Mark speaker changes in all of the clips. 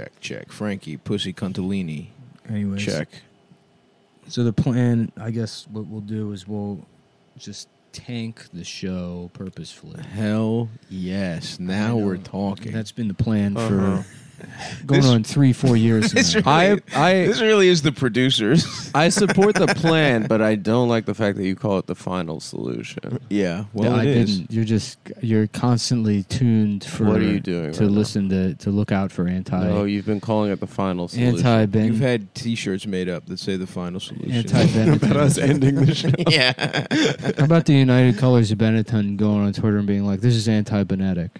Speaker 1: Check, check. Frankie, Pussy Cuntolini.
Speaker 2: Anyways,
Speaker 1: Check.
Speaker 2: So the plan, I guess, what we'll do is we'll just tank the show purposefully.
Speaker 1: Hell yes. Now
Speaker 2: I know.
Speaker 1: we're talking.
Speaker 2: That's been the plan
Speaker 3: Uh-huh.
Speaker 2: for going
Speaker 3: This-
Speaker 2: on three, four years.
Speaker 1: This
Speaker 2: now.
Speaker 1: really-
Speaker 3: I I
Speaker 1: this really is the producers.
Speaker 3: I support the plan, but I don't like the fact that you call it the final solution.
Speaker 1: yeah.
Speaker 2: No,
Speaker 1: Well,
Speaker 2: I
Speaker 1: it is.
Speaker 2: didn't. You're just you're constantly tuned for.
Speaker 3: What are you doing
Speaker 2: to
Speaker 3: right now?
Speaker 2: listen to to look out for anti
Speaker 3: No, you've been calling it the final solution.
Speaker 2: anti Ben
Speaker 1: Oh, You've had T-shirts made up that say the final solution.
Speaker 2: anti Benetton.
Speaker 3: ending the show.
Speaker 1: yeah.
Speaker 2: How about the United Colors of Benetton going on Twitter and being like, "This is anti-Benetic.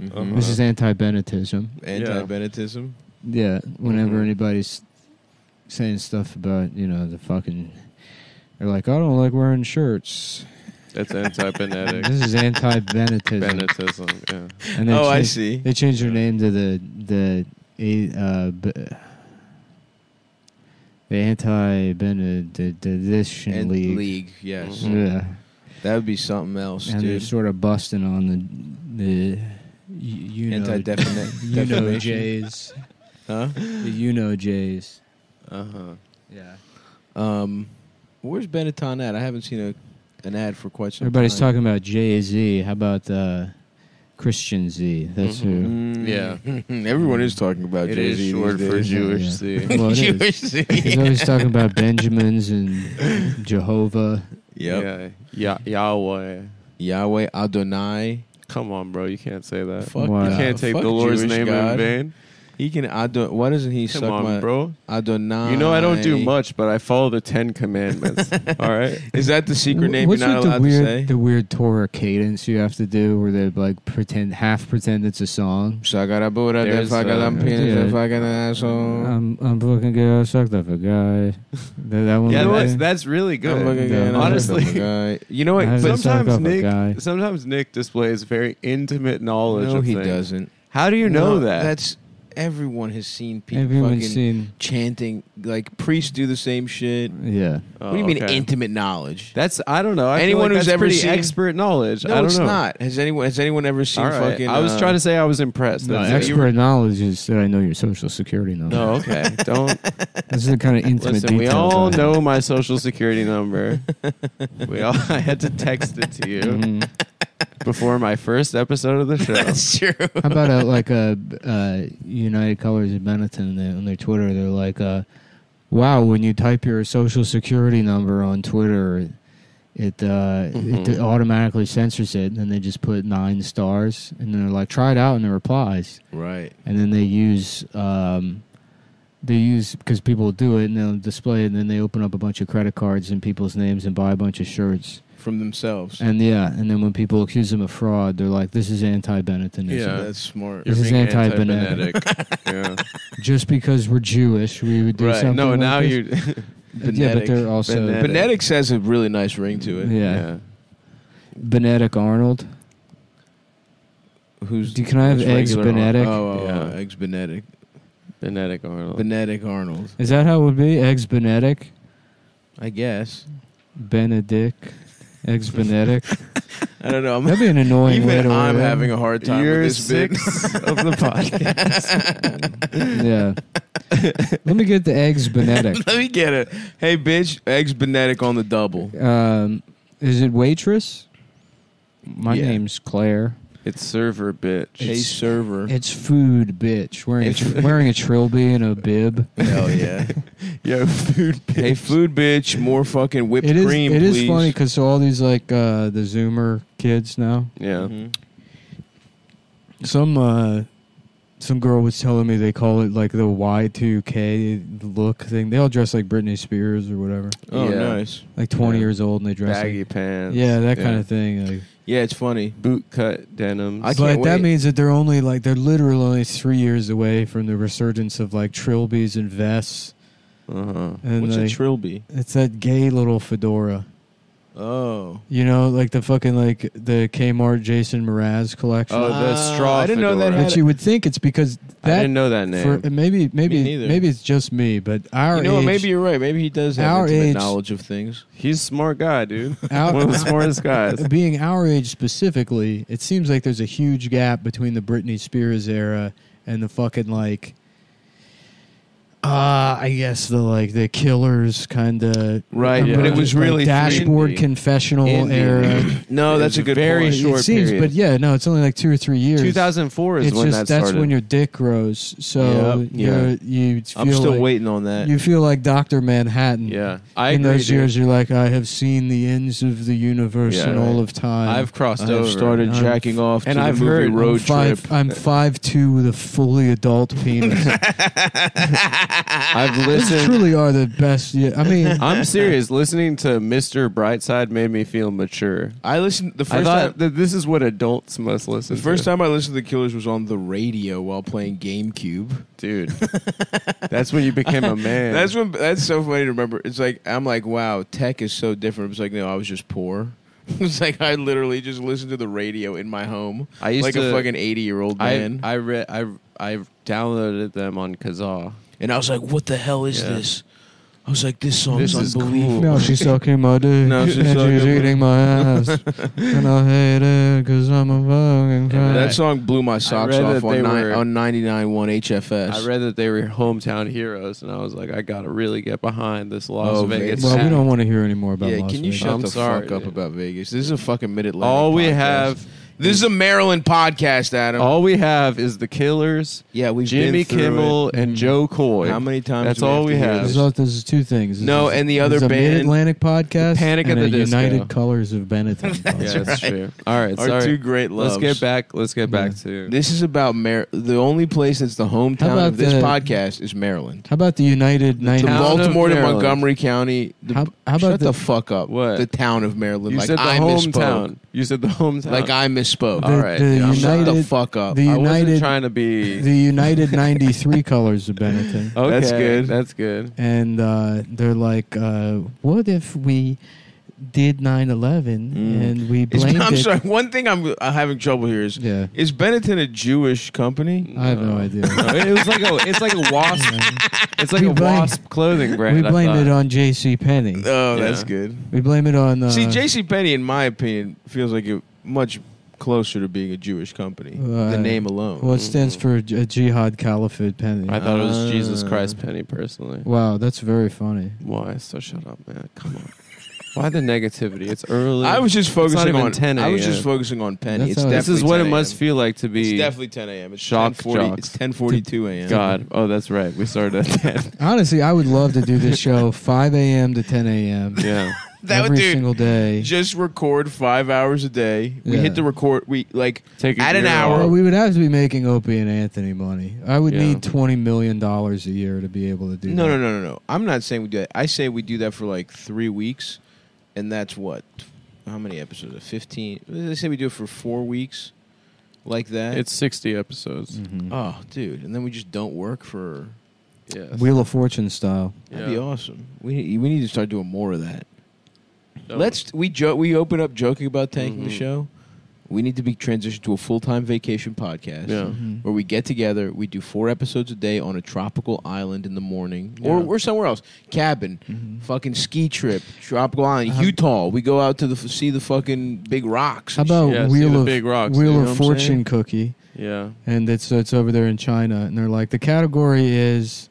Speaker 1: Mhm.
Speaker 2: This is anti-Benetism."
Speaker 1: Anti-Benetism.
Speaker 2: Yeah, whenever
Speaker 1: Mm-hmm.
Speaker 3: Mhm.
Speaker 2: anybody's saying stuff about you know the fucking, they're like, "I don't like wearing shirts."
Speaker 3: That's anti-Benetic.
Speaker 2: This is anti-Benetism.
Speaker 3: Benetism. Yeah.
Speaker 2: And they
Speaker 1: oh, I
Speaker 2: change-
Speaker 1: see.
Speaker 2: They changed their name to the the a- uh, b- the anti Benediction
Speaker 1: And
Speaker 2: League.
Speaker 1: league. Yes.
Speaker 3: Mhm.
Speaker 2: Yeah,
Speaker 1: That would be something else,
Speaker 2: and they're
Speaker 1: dude.
Speaker 2: sort of busting on the the you
Speaker 1: Anti
Speaker 2: you know
Speaker 1: defamation.
Speaker 2: Jays,
Speaker 1: Huh?
Speaker 2: the you know Jays.
Speaker 3: Uh huh.
Speaker 2: Yeah,
Speaker 1: Um, where's Benetton at? I haven't seen a an ad for quite some
Speaker 2: everybody's
Speaker 1: time.
Speaker 2: talking about Jay Z. How about uh, Christian Z? That's who.
Speaker 3: Mm-hmm. Mm.
Speaker 1: Yeah. Everyone is talking about
Speaker 3: It
Speaker 1: Jay
Speaker 3: is
Speaker 1: Z.
Speaker 3: short for Jewish
Speaker 2: Yeah.
Speaker 3: Z.
Speaker 2: Well, it is. He's always talking about Benjamins and Jehovah.
Speaker 1: Yep.
Speaker 3: Yeah. Ya- Yahweh.
Speaker 1: Yahweh Adonai.
Speaker 3: Come on, bro. You can't say that.
Speaker 1: Fuck
Speaker 2: Wow.
Speaker 3: You
Speaker 1: God.
Speaker 3: can't take
Speaker 1: Fuck
Speaker 3: the Lord's
Speaker 1: Jewish
Speaker 3: name
Speaker 1: God.
Speaker 3: in vain.
Speaker 1: He can Adon. Why doesn't he
Speaker 3: Come
Speaker 1: suck
Speaker 3: on,
Speaker 1: my
Speaker 3: bro.
Speaker 1: Adonai?
Speaker 3: You know I don't do much, but I follow the Ten Commandments. All right.
Speaker 1: Is that the secret
Speaker 2: Wh-
Speaker 1: name you're
Speaker 2: What's
Speaker 1: not
Speaker 2: with the
Speaker 1: allowed
Speaker 2: weird,
Speaker 1: to say?
Speaker 2: The weird Torah cadence you have to do, where they like pretend, half pretend it's a song.
Speaker 1: Sagarabura de
Speaker 3: There's, uh,
Speaker 1: Fagalampinas
Speaker 2: yeah.
Speaker 1: de Faganaso.
Speaker 2: I'm I'm looking good. I sucked up a guy. That, that one.
Speaker 3: Yeah,
Speaker 2: right
Speaker 3: that's,
Speaker 2: there?
Speaker 3: that's really
Speaker 1: I'm
Speaker 3: good.
Speaker 1: looking
Speaker 2: Yeah.
Speaker 1: at him,
Speaker 3: Honestly.
Speaker 1: I'm a guy.
Speaker 3: You know
Speaker 2: I
Speaker 3: what?
Speaker 2: haven't sucked
Speaker 3: Sometimes
Speaker 2: up a
Speaker 3: Nick,
Speaker 2: guy.
Speaker 3: sometimes Nick displays very intimate knowledge.
Speaker 1: No,
Speaker 3: of
Speaker 1: he
Speaker 3: things.
Speaker 1: doesn't.
Speaker 3: How do you know
Speaker 1: No,
Speaker 3: that?
Speaker 1: That's everyone has seen people fucking
Speaker 2: Everyone's seen.
Speaker 1: chanting. Like priests do the same shit.
Speaker 2: Yeah,
Speaker 3: Oh,
Speaker 1: what do you mean
Speaker 3: okay.
Speaker 1: intimate knowledge?
Speaker 3: That's I don't know. I feel
Speaker 1: Anyone
Speaker 3: like
Speaker 1: who's
Speaker 3: that's
Speaker 1: ever
Speaker 3: pretty
Speaker 1: seen-
Speaker 3: expert knowledge.
Speaker 1: no,
Speaker 3: I don't
Speaker 1: it's
Speaker 3: know.
Speaker 1: not. Has anyone has anyone ever seen
Speaker 3: All right.
Speaker 1: fucking?
Speaker 3: I was
Speaker 1: uh,
Speaker 3: trying to say I was impressed.
Speaker 2: no,
Speaker 3: That's it.
Speaker 2: expert knowledge is that I know your social security number.
Speaker 3: No, okay. Don't
Speaker 2: This is the kind of intimate
Speaker 3: listen. We
Speaker 2: details
Speaker 3: all
Speaker 2: I-
Speaker 3: know my social security number. We all. I had to text it to you
Speaker 2: Mhm.
Speaker 3: before my first episode of the show.
Speaker 1: That's true.
Speaker 2: How about a, like a uh, United Colors of Benetton they, on their Twitter? They're like, uh, "Wow, when you type your social security number on Twitter, it uh, it
Speaker 3: Mhm.
Speaker 2: automatically censors it." And then they just put nine stars, and then they're like, "Try it out," in the replies,
Speaker 1: Right.
Speaker 2: and then they use. Um, they use because people do it and they'll display it, and then they open up a bunch of credit cards in people's names and buy a bunch of shirts.
Speaker 1: From themselves.
Speaker 2: And yeah, and then when people accuse them of fraud, they're like, "This is anti-Benettonism."
Speaker 3: Yeah.
Speaker 1: That's smart.
Speaker 2: This is anti-Benetic.
Speaker 3: anti-Benetic. yeah.
Speaker 2: just because we're Jewish, we would do
Speaker 3: Right.
Speaker 2: something.
Speaker 3: No,
Speaker 2: like
Speaker 3: now
Speaker 2: this?
Speaker 3: you.
Speaker 2: Yeah, but they're
Speaker 1: Benetic.
Speaker 2: also
Speaker 3: Benetic.
Speaker 1: Benetics has a really nice ring to it.
Speaker 2: Yeah. Benetic Arnold.
Speaker 1: Who's
Speaker 2: Do, can I have
Speaker 1: who's
Speaker 2: eggs
Speaker 1: regular Arnold?
Speaker 2: Benetic?
Speaker 1: Oh, oh,
Speaker 3: Yeah.
Speaker 1: oh, eggs Benetic.
Speaker 3: Benetic Arnold.
Speaker 1: Benetic Arnold.
Speaker 2: Is that how it would be? Eggs Benetic,
Speaker 1: I guess.
Speaker 2: Benedict, eggs Benetic.
Speaker 1: I don't know. I'm,
Speaker 2: That'd be an annoying
Speaker 1: even
Speaker 2: way to.
Speaker 1: I'm having a hard time
Speaker 3: You're
Speaker 1: with this bit.
Speaker 3: six of the podcast.
Speaker 2: Yeah. Let me get the eggs Benetic.
Speaker 1: Let me get it. Hey, bitch, eggs Benetic on the double.
Speaker 2: Um, is it waitress? My
Speaker 1: Yeah.
Speaker 2: name's Claire.
Speaker 3: it's server bitch.
Speaker 1: Hey, server.
Speaker 2: It's food, bitch. Wearing a,
Speaker 1: It's
Speaker 2: tr-
Speaker 1: food.
Speaker 2: wearing a trilby and a bib.
Speaker 1: Hell yeah.
Speaker 3: Yo, food bitch.
Speaker 1: hey, food bitch, more fucking whipped
Speaker 2: It is.
Speaker 1: cream,
Speaker 2: it
Speaker 1: please.
Speaker 2: is funny because all these like uh, the Zoomer kids now.
Speaker 3: Yeah.
Speaker 1: Mhm.
Speaker 2: some uh some girl was telling me they call it like the Y2K look thing. They all dress like Britney Spears or whatever.
Speaker 1: Oh,
Speaker 3: Yeah.
Speaker 1: nice.
Speaker 2: Like 20
Speaker 3: Yeah.
Speaker 2: years old and they dress
Speaker 3: Baggy
Speaker 2: like
Speaker 3: pants.
Speaker 2: Yeah, that kind of thing. Like
Speaker 1: Yeah, it's funny.
Speaker 3: boot cut denims.
Speaker 1: I can't
Speaker 2: but that
Speaker 1: wait.
Speaker 2: means that they're only like they're literally only 3 years away from the resurgence of like trilbies and vests
Speaker 3: uh-huh.
Speaker 2: and
Speaker 1: What's
Speaker 2: like,
Speaker 1: a trilby?
Speaker 2: it's that gay little fedora.
Speaker 1: Oh.
Speaker 2: You know, like the fucking like the Kmart Jason Mraz collection.
Speaker 3: Oh, the
Speaker 1: Ah,
Speaker 3: straw.
Speaker 1: I didn't know that
Speaker 3: fedora.
Speaker 1: had
Speaker 2: but you would think it's because
Speaker 3: I
Speaker 2: that
Speaker 3: didn't know that
Speaker 2: for
Speaker 3: name.
Speaker 2: and maybe maybe
Speaker 1: neither.
Speaker 2: maybe it's just me, but our
Speaker 1: You know what?
Speaker 2: age,
Speaker 1: Maybe you're right. Maybe he does have
Speaker 2: Our
Speaker 1: intimate
Speaker 2: age-
Speaker 1: knowledge of things.
Speaker 3: He's a smart guy, dude.
Speaker 2: Out-
Speaker 3: One of the smartest guys.
Speaker 2: being our age specifically, it seems like there's a huge gap between the Britney Spears era and the fucking like Uh, I guess the like the Killers kind of
Speaker 3: Right,
Speaker 1: but it
Speaker 3: was really
Speaker 2: dashboard
Speaker 3: indie.
Speaker 2: confessional
Speaker 3: Indie.
Speaker 2: era.
Speaker 3: No,
Speaker 1: It
Speaker 3: that's
Speaker 1: was
Speaker 3: a
Speaker 1: a
Speaker 3: good
Speaker 1: very
Speaker 3: point.
Speaker 1: It short
Speaker 2: it seems, but yeah, no, it's only like two or three years.
Speaker 3: 2004 is
Speaker 2: it's
Speaker 3: when
Speaker 2: just
Speaker 3: that
Speaker 2: that's
Speaker 3: started.
Speaker 2: when your dick grows. So
Speaker 1: Yep, yeah.
Speaker 2: you're, you feel
Speaker 3: I'm still
Speaker 2: like,
Speaker 3: waiting on that.
Speaker 2: You feel like Doctor Manhattan.
Speaker 3: yeah, I
Speaker 2: in
Speaker 3: agree,
Speaker 2: those
Speaker 3: dude.
Speaker 2: years, you're like, I have seen the ends of the universe
Speaker 3: Yeah,
Speaker 2: and all
Speaker 3: right.
Speaker 2: of uh, time.
Speaker 1: I've crossed
Speaker 3: I've
Speaker 1: over.
Speaker 3: started
Speaker 2: I'm-
Speaker 3: jacking off to
Speaker 1: and
Speaker 3: the
Speaker 1: I've
Speaker 3: movie
Speaker 1: heard-
Speaker 3: Road
Speaker 2: I'm five,
Speaker 3: Trip.
Speaker 2: I'm five two with a fully adult penis.
Speaker 3: I've
Speaker 2: Those
Speaker 3: listened.
Speaker 2: truly are the best. Yeah, I mean,
Speaker 3: I'm serious. Listening to Mr. Brightside made me feel mature.
Speaker 1: I listened the
Speaker 3: I
Speaker 1: first
Speaker 3: thought
Speaker 1: time.
Speaker 3: that this is what adults must listen.
Speaker 1: The first
Speaker 3: to.
Speaker 1: time I listened to the Killers was on the radio while playing GameCube.
Speaker 3: dude. that's when you became a man.
Speaker 1: That's when. That's so funny to remember. It's like I'm like, wow, tech is so different. It's like, no, I was just poor. It's like I literally just listened to the radio in my home,
Speaker 3: I used
Speaker 1: like
Speaker 3: to-
Speaker 1: a fucking eighty year old
Speaker 3: I
Speaker 1: man.
Speaker 3: I read I I downloaded them on Kazaa.
Speaker 1: and I was like, what the hell is
Speaker 3: Yeah.
Speaker 1: this? I was like, this song
Speaker 3: This is
Speaker 1: is unbelievable.
Speaker 2: no, she's sucking my dick.
Speaker 1: No, she's
Speaker 2: and
Speaker 1: sucking
Speaker 2: she's
Speaker 1: my-
Speaker 2: eating my ass. and I hate it because I'm a fucking
Speaker 3: Yeah,
Speaker 2: fan.
Speaker 1: That
Speaker 3: I-
Speaker 1: song blew my socks
Speaker 3: read
Speaker 1: off
Speaker 3: that they
Speaker 1: on, ni-
Speaker 3: were-
Speaker 1: on 99.1 HFS.
Speaker 3: I read that they were hometown heroes, and I was like, I gotta really get behind this Las
Speaker 1: Oh,
Speaker 3: Vegas.
Speaker 1: Vegas.
Speaker 2: well, we
Speaker 3: town.
Speaker 2: don't want to hear any more about
Speaker 1: yeah,
Speaker 2: Las
Speaker 1: can you
Speaker 2: Vegas.
Speaker 1: shut
Speaker 3: I'm
Speaker 1: the
Speaker 3: sorry,
Speaker 1: fuck up
Speaker 3: dude.
Speaker 1: about Vegas? This is a fucking mid Atlantic.
Speaker 3: All we have,
Speaker 1: This is a Maryland podcast, Adam.
Speaker 3: all we have, is the Killers,
Speaker 1: yeah, we've been
Speaker 3: Jimmy
Speaker 1: through
Speaker 3: Kimmel, and Joe Coy.
Speaker 1: It. How many times?
Speaker 3: That's
Speaker 1: do
Speaker 3: all we
Speaker 1: have. to hear
Speaker 3: have.
Speaker 2: There's,
Speaker 1: this?
Speaker 2: al- there's two things.
Speaker 1: No,
Speaker 2: There's-
Speaker 1: and the other
Speaker 2: there's a
Speaker 1: band,
Speaker 2: Mid-Atlantic podcast,
Speaker 3: Panic at
Speaker 2: and
Speaker 3: the
Speaker 2: a
Speaker 3: Disco.
Speaker 2: United Colors of Benetton.
Speaker 3: yeah,
Speaker 2: podcast.
Speaker 3: that's
Speaker 1: right.
Speaker 3: true. All right,
Speaker 1: our
Speaker 3: sorry.
Speaker 1: two great
Speaker 3: let's
Speaker 1: loves.
Speaker 3: get back. Let's get back to
Speaker 1: This is about Mar- the only place that's the
Speaker 2: How
Speaker 1: hometown
Speaker 2: about
Speaker 1: of this
Speaker 2: the-
Speaker 1: podcast is Maryland.
Speaker 2: How about the United
Speaker 1: To
Speaker 3: town
Speaker 2: '90s?
Speaker 3: of
Speaker 1: Baltimore to
Speaker 3: Maryland.
Speaker 1: Montgomery County. The,
Speaker 2: How- how about
Speaker 1: shut the,
Speaker 2: the-
Speaker 1: fuck up?
Speaker 3: What?
Speaker 1: the town of Maryland?
Speaker 3: You
Speaker 1: like
Speaker 3: said the
Speaker 1: I
Speaker 3: hometown.
Speaker 1: misspoke.
Speaker 3: You said the hometown.
Speaker 1: Like I misspoke.
Speaker 2: The,
Speaker 3: All right,
Speaker 2: the
Speaker 3: yeah, I'm
Speaker 1: shut
Speaker 2: United,
Speaker 1: the fuck up.
Speaker 2: the
Speaker 3: I wasn't
Speaker 2: United-
Speaker 3: trying to be.
Speaker 2: the United '93 Colors of Benetton.
Speaker 3: okay,
Speaker 1: That's good.
Speaker 3: That's good.
Speaker 2: and uh, they're like, uh, "What if we did 9/11 and we
Speaker 1: Is-
Speaker 2: blamed
Speaker 1: Mm. I'm
Speaker 2: it?"
Speaker 1: sorry. One thing I'm uh, having trouble here is
Speaker 2: Yeah,
Speaker 1: is Benetton a Jewish company?
Speaker 2: I have no idea.
Speaker 3: No, it was like a, it's like a wasp. It's like
Speaker 2: We
Speaker 3: a
Speaker 2: blame-
Speaker 3: wasp clothing brand.
Speaker 2: we
Speaker 3: I
Speaker 2: blamed
Speaker 3: thought.
Speaker 2: it on J.C. Penney.
Speaker 1: Oh,
Speaker 3: Yeah.
Speaker 1: that's good.
Speaker 2: We blame it on uh,
Speaker 1: See, JC Penney, in my opinion, feels like it much closer to being a Jewish company.
Speaker 2: Uh,
Speaker 1: the name alone.
Speaker 2: Well, it stands
Speaker 1: Mm.
Speaker 2: for J- Jihad Caliphate Penney.
Speaker 3: I thought it was
Speaker 1: Uh.
Speaker 3: Jesus Christ Penny personally.
Speaker 2: wow, that's very funny.
Speaker 3: Why? So shut up, man. Come on. Why the negativity? It's early.
Speaker 1: I was just focusing
Speaker 3: even
Speaker 1: on
Speaker 3: 10
Speaker 1: I was
Speaker 3: a.m.
Speaker 1: just focusing on Penny.
Speaker 2: That's
Speaker 1: it's
Speaker 2: how it
Speaker 3: This
Speaker 2: is.
Speaker 3: is
Speaker 1: definitely
Speaker 3: what it
Speaker 1: 10
Speaker 3: must
Speaker 1: a.m.
Speaker 3: feel like to be.
Speaker 1: It's definitely 10 a.m. It's
Speaker 3: Shock
Speaker 1: 10:40
Speaker 3: jocks.
Speaker 1: It's 10:42 a.m.
Speaker 3: God. Oh, that's right. We started at ten.
Speaker 2: Honestly, I would love to do this show 5 a.m. to 10 a.m.
Speaker 3: yeah.
Speaker 1: That
Speaker 2: every
Speaker 1: would do.
Speaker 2: single day.
Speaker 1: Just record five hours a day. We
Speaker 2: Yeah.
Speaker 1: hit the record. We like
Speaker 3: Take a
Speaker 1: At an
Speaker 3: year
Speaker 1: hour.
Speaker 2: Well,
Speaker 3: off.
Speaker 2: we would have to be making Opie and Anthony money. I would
Speaker 3: Yeah.
Speaker 2: need twenty million dollars a year to be able to do.
Speaker 1: no,
Speaker 2: that.
Speaker 1: no, no, no, no. I'm not saying we do that. I say we do that for like three weeks, and that's what. How many episodes? Fifteen. They say we do it for four weeks, like that.
Speaker 3: It's sixty episodes.
Speaker 2: Mhm.
Speaker 1: oh, dude, and then we just don't work for.
Speaker 3: Yes.
Speaker 2: Wheel of Fortune style.
Speaker 1: That'd be
Speaker 3: Yeah.
Speaker 1: awesome. We we need to start doing more of that. Mm-hmm.
Speaker 3: No.
Speaker 1: Let's we jo- we open up joking about tanking the
Speaker 3: Mhm.
Speaker 1: show. We need to be transitioned to a full time vacation podcast.
Speaker 3: Yeah.
Speaker 1: Where we get together, we do four episodes a day on a tropical island in the morning,
Speaker 3: Yeah.
Speaker 1: or we're somewhere else, cabin,
Speaker 3: Mm-hmm.
Speaker 2: Mhm.
Speaker 1: fucking ski trip, tropical island,
Speaker 2: How-
Speaker 1: Utah. We go out to the f- see the fucking big rocks.
Speaker 2: Um, How
Speaker 1: and shit.
Speaker 2: about
Speaker 3: Yeah, see the
Speaker 2: Wheel of
Speaker 3: big rocks,
Speaker 2: Wheel
Speaker 3: you know what
Speaker 2: of
Speaker 3: I'm
Speaker 2: Fortune
Speaker 3: saying?
Speaker 2: cookie?
Speaker 3: Yeah.
Speaker 2: And it's it's over there in China, and they're like the category is,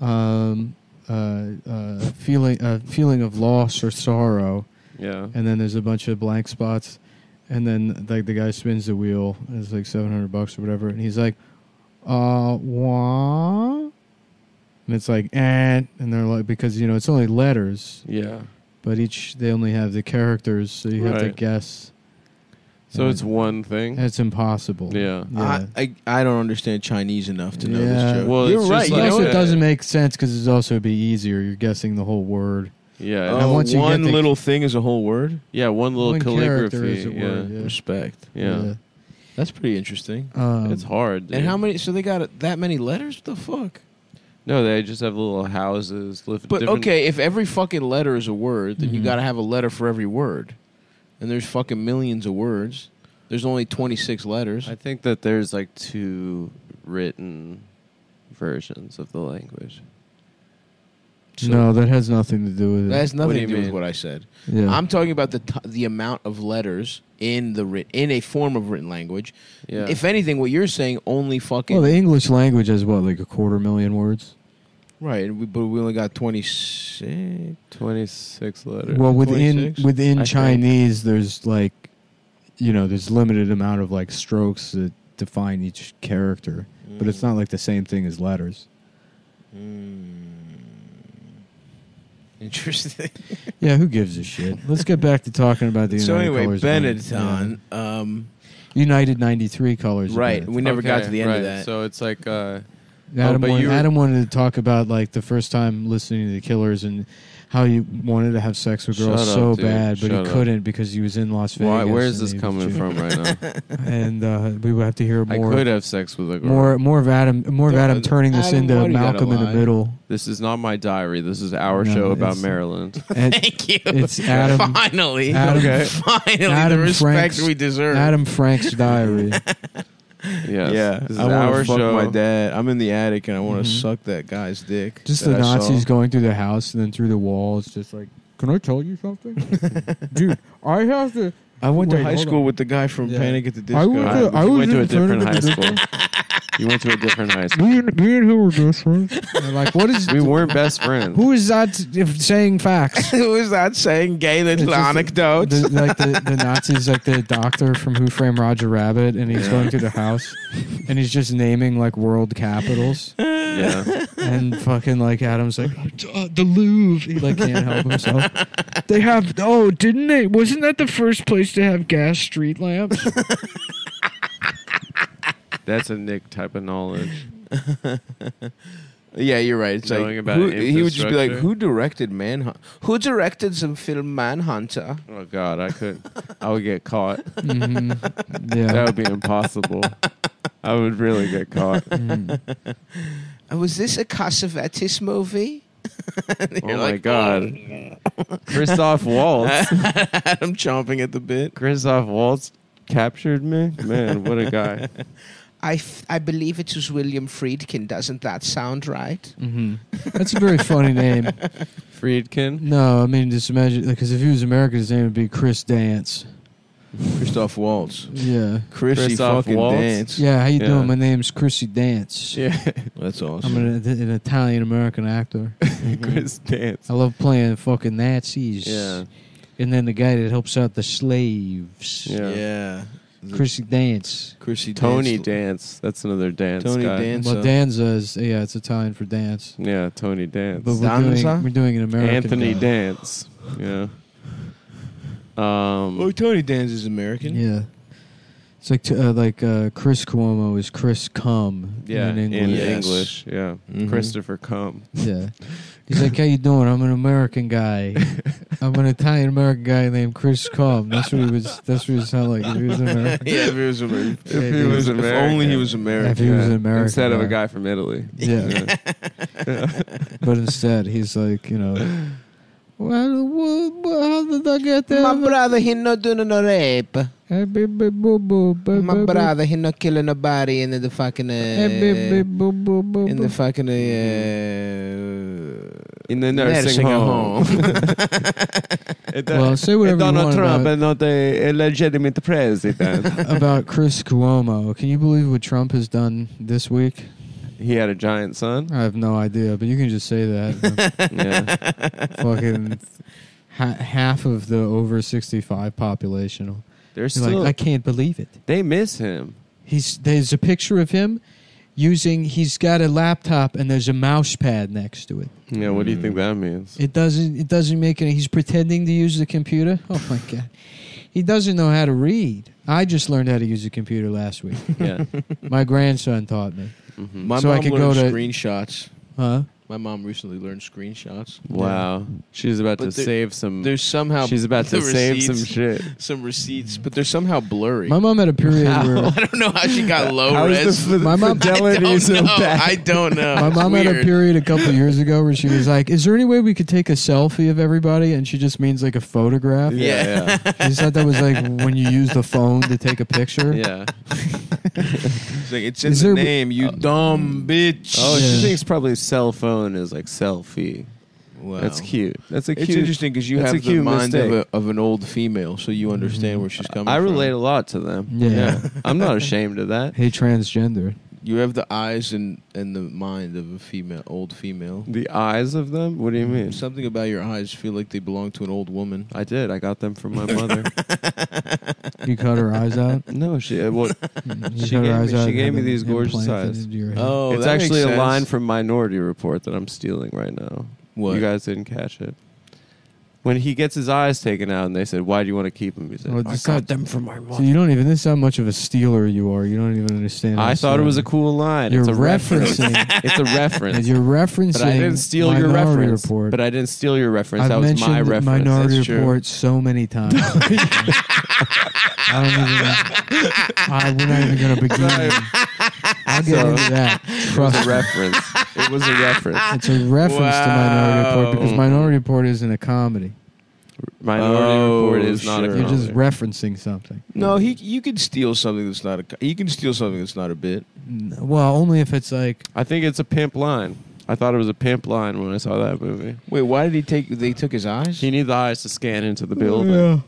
Speaker 2: um, uh, uh, feeling uh, feeling of loss or sorrow,
Speaker 3: Yeah.
Speaker 2: and then there's a bunch of blank spots, and then like the guy spins the wheel, and it's like seven hundred bucks or whatever, and he's like, uh, wah, and it's like and, and they're like because you know it's only letters,
Speaker 3: Yeah.
Speaker 2: but each they only have the characters, so you have to
Speaker 3: Right.
Speaker 2: guess.
Speaker 3: So
Speaker 2: And
Speaker 3: it's one thing.
Speaker 2: It's impossible.
Speaker 3: Yeah.
Speaker 2: Yeah.
Speaker 1: I, I I don't understand Chinese enough to know
Speaker 2: Yeah.
Speaker 1: this joke.
Speaker 3: Well,
Speaker 1: You're
Speaker 3: it's just
Speaker 1: right.
Speaker 3: like-
Speaker 1: you know
Speaker 2: also,
Speaker 1: what?
Speaker 2: it doesn't make sense because it's also be easier. You're guessing the whole word.
Speaker 3: Yeah.
Speaker 2: Oh. then once you get
Speaker 1: one
Speaker 2: the-
Speaker 1: little thing is a whole word.
Speaker 3: Yeah. One little
Speaker 2: One character
Speaker 3: calligraphy.
Speaker 2: is a
Speaker 3: yeah.
Speaker 2: word, yeah.
Speaker 1: Respect.
Speaker 3: Yeah.
Speaker 1: That's pretty interesting.
Speaker 2: Um,
Speaker 3: It's hard.
Speaker 1: And
Speaker 3: dude.
Speaker 1: how many? So they got that many letters? What the fuck?
Speaker 3: No, they just have little houses. Live
Speaker 1: But
Speaker 3: different-
Speaker 1: okay, if every fucking letter is a word, then you
Speaker 2: Mhm.
Speaker 1: got to have a letter for every word. And there's fucking millions of words. There's only 26 letters.
Speaker 3: I think that there's like two written versions of the language.
Speaker 1: So
Speaker 2: no, that has nothing to do with it.
Speaker 1: that has nothing
Speaker 3: do
Speaker 1: to
Speaker 3: you
Speaker 1: do with
Speaker 3: mean?
Speaker 1: what I said.
Speaker 2: yeah.
Speaker 1: I'm talking about the t- the amount of letters in the writ- in a form of written language.
Speaker 3: Yeah.
Speaker 1: If anything, what you're saying only fucking
Speaker 2: well, the English language has what, like a quarter million words?
Speaker 1: Right, and we, but we only got 26.
Speaker 3: 26 letters.
Speaker 2: Well, within
Speaker 1: 26?
Speaker 2: within
Speaker 3: I think.
Speaker 2: Chinese, there's like, you know, there's limited amount of like strokes that define each character, but it's not like the same thing as letters.
Speaker 1: Mm. Interesting.
Speaker 2: Yeah, who gives a shit? Let's get back to talking about the
Speaker 1: so
Speaker 2: United
Speaker 1: anyway,
Speaker 2: Colors again.
Speaker 1: Benetton. Um,
Speaker 2: Yeah. United '93 colors. of
Speaker 1: right,
Speaker 2: Benetton.
Speaker 1: we never got
Speaker 3: Okay,
Speaker 1: to the end
Speaker 3: right,
Speaker 1: of that.
Speaker 3: So it's like uh,
Speaker 2: Adam,
Speaker 3: but
Speaker 2: wanted,
Speaker 3: you were-
Speaker 2: Adam wanted to talk about like the first time listening to the Killers and how you wanted to have sex with girls
Speaker 3: Shut up,
Speaker 2: so
Speaker 3: dude.
Speaker 2: bad, but
Speaker 3: Shut
Speaker 2: he
Speaker 3: up.
Speaker 2: couldn't because he was in Las Vegas.
Speaker 3: why, where is
Speaker 2: and
Speaker 3: this
Speaker 2: he was
Speaker 3: coming
Speaker 2: ju-
Speaker 3: from right now?
Speaker 2: And uh, we would have to hear
Speaker 3: I
Speaker 2: more.
Speaker 3: could have sex with a girl.
Speaker 2: More, more of Adam, more of
Speaker 1: Don't-
Speaker 2: Adam turning this
Speaker 1: Adam, why
Speaker 2: into
Speaker 1: do you gotta
Speaker 2: Malcolm in the
Speaker 1: lie?
Speaker 2: Middle.
Speaker 3: This is not my diary. This is our
Speaker 2: No,
Speaker 3: show about
Speaker 2: it's-
Speaker 3: Maryland.
Speaker 2: And
Speaker 1: Thank you.
Speaker 2: It's Adam-
Speaker 1: Finally,
Speaker 2: Adam- Okay.
Speaker 1: finally,
Speaker 2: Adam
Speaker 1: the respect
Speaker 2: Frank's-
Speaker 1: we deserve.
Speaker 2: Adam Frank's diary.
Speaker 3: Yes.
Speaker 1: Yeah,
Speaker 3: This is
Speaker 1: I want
Speaker 3: our
Speaker 1: to fuck
Speaker 3: show.
Speaker 1: my dad. I'm in the attic and I want to
Speaker 2: Mhm.
Speaker 1: suck that guy's dick.
Speaker 2: Just
Speaker 1: that
Speaker 2: the
Speaker 1: I saw.
Speaker 2: Nazis going through the house and then through the wall. It's just like, can I tell you something, dude? I have to.
Speaker 1: I went
Speaker 2: Wait,
Speaker 1: to high
Speaker 2: hold
Speaker 1: school
Speaker 2: on.
Speaker 1: with the guy from
Speaker 2: Yeah.
Speaker 1: Panic at the Disco.
Speaker 2: I went
Speaker 3: I,
Speaker 2: to- I
Speaker 3: you
Speaker 2: was
Speaker 3: went to
Speaker 2: in
Speaker 3: a different
Speaker 2: alternative
Speaker 3: high
Speaker 2: different-
Speaker 3: school. you went to a different high school.
Speaker 2: Me and, me and who were best friends. And they're like, what is?
Speaker 3: We weren't best friends.
Speaker 2: Who is that? If saying facts.
Speaker 1: Who is that saying gay
Speaker 2: It's
Speaker 1: little
Speaker 2: just-
Speaker 1: anecdotes?
Speaker 2: The, like the, the Nazis, like the doctor from Who Framed Roger Rabbit, and he's going through the house, and he's just naming like world capitals,
Speaker 3: yeah.
Speaker 2: and fucking like Adam's like "Uh, the Louvre. He like can't help himself. They have oh, didn't they? Wasn't that the first place to have gas street lamps?
Speaker 3: That's a Nick type of knowledge.
Speaker 1: yeah, you're right. It's like
Speaker 3: Knowing about
Speaker 1: who, he would just be like,
Speaker 3: infrastructure.
Speaker 1: "Who directed Manhunt? Who directed some film Manhunter?"
Speaker 3: Oh God, I could. I would get caught.
Speaker 2: Mhm. Yeah.
Speaker 3: That would be impossible. I would really get caught.
Speaker 2: Mm.
Speaker 1: Uh, Was this a Cassavetes movie? And
Speaker 3: Oh
Speaker 1: you're
Speaker 3: my
Speaker 1: like,
Speaker 3: God, Christoph Waltz.
Speaker 1: Adam chomping at the bit.
Speaker 3: Christoph Waltz captured me. Man, what a guy.
Speaker 1: I, f- I believe it was William Friedkin. Doesn't that sound right?
Speaker 2: Mhm. That's a very funny name.
Speaker 3: Friedkin.
Speaker 2: No, I mean just imagine because if he was American, his name would be Chris Dance.
Speaker 1: Christoph Waltz.
Speaker 2: Yeah.
Speaker 1: Chrissy
Speaker 3: Christoph
Speaker 1: fucking
Speaker 3: Waltz?
Speaker 1: dance.
Speaker 2: Yeah, how you
Speaker 3: Yeah.
Speaker 2: doing? My name's Chrissy Dance.
Speaker 3: Yeah.
Speaker 1: That's
Speaker 2: I'm
Speaker 1: awesome.
Speaker 2: an, an Italian American actor.
Speaker 3: Chris Dance.
Speaker 2: I love playing fucking Nazis.
Speaker 3: Yeah.
Speaker 2: And then the guy that helps out the slaves.
Speaker 3: Yeah.
Speaker 1: yeah.
Speaker 2: Chrissy Dance.
Speaker 1: Chrissy
Speaker 3: Tony
Speaker 1: Dance.
Speaker 3: Dance. That's another dance
Speaker 1: Tony
Speaker 3: guy.
Speaker 1: Dance.
Speaker 2: well,
Speaker 1: so-
Speaker 2: Danza is, yeah, it's Italian for dance.
Speaker 3: Yeah, Tony Dance.
Speaker 2: But we're
Speaker 1: Danza?
Speaker 2: doing, we're doing an American.
Speaker 3: Anthony
Speaker 2: guy.
Speaker 3: Dance. Yeah.
Speaker 1: Oh,
Speaker 3: Um,
Speaker 1: Tony Danza is American.
Speaker 2: Yeah. It's like t- uh, like uh, Chris Cuomo is Chris Cum
Speaker 3: yeah,
Speaker 2: in
Speaker 3: in
Speaker 2: English.
Speaker 1: Yes.
Speaker 3: English, yeah.
Speaker 1: Mhm.
Speaker 3: Christopher Cum.
Speaker 2: Yeah. He's like, How you doing? I'm an American guy. I'm an Italian American guy named Chris Cum. That's what he was that's what he sounded like if he was an American.
Speaker 1: yeah, if he was American.
Speaker 2: If he was
Speaker 1: if
Speaker 3: American.
Speaker 1: only he was American.
Speaker 2: If he was an American
Speaker 3: instead of
Speaker 2: guy.
Speaker 3: a guy from Italy.
Speaker 2: Yeah. but instead he's like, you know well, wha- wha- how did I get there?
Speaker 1: My brother, he not doing no rape.
Speaker 2: Hey, beep, beep, boo, boo, beep,
Speaker 1: My
Speaker 2: beep,
Speaker 1: brother, he not killing nobody in the fucking. Uh,
Speaker 2: beep. Hey, beep, beep, boo, boo, boo,
Speaker 1: in
Speaker 2: boo.
Speaker 1: the fucking. Uh,
Speaker 3: In the nursing, home. It-
Speaker 2: Well, say whatever you
Speaker 3: Donald
Speaker 2: want
Speaker 3: Trump
Speaker 2: about-
Speaker 3: and not a, a legitimate president.
Speaker 2: about Chris Cuomo. Can you believe what Trump has done this week?
Speaker 3: he had a giant son.
Speaker 2: I have no idea, but you can just say that.
Speaker 3: Yeah.
Speaker 2: fucking ha- half of the over 65 population.
Speaker 3: They're
Speaker 2: You're
Speaker 3: still,
Speaker 2: like, I can't believe it.
Speaker 3: they miss him.
Speaker 2: He's there's a picture of him using he's got a laptop and there's a mouse pad next to it.
Speaker 3: Yeah, what do you think that means?
Speaker 2: It doesn't it doesn't make any he's pretending to use the computer. Oh my god. He doesn't know how to read. I just learned how to use a computer last week.
Speaker 3: yeah.
Speaker 2: my grandson taught me.
Speaker 3: hmm
Speaker 1: My
Speaker 2: So I
Speaker 1: mom
Speaker 2: could go
Speaker 1: learned
Speaker 2: to-
Speaker 1: screenshots.
Speaker 2: Huh?
Speaker 1: My mom recently learned screenshots.
Speaker 3: Wow. She's about
Speaker 1: But
Speaker 3: to
Speaker 1: there-
Speaker 3: save some.
Speaker 1: There's somehow
Speaker 3: She's about to
Speaker 1: the
Speaker 3: save
Speaker 1: receipts.
Speaker 3: some shit.
Speaker 1: some receipts, but they're somehow blurry.
Speaker 2: My mom had a period where
Speaker 1: I don't know how she got low res.
Speaker 2: My mom-
Speaker 1: I don't know. I don't know.
Speaker 2: My
Speaker 1: It's
Speaker 2: mom had a
Speaker 1: weird.
Speaker 2: period a couple of years ago where she was like, "Is there any way we could take a selfie of everybody?" And she just means like a photograph.
Speaker 3: Yeah,
Speaker 2: She just thought that was like when you use the phone to take a picture.
Speaker 3: yeah. yeah.
Speaker 1: It's, like, it's in
Speaker 2: Is
Speaker 1: the
Speaker 2: there-
Speaker 1: name, you dumb bitch.
Speaker 3: Oh,
Speaker 2: Yeah.
Speaker 3: she thinks probably cell phone is like selfie.
Speaker 1: Wow.
Speaker 3: That's cute. That's a
Speaker 1: It's
Speaker 3: cute.
Speaker 1: interesting because you
Speaker 3: that's a
Speaker 1: have the
Speaker 3: cute
Speaker 1: mind of, a,
Speaker 3: mistake.
Speaker 1: of an old female, so you understand where she's coming
Speaker 3: I relate a
Speaker 1: from.
Speaker 3: lot to them.
Speaker 2: Yeah.
Speaker 3: I'm not ashamed of that.
Speaker 2: Hey, transgender.
Speaker 1: You have the eyes and, and the mind of a female, old female.
Speaker 3: The eyes of them? What do you mean?
Speaker 1: Something about your eyes feel like they belong to an old woman.
Speaker 3: I did. I got them from my mother.
Speaker 2: You cut her eyes out.
Speaker 3: no, she. uh, Well,
Speaker 2: You
Speaker 3: She
Speaker 2: cut her
Speaker 3: gave
Speaker 2: eyes
Speaker 3: me- she
Speaker 2: out and
Speaker 3: gave
Speaker 2: had
Speaker 3: me
Speaker 2: them
Speaker 3: these gorgeous
Speaker 2: implanted
Speaker 3: eyes.
Speaker 2: into your head.
Speaker 1: Oh,
Speaker 3: it's
Speaker 1: that makes
Speaker 3: actually a
Speaker 1: sense.
Speaker 3: line from Minority Report that I'm stealing right now.
Speaker 1: What?
Speaker 3: You guys didn't catch it. When he gets his eyes taken out, and they said, "Why do you want to keep him?" He said,
Speaker 2: Well,
Speaker 3: "I
Speaker 2: it's
Speaker 3: got
Speaker 2: not-
Speaker 3: them from my
Speaker 2: So
Speaker 3: mother."
Speaker 2: you don't even. This is how much of a stealer you are. You don't even understand.
Speaker 3: I
Speaker 2: this
Speaker 3: thought it was a
Speaker 2: story.
Speaker 3: cool line.
Speaker 2: You're
Speaker 3: it's a reference.
Speaker 2: referencing.
Speaker 3: it's a
Speaker 2: and
Speaker 3: reference.
Speaker 2: you're referencing.
Speaker 3: But I didn't steal your
Speaker 2: Minority
Speaker 3: reference.
Speaker 2: Report.
Speaker 3: But I didn't steal your reference.
Speaker 2: I've
Speaker 3: that was
Speaker 2: mentioned
Speaker 3: my reference.
Speaker 2: Minority
Speaker 3: That's true.
Speaker 2: Report so many times. I don't even. I, we're not even going to begin.
Speaker 3: Sorry.
Speaker 2: I'll get
Speaker 3: So-
Speaker 2: into that.
Speaker 3: It was
Speaker 2: Trust
Speaker 3: a
Speaker 2: me.
Speaker 3: reference. It was a reference.
Speaker 2: It's a reference to Minority
Speaker 1: Wow.
Speaker 2: Report because Minority Report isn't a comedy.
Speaker 3: Minority
Speaker 1: Oh,
Speaker 3: Report is not a
Speaker 1: sure.
Speaker 2: You're just
Speaker 3: comedy.
Speaker 2: referencing something.
Speaker 1: No, he. You can steal something that's not a. co- You can steal something that's not a bit.
Speaker 2: N- Well, only if it's like
Speaker 3: I think it's a pimp line. I thought it was a pimp line when I saw that movie.
Speaker 1: Wait, why did he take? They took his eyes.
Speaker 3: He needs the eyes to scan into the building,
Speaker 2: Yeah.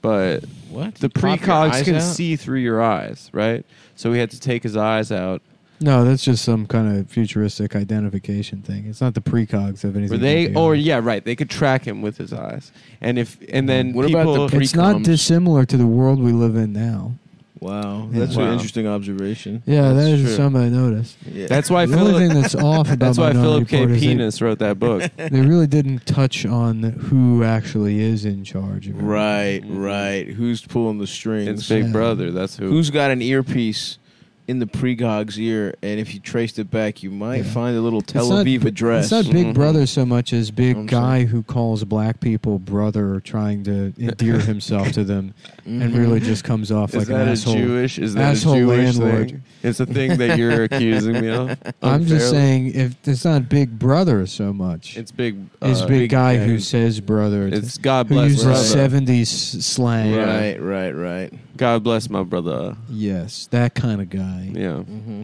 Speaker 3: but
Speaker 1: what? He
Speaker 3: the
Speaker 1: popped your
Speaker 3: precogs
Speaker 1: eyes
Speaker 3: can
Speaker 1: out?
Speaker 3: see through your eyes, right? So he had to take his eyes out.
Speaker 2: No, that's just some kind of futuristic identification thing. It's not the precogs of anything.
Speaker 3: Were they?
Speaker 2: with the
Speaker 3: Or
Speaker 2: eye.
Speaker 3: yeah, right. They could track him with his eyes, and if and then
Speaker 1: What about
Speaker 3: people,
Speaker 1: the pre-
Speaker 2: it's not
Speaker 1: precoms.
Speaker 2: dissimilar to the world we live in now.
Speaker 1: Wow,
Speaker 2: Yeah.
Speaker 1: that's
Speaker 3: Wow.
Speaker 1: an interesting observation.
Speaker 2: Yeah,
Speaker 3: That's
Speaker 2: that is
Speaker 3: true.
Speaker 2: something I noticed.
Speaker 1: Yeah.
Speaker 3: That's why
Speaker 2: the only
Speaker 3: Philip.
Speaker 2: thing that's off about
Speaker 3: That's why
Speaker 2: Minority
Speaker 3: Philip K.
Speaker 2: Report is they-
Speaker 3: Penis wrote that book.
Speaker 2: They really didn't touch on who actually is in charge. Of it.
Speaker 1: right,
Speaker 3: Mhm.
Speaker 1: right. Who's pulling the
Speaker 3: It's
Speaker 1: strings?
Speaker 3: Big
Speaker 2: Yeah.
Speaker 3: Brother. That's who.
Speaker 1: Who's got an earpiece in the precog's ear? And if you traced it back, you might
Speaker 2: Yeah.
Speaker 1: find a little Tel
Speaker 2: not-
Speaker 1: Aviv address.
Speaker 2: It's not Big
Speaker 3: Mhm.
Speaker 2: Brother so much as Big
Speaker 1: I'm
Speaker 2: Guy who calls black people brother, trying to endear himself to them, and really just comes off
Speaker 3: Mm-hmm. is
Speaker 2: like
Speaker 3: that
Speaker 2: an
Speaker 3: a
Speaker 2: asshole.
Speaker 3: Jewish? Is that
Speaker 2: asshole
Speaker 3: a Jewish
Speaker 2: landlord.
Speaker 3: thing? It's a thing that you're accusing me of.
Speaker 2: I'm
Speaker 3: unfairly.
Speaker 2: just saying, if it's not Big Brother so much, it's,
Speaker 3: It's big. uh,
Speaker 2: Big Guy who says brother. to-
Speaker 3: It's God
Speaker 2: who
Speaker 3: bless
Speaker 2: uses
Speaker 3: brother.
Speaker 2: '70s slang.
Speaker 3: Yeah.
Speaker 1: Right, right, right.
Speaker 3: God bless my brother.
Speaker 2: Yes, that kind of guy.
Speaker 3: Yeah.
Speaker 1: Mm-hmm.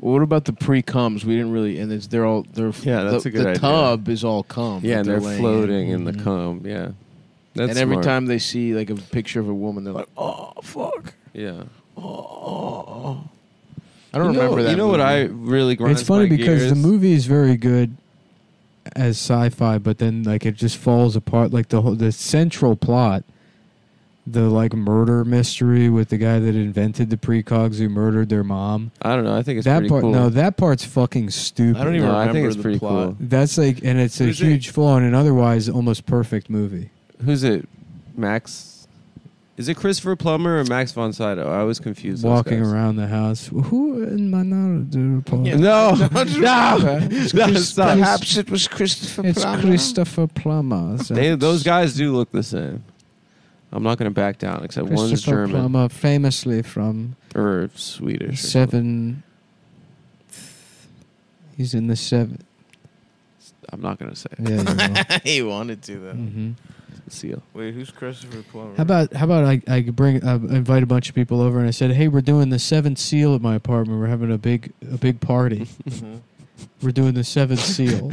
Speaker 1: Well, what about the pre coms? We didn't really, and it's, they're all they're
Speaker 3: Yeah, that's
Speaker 1: the,
Speaker 3: a good
Speaker 1: the
Speaker 3: idea.
Speaker 1: tub is all cum.
Speaker 3: Yeah,
Speaker 1: that
Speaker 3: and they're
Speaker 1: laying in.
Speaker 3: floating in the
Speaker 2: Mhm.
Speaker 3: cum. Yeah. That's
Speaker 1: Mm-hmm. and every
Speaker 3: smart.
Speaker 1: time they see like a picture of a woman, they're like, "Oh fuck!" Oh.
Speaker 3: Yeah.
Speaker 1: I don't
Speaker 3: You know-
Speaker 1: remember that.
Speaker 3: You know what I
Speaker 1: movie.
Speaker 3: really grinds
Speaker 2: It's funny
Speaker 3: my
Speaker 2: because the
Speaker 3: gears?
Speaker 2: movie is very good as sci-fi, but then like it just falls apart. Like the whole the central plot, the like murder mystery with the guy that invented the precogs who murdered their mom.
Speaker 3: I don't know. I think it's
Speaker 2: that
Speaker 3: pretty
Speaker 2: part,
Speaker 3: cool.
Speaker 2: no, that part's fucking stupid.
Speaker 1: I don't even
Speaker 3: No, I
Speaker 1: remember
Speaker 3: think it's
Speaker 1: the
Speaker 3: pretty
Speaker 1: plot.
Speaker 3: cool.
Speaker 2: That's like, and it's a
Speaker 3: Who's it?
Speaker 2: huge flaw in an otherwise almost perfect movie.
Speaker 3: Who's it? Max. Is it Christopher Plummer or Max von Sydow? I was confused. those
Speaker 2: Walking
Speaker 3: guys.
Speaker 2: around the house, who in my
Speaker 1: Yeah.
Speaker 3: No,
Speaker 1: No,
Speaker 3: no, no, stop.
Speaker 1: Perhaps it was Christopher
Speaker 2: It's
Speaker 1: Plummer.
Speaker 2: Christopher Plummer.
Speaker 3: They, those guys do look the same. I'm not going to back down, except one's
Speaker 2: Christopher
Speaker 3: German
Speaker 2: Plummer, famously from
Speaker 3: or Swedish. Or
Speaker 2: seven.
Speaker 3: something.
Speaker 2: He's in the seven.
Speaker 3: I'm not going to say it.
Speaker 2: Yeah.
Speaker 1: he
Speaker 2: you
Speaker 1: wanted to though.
Speaker 2: will. Mhm.
Speaker 3: Seal.
Speaker 1: Wait, who's Christopher Plummer?
Speaker 2: How about how about I I bring uh, invite a bunch of people over and I said, hey, we're doing the seventh seal at my apartment. We're having a big a big party.
Speaker 1: Mm-hmm.
Speaker 2: We're doing the seventh seal.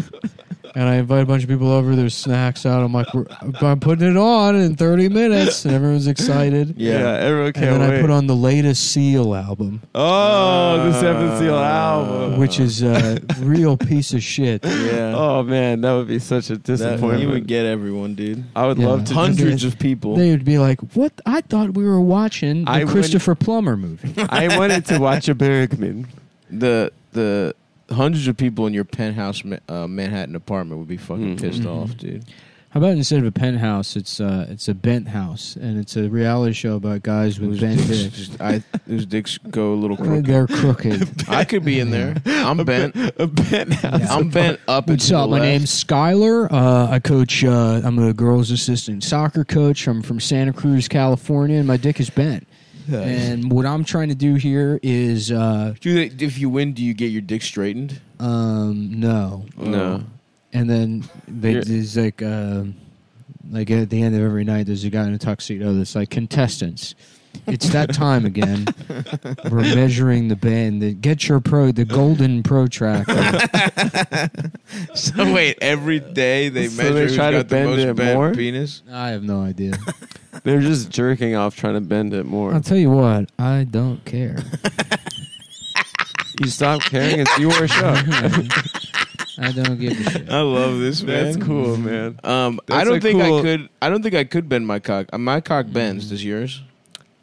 Speaker 2: And I invite a bunch of people over. There's snacks out. I'm like, we're, I'm putting it on in 30 minutes, and everyone's excited.
Speaker 1: Yeah.
Speaker 3: everyone
Speaker 2: and then I put on the latest Seal album,
Speaker 3: oh, the Seventh Seal album.
Speaker 2: which is a real piece of shit.
Speaker 1: Yeah.
Speaker 3: Oh man, that would be such a
Speaker 1: That-
Speaker 3: disappointment.
Speaker 1: he would get everyone, dude.
Speaker 3: I would
Speaker 2: Yeah.
Speaker 3: love to.
Speaker 1: Hundreds of people.
Speaker 2: They would be like, "What? I thought we were watching the
Speaker 3: I wouldn't-
Speaker 2: Christopher Plummer movie."
Speaker 3: I wanted to watch a Bergman.
Speaker 1: the the hundreds of people in your penthouse ma- uh, Manhattan apartment would be fucking
Speaker 3: Mhm.
Speaker 1: pissed
Speaker 2: Mhm.
Speaker 1: off, dude.
Speaker 2: How about instead of a penthouse, it's uh, it's a bent house, and it's a reality show about guys with
Speaker 1: Whose
Speaker 2: bent
Speaker 1: dicks,
Speaker 2: dicks.
Speaker 1: just- I, whose dicks go a little crooked.
Speaker 2: They're crooked.
Speaker 1: I could be in there. I'm bent.
Speaker 3: A bent
Speaker 1: I'm bent up and
Speaker 2: What's
Speaker 1: to the
Speaker 2: up? My
Speaker 1: left.
Speaker 2: name's Skyler. Uh, I coach. Uh, I'm a girls' assistant soccer coach. I'm from Santa Cruz, California, and my dick is bent. And what I'm trying to do here is, uh,
Speaker 1: Do they, if you win, do you get your dick straightened?
Speaker 2: um, no,
Speaker 3: No.
Speaker 2: and then they
Speaker 3: You're-
Speaker 2: there's like um like at the end of every night there's a guy in a tuxedo that's like contestants it's that time again we're measuring the band the get your pro the golden protractor
Speaker 1: So wait, every day they
Speaker 3: So they
Speaker 1: measure who's
Speaker 3: try to
Speaker 1: got
Speaker 3: bend
Speaker 1: the
Speaker 3: it
Speaker 1: most bent
Speaker 3: more?
Speaker 1: penis.
Speaker 2: i have no idea
Speaker 3: They're just jerking off, trying to bend it more.
Speaker 2: i'll tell you what i don't care
Speaker 3: You stop caring. It's your show.
Speaker 4: I don't give a shit.
Speaker 1: I love this man.
Speaker 3: That's cool, man.
Speaker 1: Um, I
Speaker 3: That's
Speaker 1: don't
Speaker 3: a
Speaker 1: think I
Speaker 3: cool-
Speaker 1: could. I don't think I could bend my cock. Uh, My cock bends. Does yours?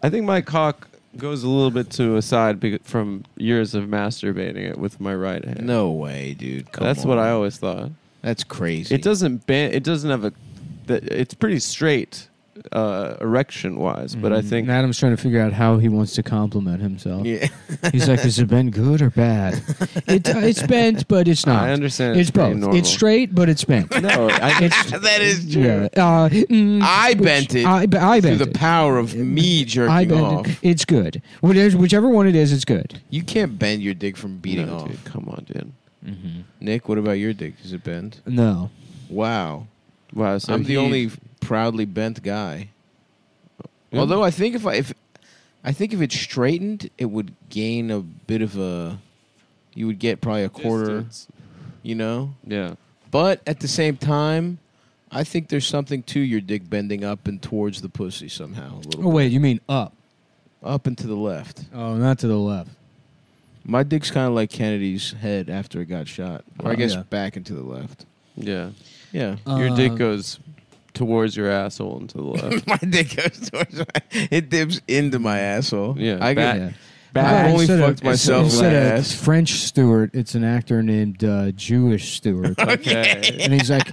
Speaker 3: I think my cock goes a little bit to a side becau- from years of masturbating it with my right hand.
Speaker 1: No way, dude. Come
Speaker 3: that's what
Speaker 1: on.
Speaker 3: I always thought.
Speaker 1: That's crazy.
Speaker 3: It doesn't bend. It doesn't have a. that- It's pretty straight, uh, erection wise. But I think
Speaker 2: And Adam's trying to figure out how he wants to compliment himself.
Speaker 1: Yeah.
Speaker 2: He's like, "Has it been good or bad? It, it's bent, but it's not.
Speaker 3: I understand.
Speaker 2: It's
Speaker 3: pretty
Speaker 2: both.
Speaker 3: normal.
Speaker 2: It's straight, but it's bent.
Speaker 3: No, I,
Speaker 2: It's,
Speaker 1: that is true.
Speaker 2: yeah. Uh, mm,
Speaker 1: I
Speaker 2: which-
Speaker 1: bent it
Speaker 2: I, I
Speaker 1: Through
Speaker 2: bent
Speaker 1: the
Speaker 2: it.
Speaker 1: power of me jerking
Speaker 2: I bent
Speaker 1: off.
Speaker 2: it. It's good. Whatever, whichever one it is, it's good.
Speaker 1: You can't bend your dick from beating
Speaker 3: no,
Speaker 1: off.
Speaker 3: Dude, come on, dude.
Speaker 2: Mm-hmm.
Speaker 1: Nick, what about your dick? Does it bend?
Speaker 2: No.
Speaker 1: Wow.
Speaker 3: Wow. So
Speaker 1: I'm the
Speaker 3: he-
Speaker 1: only proudly bent guy. Although I think if I if I think if it straightened, it would gain a bit of a. You would get probably a quarter,
Speaker 3: Distance.
Speaker 1: you know.
Speaker 3: Yeah.
Speaker 1: But at the same time, I think there's something to your dick bending up and towards the pussy somehow, a little
Speaker 2: Oh wait, you mean up?
Speaker 1: up and to the left.
Speaker 2: Oh, not to the left.
Speaker 1: My dick's kind of like Kennedy's head after it got shot. Or I
Speaker 2: Wow.
Speaker 1: guess
Speaker 2: Yeah.
Speaker 1: back and to the left.
Speaker 3: Yeah.
Speaker 1: Yeah.
Speaker 3: Your dick
Speaker 2: Uh,
Speaker 3: goes towards your asshole and to the left.
Speaker 1: my dick goes towards my, it dips into my asshole.
Speaker 3: Yeah,
Speaker 1: I
Speaker 3: back-
Speaker 1: got
Speaker 2: yeah.
Speaker 1: I only
Speaker 2: Instead of-
Speaker 1: fucked myself in the
Speaker 2: Instead of
Speaker 1: ass.
Speaker 2: French Stewart, it's an actor named uh, Jewish Stewart,
Speaker 3: Okay.
Speaker 2: and he's like,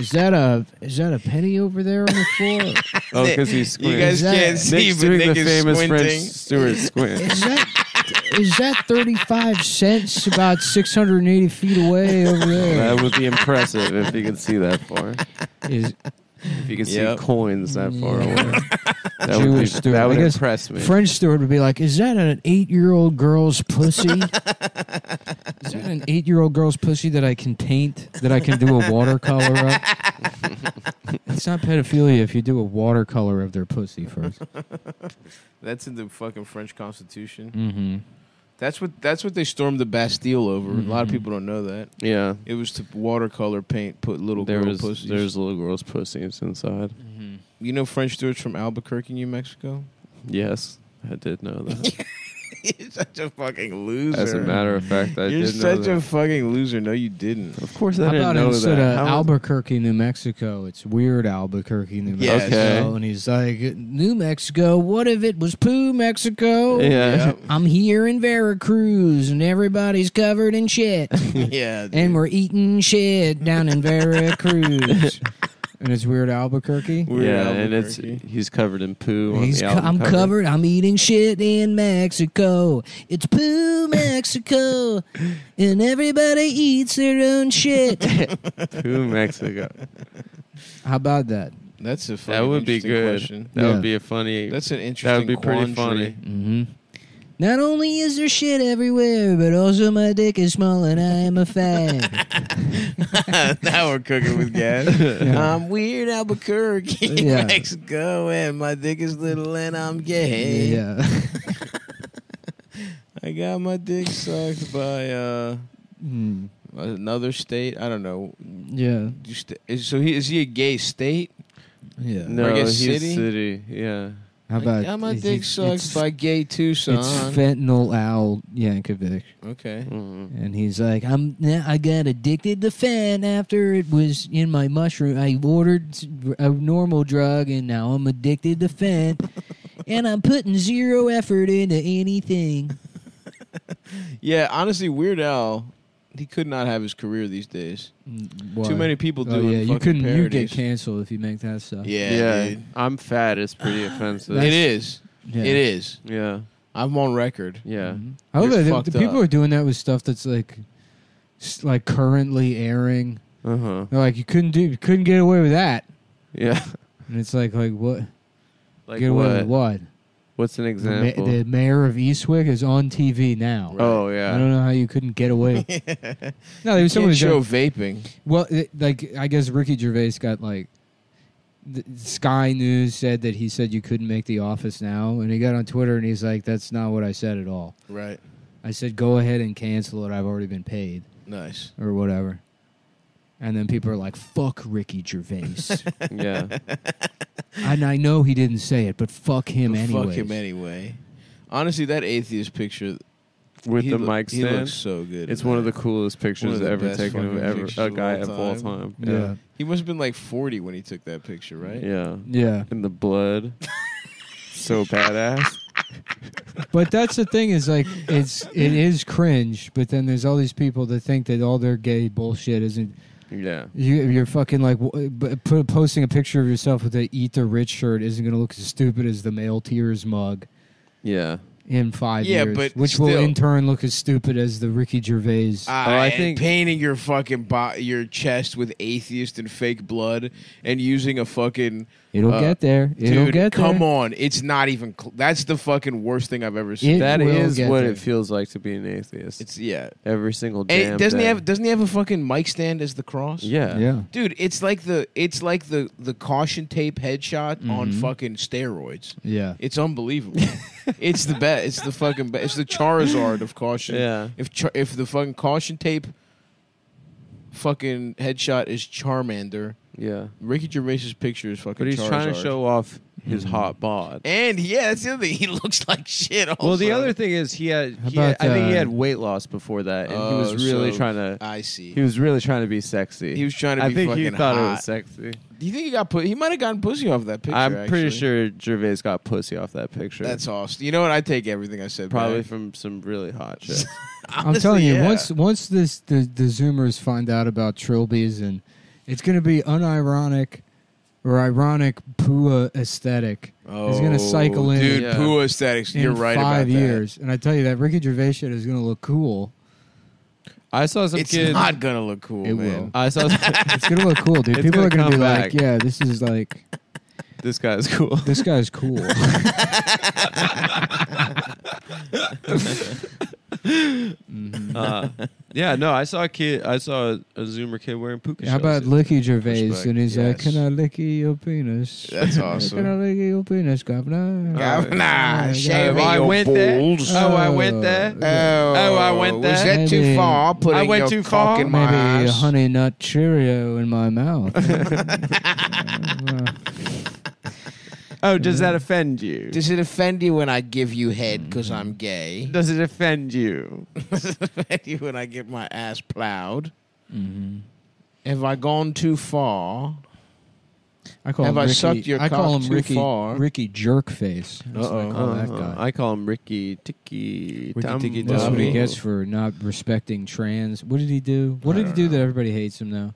Speaker 2: "Is that a is that a penny over there on the floor?
Speaker 3: Oh, because he squints.
Speaker 1: You guys
Speaker 2: Is that-
Speaker 1: can't
Speaker 2: Nick's
Speaker 1: see,
Speaker 3: Nick's
Speaker 1: but
Speaker 3: doing
Speaker 1: Nick
Speaker 3: the
Speaker 1: is
Speaker 3: famous French
Speaker 1: squinting.
Speaker 3: Stewart squint.
Speaker 2: Is that is that thirty five cents about six hundred and eighty feet away over there?
Speaker 3: that would be impressive if you could see that far.
Speaker 2: Is
Speaker 3: If you could
Speaker 1: Yep.
Speaker 3: see coins that far
Speaker 2: Mm,
Speaker 3: away. That would, be,
Speaker 2: Jewish Stewart.
Speaker 3: that would
Speaker 2: I guess
Speaker 3: impress me.
Speaker 2: French Stewart would be like, "Is that an eight-year-old girl's pussy? Is that an eight-year-old girl's pussy that I can taint? That I can do a watercolor of? it's not pedophilia if you do a watercolor of their pussy 1st
Speaker 1: That's in the fucking French Constitution.
Speaker 2: Mm-hmm.
Speaker 1: That's what that's what they stormed the Bastille over. A lot of
Speaker 3: Mm-hmm.
Speaker 1: people don't know that.
Speaker 3: yeah.
Speaker 1: It was to watercolor paint, put little
Speaker 3: There
Speaker 1: girl
Speaker 3: was
Speaker 1: pussies.
Speaker 3: there's little girls' pussies inside.
Speaker 1: you know French Stewart's from Albuquerque, New Mexico?
Speaker 3: Yes, I did know that.
Speaker 1: You're such a fucking loser.
Speaker 3: As a matter of fact, I
Speaker 1: You're
Speaker 3: did know
Speaker 1: such
Speaker 3: that.
Speaker 1: a fucking loser. No, you didn't.
Speaker 3: of course, I
Speaker 2: How
Speaker 3: didn't
Speaker 2: about
Speaker 3: know
Speaker 2: instead
Speaker 3: that.
Speaker 2: of
Speaker 3: How-
Speaker 2: Albuquerque, New Mexico? It's weird Albuquerque, New Mexico.
Speaker 1: Yes.
Speaker 3: Okay.
Speaker 2: And he's like, New Mexico, what if it was poo
Speaker 1: Oh,
Speaker 2: Mexico?
Speaker 3: yeah.
Speaker 2: I'm here in Veracruz and everybody's covered in shit.
Speaker 1: yeah. dude.
Speaker 2: and we're eating shit down in Veracruz. and it's weird Albuquerque.
Speaker 1: We're in
Speaker 3: yeah, and it's
Speaker 1: Albuquerque.
Speaker 3: he's covered in poo. On
Speaker 2: He's
Speaker 3: the
Speaker 2: co-
Speaker 3: album
Speaker 2: I'm
Speaker 3: cover.
Speaker 2: covered. I'm eating shit in Mexico. It's poo Mexico, and everybody eats their own shit.
Speaker 3: Poo Mexico.
Speaker 2: How about that?
Speaker 1: That's a fucking
Speaker 3: that would be
Speaker 1: interesting
Speaker 3: good.
Speaker 1: question.
Speaker 3: That
Speaker 2: Yeah.
Speaker 3: would be a funny.
Speaker 1: That's an interesting.
Speaker 3: that would be pretty
Speaker 1: quandary.
Speaker 3: funny.
Speaker 2: Mm-hmm. Not only is there shit everywhere, but also my dick is small and I am a fag.
Speaker 1: now we're cooking with gas.
Speaker 2: Yeah.
Speaker 1: I'm weird Albuquerque,
Speaker 2: Yeah.
Speaker 1: Mexico, and my dick is little and I'm gay.
Speaker 2: yeah.
Speaker 1: I got my dick sucked by uh,
Speaker 2: Mm.
Speaker 1: another state. I don't know.
Speaker 2: Yeah.
Speaker 1: You st- is- so he, is he a gay state?
Speaker 2: Yeah.
Speaker 3: No,
Speaker 1: I guess
Speaker 3: he's
Speaker 1: city?
Speaker 3: city. Yeah.
Speaker 2: How
Speaker 1: I
Speaker 2: about
Speaker 1: got my
Speaker 2: it's-
Speaker 1: dick sucked
Speaker 2: it's-
Speaker 1: by gay Tucson.
Speaker 2: It's fentanyl Al Yankovic,
Speaker 1: okay.
Speaker 3: Mhm.
Speaker 2: and he's like, "I'm yeah, I got addicted to fent after it was in my mushroom. I ordered s- a normal drug, and now I'm addicted to fent, and I'm putting zero effort into anything."
Speaker 1: Yeah, honestly, Weird Al, he could not have his career these days. Too many people
Speaker 2: Oh,
Speaker 1: doing fucking parodies.
Speaker 2: canceled if you make that stuff.
Speaker 1: Yeah,
Speaker 3: yeah.
Speaker 1: dude.
Speaker 3: I'm fat is pretty offensive.
Speaker 1: it is.
Speaker 2: Yeah. Mm-hmm.
Speaker 1: It is.
Speaker 3: Yeah.
Speaker 1: I'm on record.
Speaker 3: Yeah.
Speaker 2: I love
Speaker 1: They're
Speaker 2: that the-
Speaker 1: fucked
Speaker 2: the people
Speaker 1: up.
Speaker 2: are doing that with stuff that's like, s- like currently airing.
Speaker 3: Uh huh.
Speaker 2: They're like, you couldn't do, you couldn't get away with that,
Speaker 3: Yeah.
Speaker 2: and it's like, like what?
Speaker 3: Like
Speaker 2: get away
Speaker 3: what?
Speaker 2: with what?
Speaker 3: What's an
Speaker 2: The, ma-
Speaker 3: example?
Speaker 2: the mayor of Eastwick is on TV now.
Speaker 3: Oh
Speaker 2: I
Speaker 3: yeah.
Speaker 2: don't know how you couldn't get away. no, there
Speaker 1: You
Speaker 2: was
Speaker 1: can't
Speaker 2: someone who
Speaker 1: show
Speaker 2: showed.
Speaker 1: vaping.
Speaker 2: Well, it, like I guess Ricky Gervais got like the, Sky News said that he said you couldn't make The Office now, and he got on Twitter and he's like, "That's not what I said at all.
Speaker 1: Right.
Speaker 2: I said go ahead and cancel it. I've already been paid
Speaker 1: Nice.
Speaker 2: or whatever." And then people are like, "Fuck Ricky Gervais,"
Speaker 3: Yeah.
Speaker 2: and I know he didn't say it, but fuck him
Speaker 1: But
Speaker 2: anyway.
Speaker 1: Fuck him anyway. Honestly, that atheist picture
Speaker 3: with
Speaker 1: He
Speaker 3: the
Speaker 1: loo-
Speaker 3: mic
Speaker 1: he
Speaker 3: stand.
Speaker 1: looks so good.
Speaker 3: It's
Speaker 1: in
Speaker 3: one of the
Speaker 1: that.
Speaker 3: coolest pictures
Speaker 1: the
Speaker 3: ever
Speaker 1: best
Speaker 3: taken of
Speaker 1: fucking
Speaker 3: ever
Speaker 1: pictures
Speaker 3: a
Speaker 1: of
Speaker 3: guy
Speaker 1: all
Speaker 3: of all time.
Speaker 1: time.
Speaker 5: Yeah.
Speaker 1: He must have been like 40 when he took that picture, right?
Speaker 3: Yeah.
Speaker 5: Yeah.
Speaker 3: And the blood. so badass.
Speaker 2: But that's the thing is like it's it is cringe. But then there's all these people that think that all their gay bullshit isn't.
Speaker 3: Yeah.
Speaker 2: You, you're fucking like w- b- put, posting a picture of yourself with a "Eat the Rich" shirt isn't gonna look as stupid as the male tears mug
Speaker 3: Yeah.
Speaker 2: in five
Speaker 1: Yeah,
Speaker 2: years,
Speaker 1: but
Speaker 2: which will
Speaker 1: still.
Speaker 2: in turn look as stupid as the Ricky Gervais.
Speaker 1: I,
Speaker 3: Oh, I
Speaker 1: think
Speaker 3: think-
Speaker 1: Ah, painting your fucking bo- your chest with atheist and fake blood and using a fucking
Speaker 2: It'll
Speaker 1: uh,
Speaker 2: get there. It'll
Speaker 1: dude.
Speaker 2: get there.
Speaker 1: come on, it's not even. Cl- that's the fucking worst thing I've ever
Speaker 2: It
Speaker 1: seen.
Speaker 3: that
Speaker 2: will
Speaker 3: is
Speaker 2: get
Speaker 3: what
Speaker 2: there.
Speaker 3: it feels like to be an atheist.
Speaker 1: it's yeah.
Speaker 3: every single
Speaker 1: And
Speaker 3: day.
Speaker 1: doesn't he have? Doesn't he have a fucking mic stand as the cross?
Speaker 3: Yeah.
Speaker 2: Yeah.
Speaker 1: dude. It's like the it's like the the caution tape headshot on
Speaker 3: Mm-hmm.
Speaker 2: Mhm.
Speaker 1: fucking steroids.
Speaker 5: Yeah.
Speaker 1: It's unbelievable. it's the best. It's the fucking best. It's the Charizard of caution.
Speaker 3: Yeah.
Speaker 1: If char- if the fucking caution tape fucking headshot is Charmander,
Speaker 3: Yeah.
Speaker 1: Ricky Gervais's picture is fucking.
Speaker 3: But he's
Speaker 1: Charizard. Hmm.
Speaker 3: trying to show off his hot bod.
Speaker 1: And yeah, that's the other thing. He looks like shit. Also.
Speaker 3: Well, the other thing is he had, he
Speaker 2: How
Speaker 3: had- I
Speaker 2: about,
Speaker 3: think he
Speaker 2: uh,
Speaker 3: had weight loss before that, and he
Speaker 1: Oh,
Speaker 3: was really
Speaker 1: so-
Speaker 3: trying to.
Speaker 1: I see.
Speaker 3: He was really trying to be sexy.
Speaker 1: He was trying to
Speaker 3: I
Speaker 1: be
Speaker 3: think he
Speaker 1: fucking
Speaker 3: thought it
Speaker 1: hot.
Speaker 3: was sexy.
Speaker 1: Do you think he got put? He might have gotten pussy off that picture.
Speaker 3: I'm pretty
Speaker 1: actually.
Speaker 3: sure Gervais got pussy off that picture.
Speaker 1: That's awesome. You know what? I take everything I said.
Speaker 3: probably
Speaker 1: back.
Speaker 3: from some really hot shit.
Speaker 2: I'm telling you,
Speaker 1: yeah.
Speaker 2: once once this the, the Zoomers find out about trilbies and it's going to be unironic or ironic pua aesthetic.
Speaker 1: oh,
Speaker 2: It's gonna cycle in.
Speaker 1: dude.
Speaker 3: Yeah.
Speaker 1: Poo aesthetics.
Speaker 2: in
Speaker 1: You're right
Speaker 2: Five
Speaker 1: about
Speaker 2: years, and I tell you that Ricky Gervais shit is going to look cool.
Speaker 3: I saw some
Speaker 1: that. It's
Speaker 3: kid.
Speaker 1: not gonna look cool,
Speaker 2: It
Speaker 1: man.
Speaker 2: will.
Speaker 3: I saw
Speaker 2: It's going to look cool, dude.
Speaker 3: It's
Speaker 2: People
Speaker 3: gonna
Speaker 2: are going to
Speaker 3: come
Speaker 2: be
Speaker 3: back.
Speaker 2: like, "Yeah, this is like
Speaker 3: this guy's cool.
Speaker 2: this guy's cool." Mm-hmm.
Speaker 3: Uh, yeah, no, I saw a kid. I saw a, a Zoomer kid wearing puka.
Speaker 2: How
Speaker 3: shells.
Speaker 2: about Licky Gervais?
Speaker 1: Respect.
Speaker 2: And he's like,
Speaker 1: Yes.
Speaker 2: "Can I lick your penis?
Speaker 1: That's
Speaker 2: Can I
Speaker 1: awesome.
Speaker 2: lick your penis, governor?"
Speaker 1: Governor,
Speaker 2: Uh,
Speaker 1: shave
Speaker 3: Oh, I
Speaker 1: your
Speaker 3: went
Speaker 1: balls.
Speaker 3: there. Oh, I went there.
Speaker 2: Uh,
Speaker 3: Oh, I went
Speaker 1: Was
Speaker 3: there.
Speaker 1: that too
Speaker 2: Maybe-
Speaker 1: far? Putting
Speaker 3: I went
Speaker 1: your
Speaker 3: too
Speaker 1: cock
Speaker 3: far?
Speaker 1: in my
Speaker 2: Maybe a
Speaker 1: ass.
Speaker 2: honey nut Cheerio in my mouth. Uh,
Speaker 3: oh, does that offend you?
Speaker 1: Does it offend you when I give you head because
Speaker 2: Mm-hmm.
Speaker 1: I'm gay?
Speaker 3: Does it offend you?
Speaker 1: Does it offend you when I get my ass plowed?
Speaker 2: Mhm.
Speaker 1: Have I gone too far?
Speaker 2: I call
Speaker 1: Have
Speaker 2: him
Speaker 1: I
Speaker 2: Ricky,
Speaker 1: sucked your
Speaker 2: I call
Speaker 1: cock
Speaker 2: him
Speaker 1: too
Speaker 2: Ricky,
Speaker 1: far?
Speaker 2: Ricky Jerkface. That's what
Speaker 1: Uh-oh.
Speaker 2: I call that
Speaker 3: Uh,
Speaker 2: guy.
Speaker 3: I call him Ricky Tiki.
Speaker 1: Ricky Tikki
Speaker 2: That's what he
Speaker 1: Tommy.
Speaker 2: gets for not respecting trans. What did he do? What
Speaker 1: I
Speaker 2: did he
Speaker 1: don't
Speaker 2: do
Speaker 1: know.
Speaker 2: that everybody hates him now?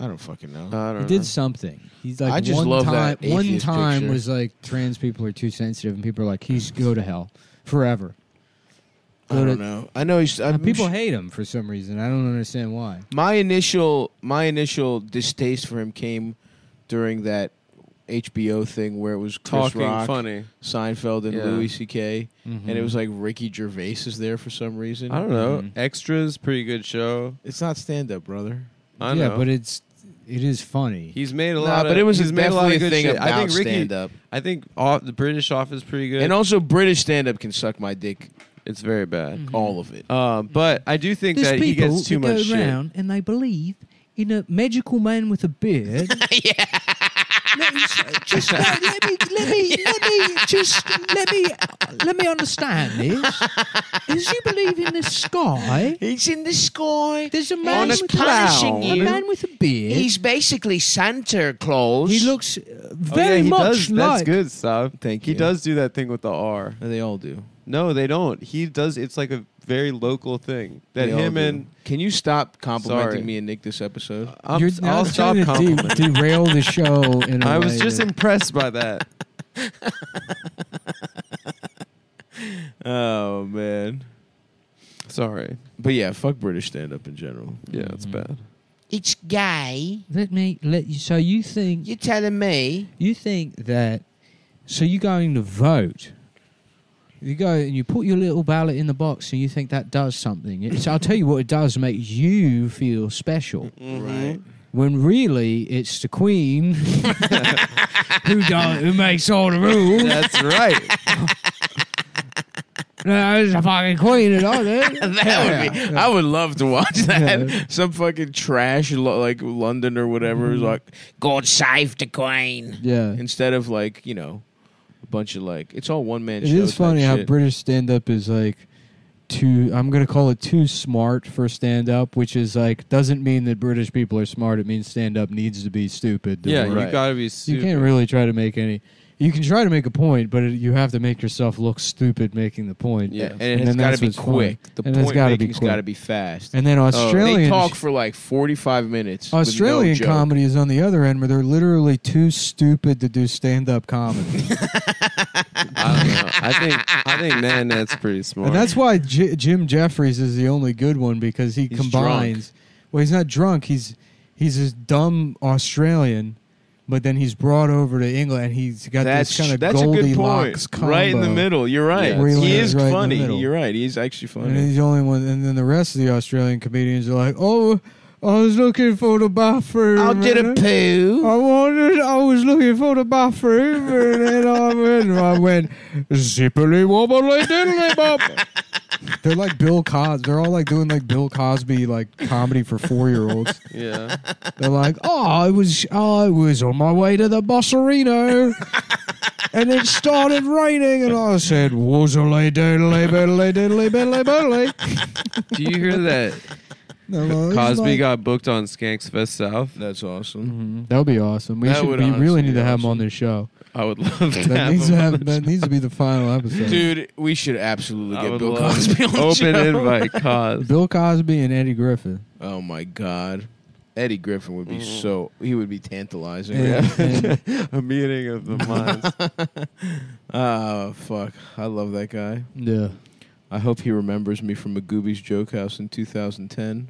Speaker 1: I don't fucking know.
Speaker 3: I
Speaker 2: He
Speaker 3: don't know.
Speaker 2: did something. He's like
Speaker 1: Uh-huh. I just
Speaker 2: one
Speaker 1: love
Speaker 2: time.
Speaker 1: that
Speaker 2: One
Speaker 1: atheist
Speaker 2: time
Speaker 1: picture.
Speaker 2: was like trans people are too sensitive, and people are like, "He's go to hell forever."
Speaker 1: I
Speaker 2: Go
Speaker 1: don't
Speaker 2: to-
Speaker 1: know. I know. He's, uh, I'm
Speaker 2: And people
Speaker 1: sh-
Speaker 2: hate him for some reason. I don't understand why.
Speaker 1: my initial my initial distaste for him came during that HBO thing where it was Chris
Speaker 3: talking
Speaker 1: Rock,
Speaker 3: funny.
Speaker 1: Seinfeld, and
Speaker 3: Yeah.
Speaker 1: Louis C.K. And it
Speaker 2: Mhm.
Speaker 1: was like Ricky Gervais is there for some reason.
Speaker 3: I don't know.
Speaker 2: Mhm.
Speaker 3: Extras, pretty good show.
Speaker 1: It's not stand up, brother.
Speaker 3: I
Speaker 2: Mm-hmm. yeah,
Speaker 3: know.
Speaker 2: but it's it is funny.
Speaker 3: he's made a
Speaker 1: Nah,
Speaker 3: lot. of,
Speaker 1: but it was
Speaker 3: he's made a lot
Speaker 1: definitely
Speaker 3: of
Speaker 1: a
Speaker 3: good
Speaker 1: thing
Speaker 3: shit.
Speaker 1: about
Speaker 3: I think Ricky.
Speaker 1: stand up.
Speaker 3: I think off, the British off is pretty good.
Speaker 1: And also, British stand up can suck my dick,
Speaker 3: it's very bad.
Speaker 1: all of it.
Speaker 3: Um, but I do think that he gets too much shit.
Speaker 2: and they believe in a magical man with a beard. let, just let, let me, let me, let me, just let me, let me understand this. As you believe in the sky,
Speaker 1: He's in the sky.
Speaker 2: there's a man
Speaker 1: man
Speaker 3: a
Speaker 2: with
Speaker 1: is
Speaker 3: with a- punishing
Speaker 1: punishing
Speaker 3: clown.
Speaker 2: a
Speaker 1: you.
Speaker 2: man with a beard.
Speaker 1: He's basically Santa Claus.
Speaker 2: he looks uh,
Speaker 3: Oh, yeah,
Speaker 2: very
Speaker 3: he
Speaker 2: much
Speaker 3: does. That's
Speaker 2: like.
Speaker 3: good stuff.
Speaker 1: Thank
Speaker 3: He
Speaker 1: you.
Speaker 3: does do that thing with the R.
Speaker 1: They all do.
Speaker 3: No, they don't. He does. It's like a very local thing that
Speaker 1: They all
Speaker 3: him
Speaker 1: do.
Speaker 3: and
Speaker 1: Can you stop complimenting
Speaker 3: Sorry.
Speaker 1: me and Nick this episode?
Speaker 3: I'm,
Speaker 2: You're now
Speaker 3: I'll
Speaker 2: trying
Speaker 3: stop
Speaker 2: to de-
Speaker 3: complimenting.
Speaker 2: derail the show. In a
Speaker 3: I was
Speaker 2: way
Speaker 3: just
Speaker 2: that-
Speaker 3: impressed by that.
Speaker 1: Oh man.
Speaker 3: Sorry.
Speaker 1: But yeah, fuck British stand up in general.
Speaker 3: Yeah, it's bad.
Speaker 1: It's gay.
Speaker 2: Let me let you. So you think
Speaker 1: You're telling me?
Speaker 2: You think that so you going to vote? You go and you put your little ballot in the box, and you think that does something. It's, I'll tell you what it does: make you feel special.
Speaker 1: Mm-hmm. Right.
Speaker 2: When really, it's the Queen who does, who makes all the rules.
Speaker 3: That's right.
Speaker 2: No, it's the fucking Queen that does it.
Speaker 1: That would be. I would love to watch that.
Speaker 2: Yeah.
Speaker 1: Some fucking trash, lo- like London or whatever, is like, "God save the Queen,"
Speaker 2: Yeah,
Speaker 1: instead of like you know, a bunch of like, it's all one man.
Speaker 2: it is funny how British stand up is like too I'm gonna call it too smart for stand up, which is like doesn't mean that British people are smart, it means stand up needs to be stupid. to
Speaker 3: yeah,
Speaker 2: work.
Speaker 1: Right.
Speaker 3: you gotta be.
Speaker 2: you
Speaker 3: Stupid.
Speaker 2: can't really try to make any you can try to make a point, but it, you have to make yourself look stupid making the point.
Speaker 3: Yeah.
Speaker 1: Yeah, and,
Speaker 2: And
Speaker 1: it's
Speaker 2: then
Speaker 1: got
Speaker 2: that's
Speaker 1: to be
Speaker 2: what's funny.
Speaker 1: quick. The
Speaker 2: And it's
Speaker 1: point
Speaker 2: gotta be
Speaker 1: making's
Speaker 2: quick.
Speaker 1: got to be fast. Oh,
Speaker 2: And then Australian
Speaker 1: they talk for like forty-five minutes. with no
Speaker 2: Australian
Speaker 1: joke.
Speaker 2: comedy is on the other end where they're literally too stupid to do stand up comedy.
Speaker 3: I don't know. I think I think Nan that's pretty smart.
Speaker 2: and that's why J- Jim Jeffries is the only good one because he
Speaker 1: He's
Speaker 2: combines. Well, he's not drunk. He's he's this dumb Australian, but then he's brought over to England and he's got
Speaker 1: That's
Speaker 2: this kind of
Speaker 1: that's a good point.
Speaker 2: Goldilocks combo.
Speaker 1: Right in the middle. You're right.
Speaker 3: Yeah.
Speaker 2: Where he
Speaker 1: He is
Speaker 2: lands right in the
Speaker 1: funny.
Speaker 2: middle.
Speaker 1: You're right. He's actually
Speaker 2: And
Speaker 1: funny.
Speaker 2: he's the only one. And then the rest of the Australian comedians are like, "Oh, I was looking for the bathroom. and I-
Speaker 1: poo.
Speaker 2: I wanted. I was looking for the bathroom, and then I went. I went zippily wobbly diddly bop. They're like Bill Cosby. They're all like doing like Bill Cosby like comedy for four year olds.
Speaker 3: yeah.
Speaker 2: They're like, oh, I was I was on my way to the Bossarino, and it started raining, and I said woozily diddly biddly diddly biddly biddly.
Speaker 3: Do you hear that
Speaker 2: They're like-
Speaker 3: Cosby got booked on Skanks Fest South?
Speaker 1: That's awesome.
Speaker 2: Mhm. That would be awesome. We
Speaker 1: That
Speaker 2: should.
Speaker 1: would
Speaker 2: We
Speaker 1: honestly
Speaker 2: really need
Speaker 1: be
Speaker 2: to have him
Speaker 1: awesome.
Speaker 2: on this show.
Speaker 3: I would love to
Speaker 2: That
Speaker 3: have,
Speaker 2: needs
Speaker 3: him
Speaker 2: to have.
Speaker 3: on
Speaker 2: That needs to be the final episode.
Speaker 1: Dude, we should absolutely
Speaker 3: I
Speaker 1: get
Speaker 3: would
Speaker 1: Bill
Speaker 3: love-
Speaker 1: Cosby on the
Speaker 3: Open
Speaker 1: show.
Speaker 3: invite, Cos.
Speaker 2: Bill Cosby and Eddie Griffin.
Speaker 1: Oh my God, Eddie Griffin would be
Speaker 3: Mhm.
Speaker 1: so. He would be tantalizing.
Speaker 2: Yeah.
Speaker 3: a meeting of the minds.
Speaker 1: Oh fuck, I love that guy.
Speaker 2: Yeah.
Speaker 1: I hope he remembers me from Magooby's Joke House in 2010.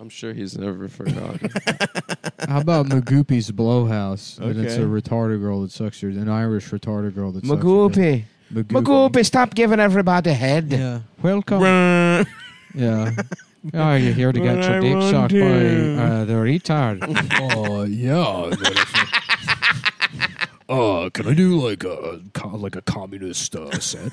Speaker 3: I'm sure he's never forgotten.
Speaker 2: How about Magoopy's Blowhouse? And it's a
Speaker 1: Okay.
Speaker 2: retarded girl that sucks your an Irish retarded girl that sucks. your dick.
Speaker 1: stop giving everybody head.
Speaker 2: Yeah. Welcome.
Speaker 1: Run.
Speaker 2: Yeah. Oh, you're here to
Speaker 1: get But your I dick want sucked by, to. uh,
Speaker 2: the retard. Oh yeah. Uh, can I do like a like a communist uh, set?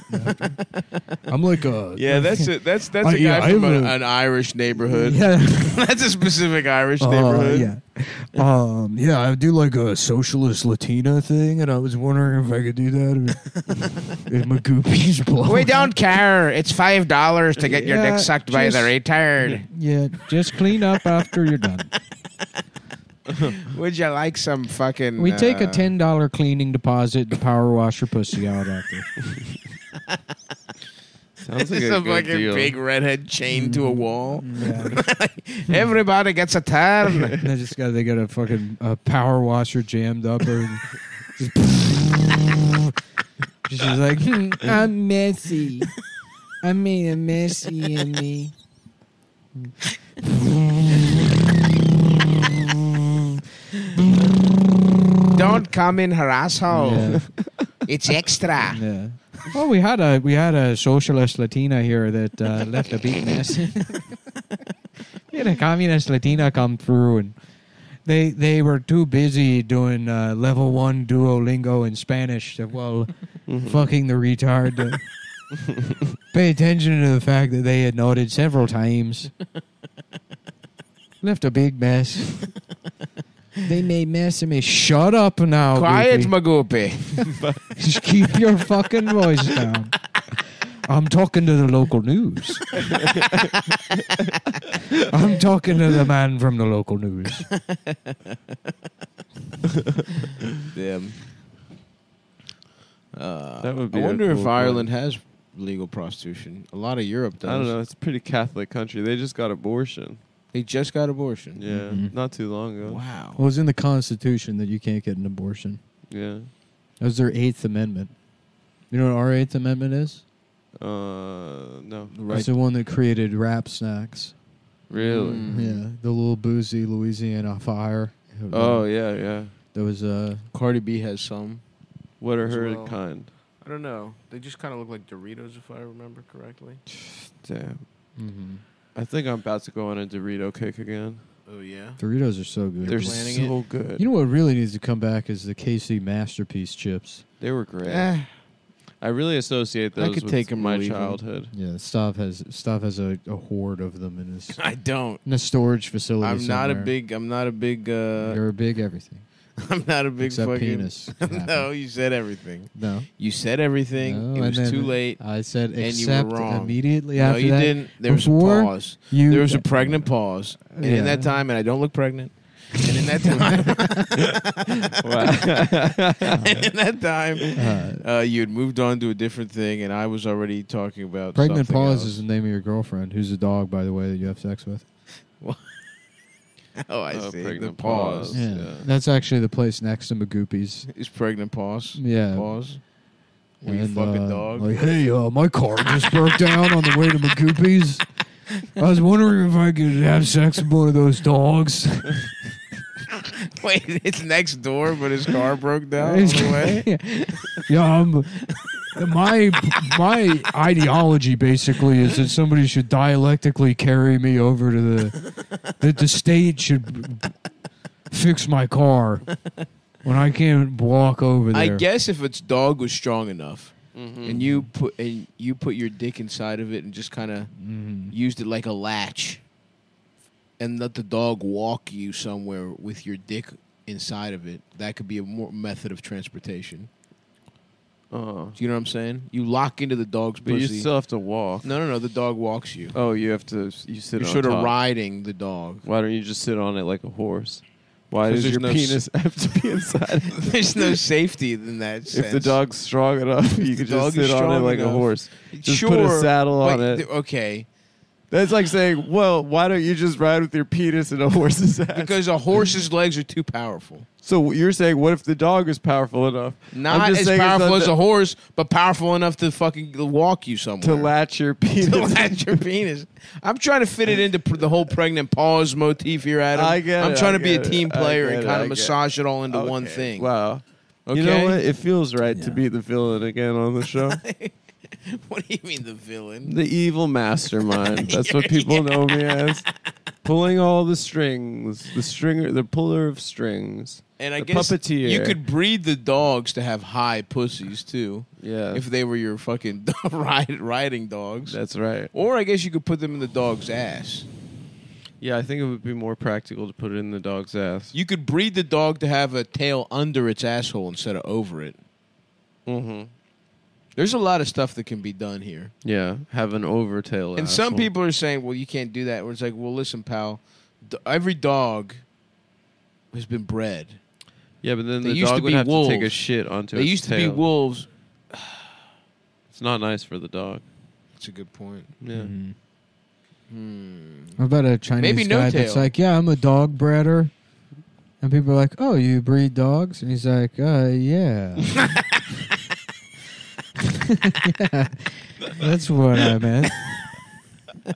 Speaker 2: I'm like uh, a
Speaker 1: Yeah, that's a, that's that's
Speaker 2: Uh,
Speaker 1: a guy
Speaker 2: yeah, I
Speaker 1: from
Speaker 2: have
Speaker 1: an,
Speaker 2: a-
Speaker 1: an Irish neighborhood.
Speaker 2: yeah.
Speaker 1: that's a specific Irish
Speaker 2: Uh,
Speaker 1: neighborhood.
Speaker 2: yeah. Um, yeah, I do like a socialist Latina thing, and I was wondering if I could do that. If, if Magoopy's blow.
Speaker 1: care. It's five dollars to
Speaker 2: get your Yeah, dick sucked by the just-
Speaker 1: retard.
Speaker 2: Yeah, just clean up after you're done.
Speaker 1: Would you like some fucking?
Speaker 4: We take a
Speaker 1: uh,
Speaker 4: ten dollar cleaning deposit and power wash your pussy out after.
Speaker 1: It's
Speaker 3: Sounds like a
Speaker 1: a
Speaker 3: good
Speaker 1: fucking
Speaker 3: deal.
Speaker 1: big redhead chained to a wall.
Speaker 2: Mm. Yeah.
Speaker 1: Everybody gets a turn.
Speaker 2: they just got they got a fucking uh, power washer jammed up, and just she's like, hmm,
Speaker 4: I'm messy. I made a messy in me.
Speaker 1: Don't come in her asshole.
Speaker 2: yeah,
Speaker 1: It's extra.
Speaker 2: yeah. Well, we had a we had a socialist Latina here that uh, left a big mess. we had a communist Latina come through, and they they were too busy doing uh, level one Duolingo in Spanish to, well, fucking the retard. To pay attention to the fact that they had noted several times. Left a big mess.
Speaker 4: They made mess of me.
Speaker 2: Shut up now.
Speaker 1: Quiet,
Speaker 2: Goopy.
Speaker 1: Magoopy.
Speaker 2: Just keep your fucking voice down. I'm talking to the local news. I'm talking to the man from the local news.
Speaker 1: Damn. Uh,
Speaker 3: That would be
Speaker 1: I
Speaker 3: a
Speaker 1: wonder
Speaker 3: cool
Speaker 1: if Ireland has legal prostitution. A lot of Europe does.
Speaker 3: I don't know. It's a pretty Catholic country. They just got abortion.
Speaker 1: They just got abortion.
Speaker 3: Yeah,
Speaker 2: Mhm.
Speaker 3: not too long ago.
Speaker 1: Wow.
Speaker 2: Well, it's in the Constitution that you can't get an abortion.
Speaker 3: Yeah.
Speaker 2: That was their Eighth Amendment. You know what our Eighth Amendment is?
Speaker 3: Uh, no.
Speaker 2: It's the one that created rap snacks.
Speaker 3: Really?
Speaker 1: Mm.
Speaker 2: Yeah, the little boozy Louisiana fire.
Speaker 3: Oh yeah, yeah.
Speaker 2: there was uh, a
Speaker 1: Cardi B has some.
Speaker 3: What are
Speaker 1: As
Speaker 3: her
Speaker 1: well.
Speaker 3: kind?
Speaker 1: I don't know. They just kind of look like Doritos, if I remember correctly.
Speaker 3: Damn. Mm-hmm. I think I'm about to go on a Dorito kick again.
Speaker 1: Oh yeah.
Speaker 2: Doritos are so good.
Speaker 3: They're
Speaker 1: planning
Speaker 3: so good.
Speaker 2: You know what really needs to come back is the KC masterpiece chips.
Speaker 3: they were great.
Speaker 1: Eh,
Speaker 3: I really associate
Speaker 1: I
Speaker 3: those
Speaker 1: could
Speaker 3: with
Speaker 1: take 'em or
Speaker 3: my
Speaker 1: leave 'em.
Speaker 3: childhood.
Speaker 2: Yeah, Stav has Stav has a, a hoard of them in his
Speaker 1: I don't.
Speaker 2: in a storage facility.
Speaker 1: I'm not a
Speaker 2: somewhere.
Speaker 1: big. I'm not a big. Uh,
Speaker 2: You're a big everything.
Speaker 1: I'm not a big
Speaker 4: Except
Speaker 1: fucking.
Speaker 4: penis.
Speaker 1: no, you said everything.
Speaker 4: No.
Speaker 1: You said everything.
Speaker 4: No,
Speaker 1: it
Speaker 4: and
Speaker 1: was
Speaker 4: then
Speaker 1: too late.
Speaker 4: I said
Speaker 1: you were
Speaker 4: except
Speaker 1: wrong.
Speaker 4: immediately
Speaker 1: No,
Speaker 4: after
Speaker 1: you
Speaker 4: that.
Speaker 1: didn't. There was a
Speaker 4: Before
Speaker 1: pause.
Speaker 4: You
Speaker 1: There was a pregnant pause, and in that
Speaker 4: Yeah.
Speaker 1: time, and I don't look pregnant. And in that time, and in that time,
Speaker 4: uh,
Speaker 2: Uh-huh.
Speaker 1: uh, you had moved on to a different thing, and I was already talking about
Speaker 2: Pregnant
Speaker 1: something
Speaker 2: Pause
Speaker 1: else.
Speaker 2: is the name of your girlfriend, who's a dog, by the way, that you have sex with.
Speaker 1: Oh, I
Speaker 3: Oh,
Speaker 1: see. The
Speaker 3: pregnant
Speaker 1: pause.
Speaker 3: pause.
Speaker 2: Yeah.
Speaker 3: Yeah.
Speaker 2: That's actually the place next to Magoopies.
Speaker 1: It's pregnant pause.
Speaker 2: Yeah.
Speaker 1: Pause. Were you
Speaker 2: And,
Speaker 1: fucking
Speaker 2: uh,
Speaker 1: dog?
Speaker 2: Like, hey, uh, my car just broke down on the way to Magoopies. I was wondering if I could have sex with one of those dogs.
Speaker 1: Wait, it's next door, but his car broke down on the way.
Speaker 2: yeah, um, my my ideology basically is that somebody should dialectically carry me over to the that the state should fix my car when I can't walk over
Speaker 1: I
Speaker 2: there.
Speaker 1: guess if its dog was strong enough,
Speaker 3: Mhm.
Speaker 1: and you put and you put your dick inside of it and just kind of
Speaker 4: Mm-hmm.
Speaker 2: Mhm.
Speaker 1: used it like a latch, and let the dog walk you somewhere with your dick inside of it, that could be a more method of transportation.
Speaker 3: Oh.
Speaker 1: Do you know what I'm saying? You lock into the dog's
Speaker 3: But you
Speaker 1: pussy.
Speaker 3: still have to walk.
Speaker 1: no, no, no. The dog walks you.
Speaker 3: Oh, you have to. You sit.
Speaker 1: You're
Speaker 3: on
Speaker 1: sort of
Speaker 3: top.
Speaker 1: riding the dog.
Speaker 3: Why don't you just sit on it like a horse? Why
Speaker 1: 'Cause
Speaker 3: does
Speaker 1: there's
Speaker 3: your
Speaker 1: no s-
Speaker 3: penis have to be inside? of it?
Speaker 1: There's no safety in that sense.
Speaker 3: if the dog's strong enough, you
Speaker 1: the
Speaker 3: could
Speaker 1: dog
Speaker 3: just
Speaker 1: is
Speaker 3: sit on it
Speaker 1: strong
Speaker 3: like
Speaker 1: enough.
Speaker 3: a horse. Just
Speaker 1: sure,
Speaker 3: put a saddle
Speaker 1: but
Speaker 3: on it.
Speaker 1: th- okay,
Speaker 3: That's like saying, well, why don't you just ride with your penis in a horse's ass?
Speaker 1: because a horse's legs are too powerful.
Speaker 3: so you're saying, what if the dog is powerful enough?
Speaker 1: Not
Speaker 3: just
Speaker 1: as
Speaker 3: saying it's not
Speaker 1: powerful as
Speaker 3: the-
Speaker 1: a horse, but powerful enough to fucking walk you somewhere.
Speaker 3: To latch your penis.
Speaker 1: To latch your penis. I'm trying to fit it into pr- the whole pregnant pause motif here, Adam.
Speaker 3: I get
Speaker 1: I'm
Speaker 3: it,
Speaker 1: trying
Speaker 3: I
Speaker 1: to be a
Speaker 3: get it,
Speaker 1: team
Speaker 3: I
Speaker 1: player
Speaker 3: get
Speaker 1: and
Speaker 3: it,
Speaker 1: kind
Speaker 3: I
Speaker 1: of
Speaker 3: get
Speaker 1: massage it all into one
Speaker 3: Okay,
Speaker 1: thing.
Speaker 3: Wow.
Speaker 1: Okay?
Speaker 3: You know what? It feels right
Speaker 4: Yeah.
Speaker 3: to be the villain again on the show.
Speaker 1: What do you mean the villain?
Speaker 3: the evil mastermind. That's what people know me as. Pulling all the strings. The stringer, the puller of strings.
Speaker 1: And I
Speaker 3: The
Speaker 1: guess
Speaker 3: puppeteer.
Speaker 1: you could breed the dogs to have high pussies too,
Speaker 3: Yeah.
Speaker 1: if they were your fucking ride, riding dogs.
Speaker 3: that's right.
Speaker 1: Or I guess you could put them in the dog's ass.
Speaker 3: Yeah, I think it would be more practical to put it in the dog's ass.
Speaker 1: You could breed the dog to have a tail under its asshole instead of over it.
Speaker 3: Mm-hmm.
Speaker 1: There's a lot of stuff that can be done here.
Speaker 3: Yeah, have an overtail.
Speaker 1: And some
Speaker 3: asshole.
Speaker 1: people are saying, well, you can't do that. Where it's like, well, listen, pal, d- every dog has been bred.
Speaker 3: Yeah, but then
Speaker 1: They
Speaker 3: the
Speaker 1: used
Speaker 3: dog
Speaker 1: to
Speaker 3: would
Speaker 1: be
Speaker 3: have to take a
Speaker 1: wolves.
Speaker 3: shit onto
Speaker 1: they
Speaker 3: its
Speaker 1: used to
Speaker 3: tail.
Speaker 1: be wolves.
Speaker 3: It's not nice for the dog.
Speaker 1: That's a good point.
Speaker 3: Yeah.
Speaker 2: Mhm.
Speaker 1: Hmm.
Speaker 4: How about a Chinese
Speaker 1: Maybe no
Speaker 4: guy
Speaker 1: tail.
Speaker 4: that's like, yeah, I'm a dog breeder. And people are like, oh, you breed dogs? And he's like, uh, yeah. Yeah, That's what I meant.
Speaker 1: Uh,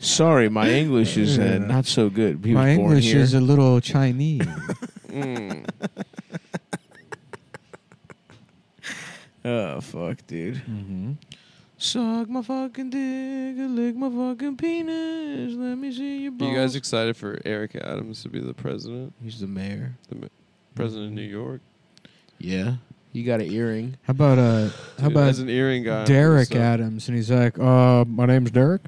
Speaker 1: Sorry, my English is uh,
Speaker 4: Yeah.
Speaker 1: not so good. He was
Speaker 4: My
Speaker 1: born
Speaker 4: English
Speaker 1: here.
Speaker 4: is a little Chinese.
Speaker 3: Mm.
Speaker 1: oh, fuck, dude.
Speaker 4: mm-hmm.
Speaker 1: Suck my fucking dick and lick my fucking penis. Let me see your
Speaker 3: Are
Speaker 1: balls.
Speaker 3: you guys excited for Eric Adams to be the president?
Speaker 1: He's the mayor.
Speaker 3: The ma- president of New York?
Speaker 1: Yeah. He got an earring.
Speaker 4: How about uh, how
Speaker 3: Dude,
Speaker 4: about
Speaker 3: as an earring guy? I'm
Speaker 4: Derek
Speaker 1: uh,
Speaker 3: so-
Speaker 4: Adams? And he's like,
Speaker 2: Like, uh, my name's Derek.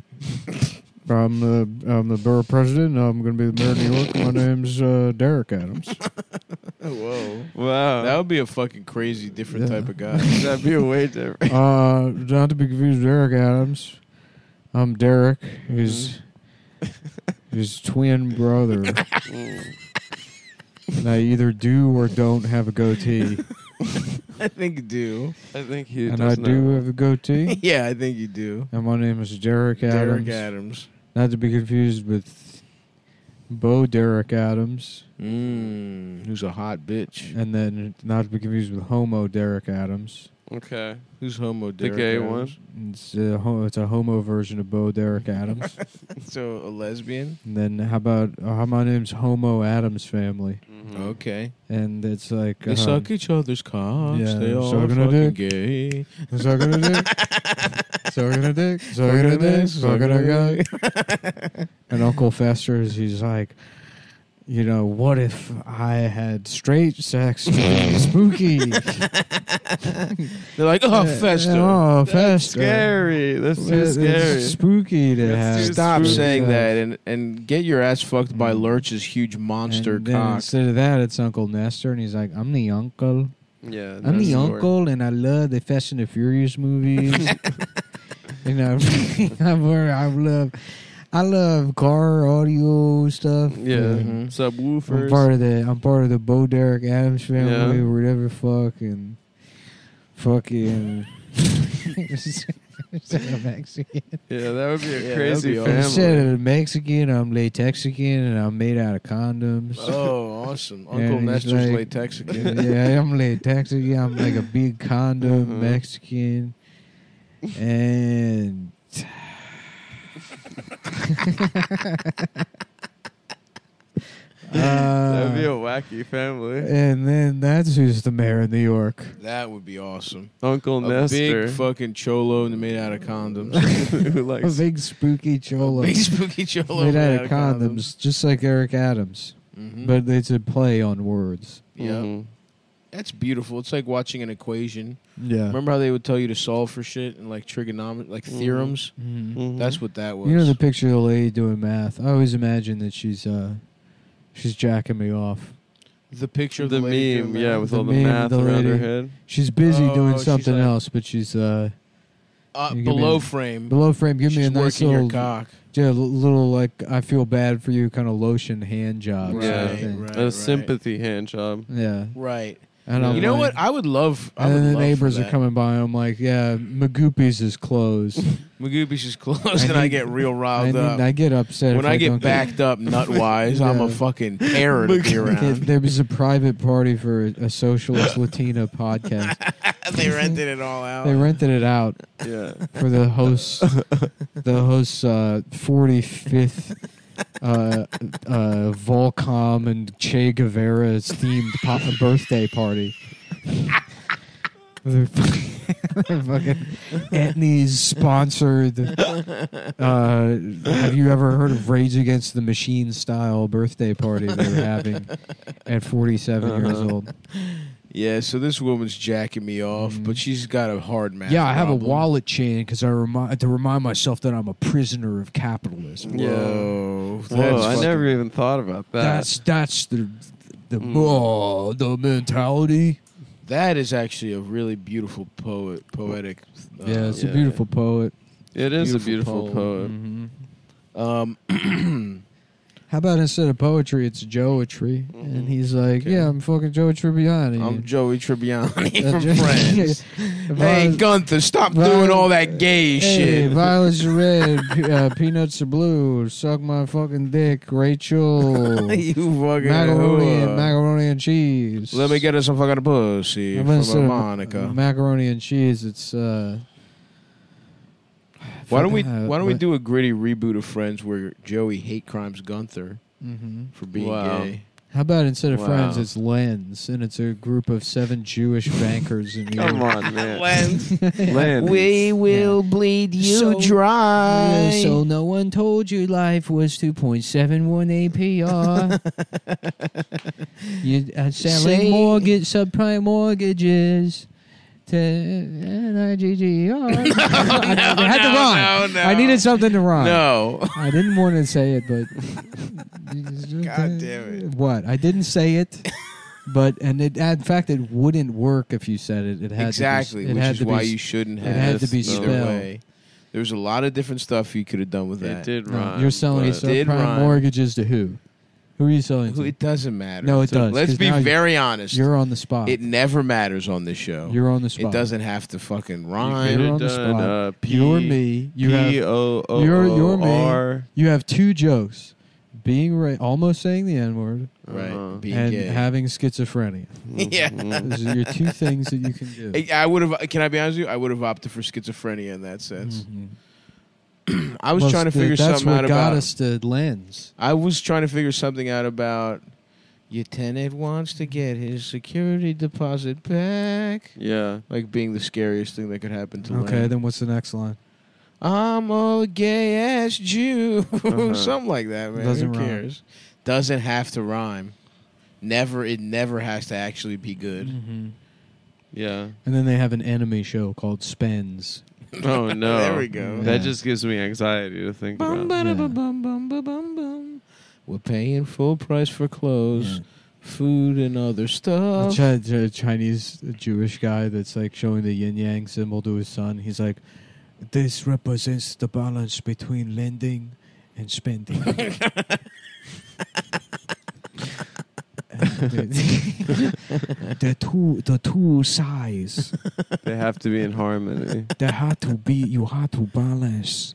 Speaker 2: I'm the I'm the borough president. I'm going to be the mayor of New York. My name's uh, Derek Adams.
Speaker 1: Oh, Whoa.
Speaker 3: Wow.
Speaker 1: That would be a fucking crazy different
Speaker 2: Yeah.
Speaker 1: type of guy.
Speaker 3: That'd be a way different.
Speaker 2: Uh, not to be confused with Derek Adams. I'm Derek, his
Speaker 1: Mm-hmm.
Speaker 2: his twin brother. And I either do or don't have a goatee,
Speaker 1: I think you do.
Speaker 3: I think he
Speaker 2: and I
Speaker 3: does
Speaker 2: do
Speaker 3: know.
Speaker 2: have a goatee.
Speaker 1: yeah, I think you do.
Speaker 2: And my name is Derek Adams.
Speaker 1: Derek Adams.
Speaker 2: Not to be confused with Bo Derek Adams,
Speaker 1: Mm, who's a hot bitch?
Speaker 2: and then not to be confused with Homo Derek Adams.
Speaker 3: Okay.
Speaker 1: Who's homo? Derek
Speaker 3: gay
Speaker 1: Adams?
Speaker 2: It's a, ho- it's a homo version of Bo Derek Adams.
Speaker 1: So a lesbian.
Speaker 2: and then how about uh, how my name's Homo Adams family,
Speaker 1: Mm.
Speaker 3: Mhm.
Speaker 1: Okay.
Speaker 2: and it's like
Speaker 1: They
Speaker 2: um,
Speaker 1: suck each other's cocks.
Speaker 2: Yeah,
Speaker 1: they all
Speaker 2: sucking a
Speaker 1: fucking gay.
Speaker 2: Sucking a dick. Sucking a dick. Sucking a dick. Sucking a dick. And Uncle Fester is he's like,
Speaker 6: you know, what if I had straight sex? with Spooky.
Speaker 1: They're like, oh,
Speaker 6: Yeah.
Speaker 1: Fester.
Speaker 6: Oh, Fester.
Speaker 3: Scary. That's too
Speaker 6: It's
Speaker 3: scary.
Speaker 6: spooky to
Speaker 3: That's
Speaker 6: have.
Speaker 3: too
Speaker 1: Stop
Speaker 3: Screw
Speaker 1: saying
Speaker 6: Yeah.
Speaker 1: that and, and get your ass fucked by Lurch's huge monster
Speaker 6: And
Speaker 2: Mm. Then
Speaker 1: cock.
Speaker 2: instead of that, it's Uncle Nestor, and he's like, "I'm the uncle.
Speaker 3: Yeah.
Speaker 2: I'm
Speaker 3: that's
Speaker 2: the
Speaker 3: more-
Speaker 2: uncle, and I love the Fast and the Furious movies. and I'm, I'm, where I love, I love car audio stuff.
Speaker 3: Yeah. mm-hmm.
Speaker 2: and
Speaker 1: Mhm.
Speaker 2: I'm
Speaker 3: Subwoofers.
Speaker 2: part of the I'm part of the Bo Derek Adams family
Speaker 3: Yeah.
Speaker 2: or whatever. Fuck and fucking. Instead of Mexican,
Speaker 3: Yeah, that would be
Speaker 1: Yeah,
Speaker 3: a
Speaker 1: that'd
Speaker 3: crazy
Speaker 2: Oh,
Speaker 1: be awesome.
Speaker 2: instead
Speaker 3: family.
Speaker 2: of Mexican, I'm latexican and I'm made out of condoms.
Speaker 1: Oh, awesome.
Speaker 2: Yeah,
Speaker 1: Uncle
Speaker 2: he's
Speaker 1: Nestor's
Speaker 2: like-
Speaker 1: latex again. Uh-huh.
Speaker 2: yeah, I'm like Texas. Yeah, I'm like a big condom
Speaker 3: Mhm.
Speaker 2: Mexican, and
Speaker 3: That
Speaker 2: Uh, eh,
Speaker 3: would be a wacky family.
Speaker 2: and then that's who's the mayor of New York.
Speaker 1: That would be awesome.
Speaker 3: Uncle
Speaker 1: A
Speaker 3: Nestor.
Speaker 1: big fucking cholo made out of condoms.
Speaker 3: who
Speaker 2: A
Speaker 3: likes
Speaker 2: big spooky cholo
Speaker 1: big spooky cholo
Speaker 2: made out of condoms, just like Eric Adams,
Speaker 1: Mhm.
Speaker 2: but it's a play on words.
Speaker 1: yeah,
Speaker 3: Mhm.
Speaker 1: that's beautiful. It's like watching an equation.
Speaker 6: Yeah.
Speaker 1: Remember how they would tell you to solve for shit and like trigonometry, like
Speaker 3: Mhm.
Speaker 1: theorems?
Speaker 3: Mhm.
Speaker 1: That's what that was.
Speaker 2: Mm-hmm. You know the picture of the lady doing math. I always imagine that she's uh, she's jacking me off.
Speaker 1: the picture of
Speaker 3: the
Speaker 1: the, lady
Speaker 3: meme,
Speaker 1: doing
Speaker 3: yeah,
Speaker 1: that?
Speaker 3: with
Speaker 2: The
Speaker 3: all the
Speaker 2: meme,
Speaker 3: math
Speaker 2: the
Speaker 3: around her
Speaker 2: lady.
Speaker 3: head.
Speaker 2: She's busy
Speaker 1: Oh,
Speaker 2: doing
Speaker 1: she's
Speaker 2: something
Speaker 1: like-
Speaker 2: else, but she's uh,
Speaker 1: uh,
Speaker 2: You give me
Speaker 1: below
Speaker 2: a-
Speaker 1: frame.
Speaker 2: below frame. Give me
Speaker 1: She's
Speaker 2: a nice
Speaker 1: working
Speaker 2: little,
Speaker 1: your cock.
Speaker 2: yeah, l- little like I feel bad for you kind of lotion hand job.
Speaker 1: Right,
Speaker 2: sort of
Speaker 3: Yeah.
Speaker 2: thing.
Speaker 1: right,
Speaker 3: a
Speaker 1: right.
Speaker 3: sympathy hand job.
Speaker 2: yeah.
Speaker 1: Right.
Speaker 2: And
Speaker 3: Yeah.
Speaker 2: I'm
Speaker 1: You know
Speaker 2: like-
Speaker 1: what? I would love. I
Speaker 2: and
Speaker 1: would
Speaker 2: then the
Speaker 1: love
Speaker 2: neighbors
Speaker 1: for
Speaker 2: are
Speaker 1: that.
Speaker 2: coming by. I'm like, yeah, Magoopies is closed.
Speaker 1: Magoobies is closed,
Speaker 2: I
Speaker 1: and I
Speaker 2: need-
Speaker 1: get real
Speaker 2: I,
Speaker 1: riled
Speaker 2: mean,
Speaker 1: up.
Speaker 2: I get upset
Speaker 1: when
Speaker 2: if
Speaker 1: I, get
Speaker 2: don't
Speaker 1: backed up nut wise, I'm a
Speaker 2: Yeah.
Speaker 1: fucking terror to be
Speaker 2: Yeah,
Speaker 1: around.
Speaker 2: there was a private party for a, a socialist Latina podcast.
Speaker 1: they rented it all out.
Speaker 2: They rented it out
Speaker 3: Yeah.
Speaker 2: for the host the host's uh, 45th uh, uh, Volcom and Che Guevara's themed pop- birthday party. They're fucking, fucking Etnies sponsored. Uh, have you ever heard of Rage Against the Machine style birthday party they were having at 47 years
Speaker 3: Uh-huh.
Speaker 2: old?
Speaker 1: Yeah, so this woman's jacking me off,
Speaker 2: Mhm.
Speaker 1: but she's got a hard math.
Speaker 2: Yeah, I have a
Speaker 1: problem.
Speaker 2: wallet chain because I remind to remind myself that I'm a prisoner of capitalism.
Speaker 3: Yeah.
Speaker 1: Whoa, that's
Speaker 3: Whoa, I
Speaker 1: fucking-
Speaker 3: never even thought about that.
Speaker 2: That's that's the the
Speaker 3: Mm.
Speaker 2: oh, the mentality.
Speaker 1: That is actually a really beautiful poet, poetic. uh,
Speaker 2: yeah, it's
Speaker 3: yeah.
Speaker 2: a beautiful poet.
Speaker 3: it is a
Speaker 1: beautiful
Speaker 3: beautiful
Speaker 1: poem.
Speaker 3: poet.
Speaker 2: Mm-hmm.
Speaker 1: Um,
Speaker 2: How about instead of poetry, it's Joetry, and he's like,
Speaker 1: Mm-hmm. Okay.
Speaker 2: "Yeah, I'm fucking Joe Tribbiani."
Speaker 1: I'm Joey Tribbiani
Speaker 2: Uh,
Speaker 1: from
Speaker 2: Jo-
Speaker 1: Friends. hey,
Speaker 2: Violet-
Speaker 1: Gunther, stop
Speaker 2: Violet-
Speaker 1: doing all that gay
Speaker 2: Hey,
Speaker 1: shit.
Speaker 2: violets are red, pe- uh, peanuts are blue. Suck my fucking dick, Rachel.
Speaker 1: you fucking
Speaker 2: macaroni and
Speaker 1: whore.
Speaker 2: macaroni and cheese.
Speaker 1: Let me get her some fucking pussy
Speaker 2: How about
Speaker 1: from
Speaker 2: instead
Speaker 1: a
Speaker 2: of
Speaker 1: Monica.
Speaker 2: Macaroni and cheese. It's uh,
Speaker 1: Why don't we?
Speaker 2: Uh,
Speaker 1: Why don't we
Speaker 2: but-
Speaker 1: do a gritty reboot of Friends where Joey hate crimes Gunther
Speaker 2: mhm.
Speaker 1: for being
Speaker 3: Wow.
Speaker 1: gay?
Speaker 2: How about instead of
Speaker 3: Wow.
Speaker 2: friends, it's Lens, and it's a group of seven Jewish bankers in New
Speaker 3: Come
Speaker 2: York.
Speaker 3: on, man.
Speaker 1: Lens.
Speaker 3: Lens.
Speaker 2: will
Speaker 1: bleed
Speaker 2: you So-
Speaker 1: dry.
Speaker 2: So no one told you life was 2.71 APR. you are selling
Speaker 1: Say-
Speaker 2: mortgage, subprime mortgages to NIGGR. I, I had to rhyme.
Speaker 1: no, no.
Speaker 2: I needed something to rhyme.
Speaker 1: no.
Speaker 2: I didn't want to say it, but
Speaker 1: God damn it.
Speaker 2: What? I didn't say it, but and it in fact it wouldn't work if you said it. It had
Speaker 1: Exactly,
Speaker 2: To be, it
Speaker 1: which
Speaker 2: had
Speaker 1: is
Speaker 2: to be
Speaker 1: why
Speaker 2: s-
Speaker 1: you shouldn't
Speaker 2: it
Speaker 1: have.
Speaker 2: had to be
Speaker 1: either
Speaker 2: spelled.
Speaker 1: way. There was a lot of different stuff you could have done with
Speaker 3: It
Speaker 1: that.
Speaker 3: did
Speaker 2: no,
Speaker 3: rhyme.
Speaker 2: you're selling
Speaker 3: but-
Speaker 1: so- did
Speaker 2: subprime
Speaker 1: rhyme.
Speaker 2: mortgages to who? Who are you selling
Speaker 1: Who-
Speaker 2: to?
Speaker 1: It doesn't matter.
Speaker 2: No, it does,
Speaker 1: Let's
Speaker 2: 'cause
Speaker 1: be
Speaker 2: now you-
Speaker 1: very honest.
Speaker 2: You're on the spot.
Speaker 1: it never matters on this show.
Speaker 2: You're on the spot.
Speaker 1: it doesn't have to fucking
Speaker 3: You
Speaker 1: rhyme.
Speaker 3: could've
Speaker 2: You're on the
Speaker 3: done,
Speaker 2: spot.
Speaker 3: uh, P-
Speaker 2: You're me. You
Speaker 3: P
Speaker 2: have
Speaker 3: O O
Speaker 2: You're- you're me.
Speaker 3: R.
Speaker 2: you have two jokes: being ra- almost saying the n word
Speaker 1: Right.
Speaker 3: Uh-huh.
Speaker 1: Being
Speaker 2: and
Speaker 1: gay.
Speaker 2: having schizophrenia.
Speaker 1: Yeah.
Speaker 3: Mhm.
Speaker 2: Those are your two things that you can do.
Speaker 1: I- I would have. Can I be honest with you? I would have opted for schizophrenia in that sense.
Speaker 2: Mhm.
Speaker 1: I was
Speaker 2: Well,
Speaker 1: trying to
Speaker 2: the-
Speaker 1: figure
Speaker 2: that's
Speaker 1: something
Speaker 2: what
Speaker 1: out
Speaker 2: got
Speaker 1: about.
Speaker 2: us to lens.
Speaker 1: I was trying to figure something out about. Your tenant wants to get his security deposit back.
Speaker 3: Yeah.
Speaker 1: Like being the scariest thing that could happen to
Speaker 2: Okay,
Speaker 1: Lane.
Speaker 2: then what's the next line?
Speaker 1: I'm a gay ass Jew. Something like that, man.
Speaker 2: Uh-huh. Doesn't
Speaker 1: Who
Speaker 2: rhyme.
Speaker 1: cares? doesn't have to rhyme. Never, it never has to actually be
Speaker 2: Mm-hmm.
Speaker 1: good.
Speaker 3: Yeah.
Speaker 2: And then they have an anime show called Spends.
Speaker 3: Oh no.
Speaker 1: There we go.
Speaker 3: That
Speaker 2: Yeah.
Speaker 3: just gives me anxiety to think
Speaker 1: Bum,
Speaker 3: about.
Speaker 1: ba, da, ba, bum, bum, ba, bum, bum. We're paying full price for clothes, food, and other
Speaker 2: A
Speaker 1: stuff.
Speaker 2: chi- chi- Chinese Jewish guy that's like showing the yin yang symbol to his son. He's like, this represents the balance between lending and spending. And the, the two the two sides
Speaker 3: They have to be in harmony.
Speaker 2: they had to be you had to balance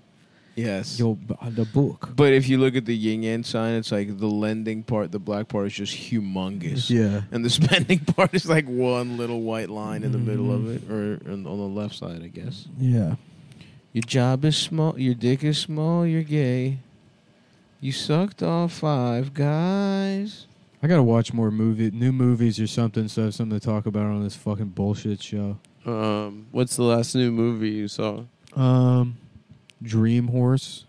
Speaker 1: yes.
Speaker 2: your the book
Speaker 1: But if you look at the yin yang sign, it's like the lending part, the black part is just humongous.
Speaker 2: yeah
Speaker 1: And the spending part is like one little white line in the middle of
Speaker 2: Mhm.
Speaker 1: it, or on on the left side, I guess.
Speaker 2: yeah
Speaker 1: Your job is small. Your dick is small. You're gay. You sucked all five guys.
Speaker 2: I gotta watch more movie, new movies or something, so I have something to talk about on this fucking bullshit show.
Speaker 3: Um, what's the last new movie you saw?
Speaker 2: Um, Dream Horse.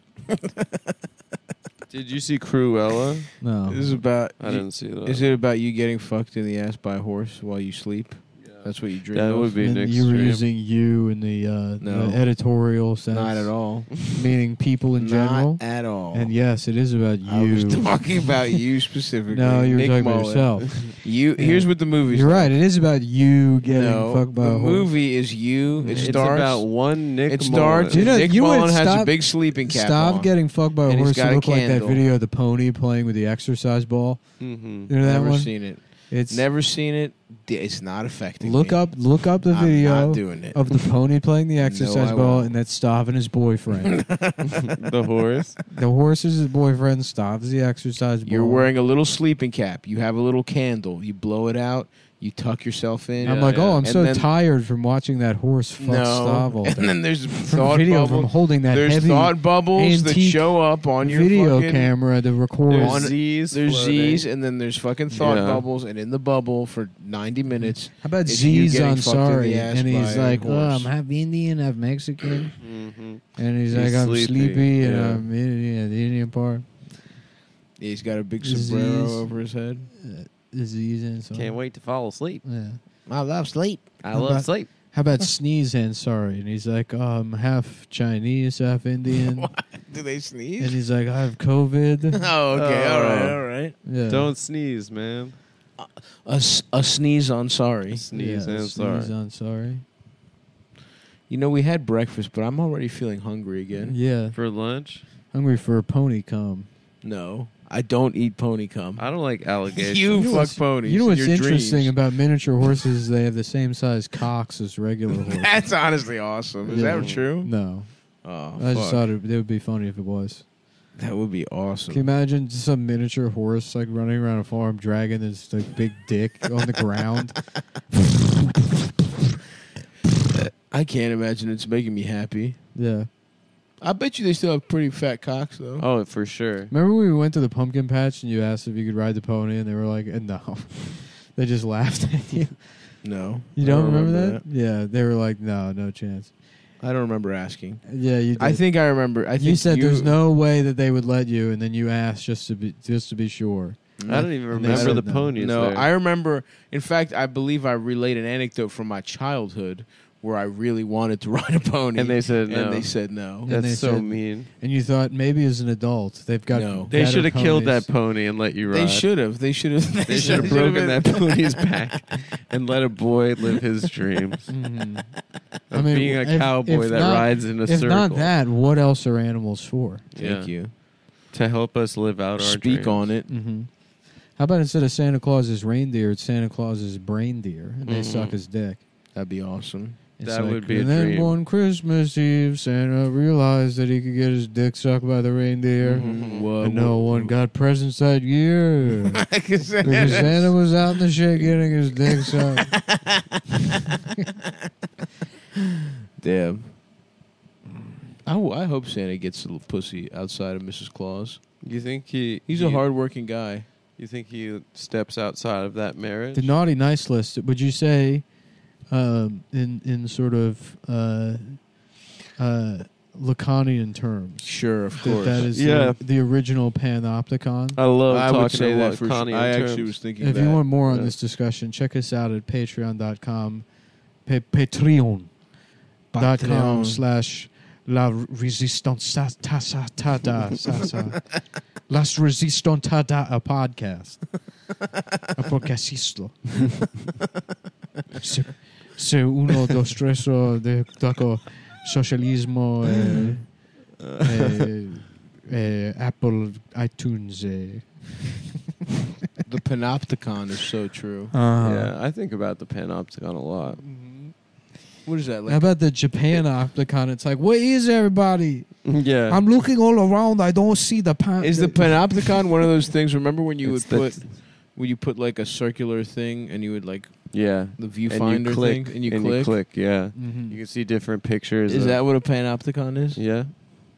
Speaker 3: Did you see Cruella?
Speaker 2: No,
Speaker 1: This is about.
Speaker 3: I didn't see that.
Speaker 1: Is it about you getting fucked in the ass by a horse while you sleep? That's what you dream
Speaker 3: That
Speaker 1: of?
Speaker 3: would be
Speaker 2: And
Speaker 3: next
Speaker 2: you were
Speaker 3: stream.
Speaker 2: using you in the, uh,
Speaker 1: No.
Speaker 2: the editorial sense,
Speaker 1: Not at all.
Speaker 2: meaning people in general.
Speaker 1: Not at all.
Speaker 2: And yes, it is about
Speaker 1: I was
Speaker 2: you.
Speaker 1: talking about you specifically.
Speaker 2: No, you were
Speaker 1: Nick
Speaker 2: talking about
Speaker 1: Mullen.
Speaker 2: yourself.
Speaker 1: You
Speaker 2: Yeah.
Speaker 1: here's what the movie.
Speaker 2: You're right. It is about you getting fucked by
Speaker 1: the
Speaker 2: a horse.
Speaker 1: movie is you. It
Speaker 3: It's
Speaker 1: starts.
Speaker 3: about one Nick.
Speaker 1: it starts.
Speaker 3: Mullen.
Speaker 2: You know,
Speaker 1: Nick
Speaker 2: you would
Speaker 1: Mullen has a
Speaker 2: stop-
Speaker 1: big sleeping cap
Speaker 2: Stop
Speaker 1: on.
Speaker 2: getting fucked by a
Speaker 1: And he's
Speaker 2: horse.
Speaker 1: got
Speaker 2: It
Speaker 1: a
Speaker 2: looked like that
Speaker 1: candle.
Speaker 2: video of the pony playing with the exercise ball.
Speaker 3: Mhm.
Speaker 2: You know that
Speaker 1: Never
Speaker 2: one?
Speaker 1: seen it.
Speaker 2: It's
Speaker 1: Never seen it. D- It's not affecting.
Speaker 2: look
Speaker 1: me.
Speaker 2: up. Look up the
Speaker 1: I'm
Speaker 2: video.
Speaker 1: not doing it.
Speaker 2: of the pony playing the exercise
Speaker 1: I
Speaker 2: ball
Speaker 1: won't.
Speaker 2: and that's stopping his boyfriend.
Speaker 3: the horse.
Speaker 2: the horse is his boyfriend, stops the exercise ball.
Speaker 1: You're wearing a little sleeping cap. You have a little candle. You blow it out. You tuck yourself in.
Speaker 2: I'm
Speaker 3: Yeah,
Speaker 2: like, oh,
Speaker 3: yeah.
Speaker 2: I'm
Speaker 1: And
Speaker 2: so
Speaker 1: then-
Speaker 2: tired from watching that horse fuck Stav
Speaker 1: no.
Speaker 2: all
Speaker 1: And
Speaker 2: day.
Speaker 1: then there's
Speaker 2: From
Speaker 1: thought
Speaker 2: video from
Speaker 1: bubbles.
Speaker 2: holding that
Speaker 1: There's
Speaker 2: heavy
Speaker 1: thought bubbles that
Speaker 2: antique
Speaker 1: show up on your
Speaker 2: video
Speaker 1: fucking,
Speaker 2: camera that
Speaker 3: There's
Speaker 1: on-
Speaker 2: records. How
Speaker 3: Z's.
Speaker 1: There's
Speaker 3: floating.
Speaker 1: Z's, and then there's fucking thought
Speaker 3: Yeah.
Speaker 1: bubbles, and in the bubble for 90 minutes.
Speaker 2: about
Speaker 1: it's you
Speaker 2: Z's
Speaker 1: getting
Speaker 2: on
Speaker 1: fucked in the
Speaker 2: sorry?
Speaker 1: ass
Speaker 2: And
Speaker 1: by
Speaker 2: he's
Speaker 1: a
Speaker 2: like, oh,
Speaker 1: horse.
Speaker 2: I'm half Indian, half Mexican.
Speaker 3: Mhm.
Speaker 2: And he's,
Speaker 3: He's
Speaker 2: like, I'm
Speaker 3: sleepy,
Speaker 2: sleepy, and
Speaker 3: yeah.
Speaker 2: I'm Indian, the Indian part.
Speaker 1: He's got a big
Speaker 2: Z's.
Speaker 1: sombrero over his head.
Speaker 2: Z's and sorry.
Speaker 3: Can't wait to fall asleep.
Speaker 2: Yeah.
Speaker 1: I love sleep.
Speaker 3: I
Speaker 2: How
Speaker 3: love
Speaker 2: about-
Speaker 3: sleep.
Speaker 2: How about sneeze and sorry? And he's like, oh, I'm half Chinese, half Indian.
Speaker 1: Do they sneeze?
Speaker 2: and he's like, I have COVID.
Speaker 1: Oh, okay. all right.
Speaker 3: Oh.
Speaker 1: All right.
Speaker 2: Yeah.
Speaker 3: Don't sneeze, man.
Speaker 1: A, s- a sneeze on sorry.
Speaker 3: Sneeze.
Speaker 2: Yeah,
Speaker 3: I'm
Speaker 2: sneeze
Speaker 3: sorry.
Speaker 2: on sorry.
Speaker 1: You know, we had breakfast, but I'm already feeling hungry
Speaker 2: Yeah.
Speaker 1: again.
Speaker 3: For lunch,
Speaker 2: Hungry for a pony cum.
Speaker 1: No, I don't eat pony cum.
Speaker 3: I don't like alligators.
Speaker 1: You,
Speaker 2: know
Speaker 1: fuck
Speaker 2: what's-
Speaker 1: ponies.
Speaker 2: You know what's
Speaker 1: Your
Speaker 2: interesting
Speaker 1: dreams.
Speaker 2: about miniature horses? is They have the same size cocks as regular horses.
Speaker 1: That's honestly awesome. Is
Speaker 2: Yeah.
Speaker 1: that true?
Speaker 2: No,
Speaker 1: Oh,
Speaker 2: I just
Speaker 1: fuck.
Speaker 2: thought it, it would be funny if it was.
Speaker 1: that would be
Speaker 2: Can you
Speaker 1: awesome.
Speaker 2: imagine some miniature horse like running around a farm dragging this like big dick on the ground?
Speaker 1: I can't imagine it's making me happy.
Speaker 2: Yeah.
Speaker 1: I bet you they still have pretty fat cocks though.
Speaker 3: Oh, for sure.
Speaker 2: Remember when we went to the pumpkin patch and you asked if you could ride the pony and they were like, eh, "No," they just laughed at you.
Speaker 1: No,
Speaker 2: You
Speaker 1: I
Speaker 2: don't, remember, that? Yeah, they were like, "No, no chance."
Speaker 1: that? I don't remember asking.
Speaker 2: Yeah, you. Did.
Speaker 1: I think I remember. I think
Speaker 2: you said there's no way that they would let you, and then you asked just to be just to be sure.
Speaker 3: I don't even
Speaker 2: And they
Speaker 3: remember
Speaker 2: said
Speaker 3: the
Speaker 2: no.
Speaker 3: ponies.
Speaker 1: No,
Speaker 3: there.
Speaker 1: I remember. In fact, I believe I relayed an anecdote from my childhood where I really wanted to ride a pony,
Speaker 3: And they said no.
Speaker 1: and they said no.
Speaker 2: Yeah. And they
Speaker 3: That's so
Speaker 2: said-
Speaker 3: mean.
Speaker 2: And you thought maybe as an adult they've got.
Speaker 1: No.
Speaker 3: They
Speaker 2: better
Speaker 3: should have killed
Speaker 2: ponies.
Speaker 3: that pony and let you ride.
Speaker 1: They should have. They should have.
Speaker 3: They should have broken that pony's back and let a boy live his dreams
Speaker 2: Mhm.
Speaker 3: of
Speaker 2: I mean,
Speaker 3: being a
Speaker 2: if-
Speaker 3: cowboy
Speaker 2: if
Speaker 3: that
Speaker 2: not-
Speaker 3: rides in a
Speaker 2: If
Speaker 3: circle
Speaker 2: not that, what else are animals for?
Speaker 1: Thank
Speaker 3: Yeah.
Speaker 1: you.
Speaker 3: to help us live out our
Speaker 1: Speak
Speaker 3: dreams.
Speaker 1: on it.
Speaker 3: Mm-hmm.
Speaker 2: hmm How about instead of Santa Claus's reindeer, it's Santa Claus's brain deer, and they
Speaker 3: Mhm.
Speaker 2: suck his dick.
Speaker 1: That'd be awesome.
Speaker 2: It's
Speaker 3: That would be a
Speaker 2: And then
Speaker 3: dream."
Speaker 2: one Christmas Eve, Santa realized that he could get his dick sucked by the reindeer,
Speaker 3: Mhm.
Speaker 1: Whoa,
Speaker 2: and no one got presents that year. Because Santa was out in the shit getting his dick sucked.
Speaker 1: Damn.
Speaker 7: Mm.
Speaker 1: I, ho- I hope Santa gets a little pussy outside of Mrs. Claus.
Speaker 3: You think he?
Speaker 1: He's
Speaker 3: you,
Speaker 1: a hardworking guy.
Speaker 3: You think he steps outside of that marriage?
Speaker 2: the naughty nice list. Would you say, um, in in sort of uh, uh,
Speaker 7: Lacanian terms.
Speaker 1: Sure, of
Speaker 7: That,
Speaker 1: course.
Speaker 7: that is
Speaker 3: Yeah.
Speaker 7: the, the original panopticon.
Speaker 3: I love
Speaker 1: I
Speaker 3: talking
Speaker 1: would say
Speaker 3: to
Speaker 1: that for sure.
Speaker 3: Connie
Speaker 1: I actually was thinking
Speaker 7: if
Speaker 1: that.
Speaker 7: you want more on
Speaker 3: Yeah.
Speaker 7: this discussion, check us out at patreon.com, pa- patreon. dot com
Speaker 1: Patreon.
Speaker 7: slash la resistance sa- ta sa ta da sa sa las resistantada a podcast a podcastista se, se uno dos tres o de taco socialismo eh, eh, eh, Apple iTunes eh.
Speaker 1: the panopticon is so true.
Speaker 2: Uh,
Speaker 3: Yeah, I think about the panopticon a lot.
Speaker 1: What is that
Speaker 2: How
Speaker 1: like?
Speaker 2: about the Japan Opticon? It's like, where is everybody?
Speaker 3: Yeah,
Speaker 2: I'm looking all around. I don't see the pan.
Speaker 1: Is the panopticon one of those things? Remember when you would
Speaker 3: It's
Speaker 1: put
Speaker 3: the-
Speaker 1: when you put like a circular thing and you would like
Speaker 3: yeah,
Speaker 1: the
Speaker 3: and you
Speaker 1: viewfinder
Speaker 3: click
Speaker 1: thing and you click?
Speaker 3: yeah. You
Speaker 2: Mm-hmm.
Speaker 7: Mhm.
Speaker 3: can see different pictures.
Speaker 1: Is
Speaker 3: of-
Speaker 1: that what a panopticon is?
Speaker 3: Yeah,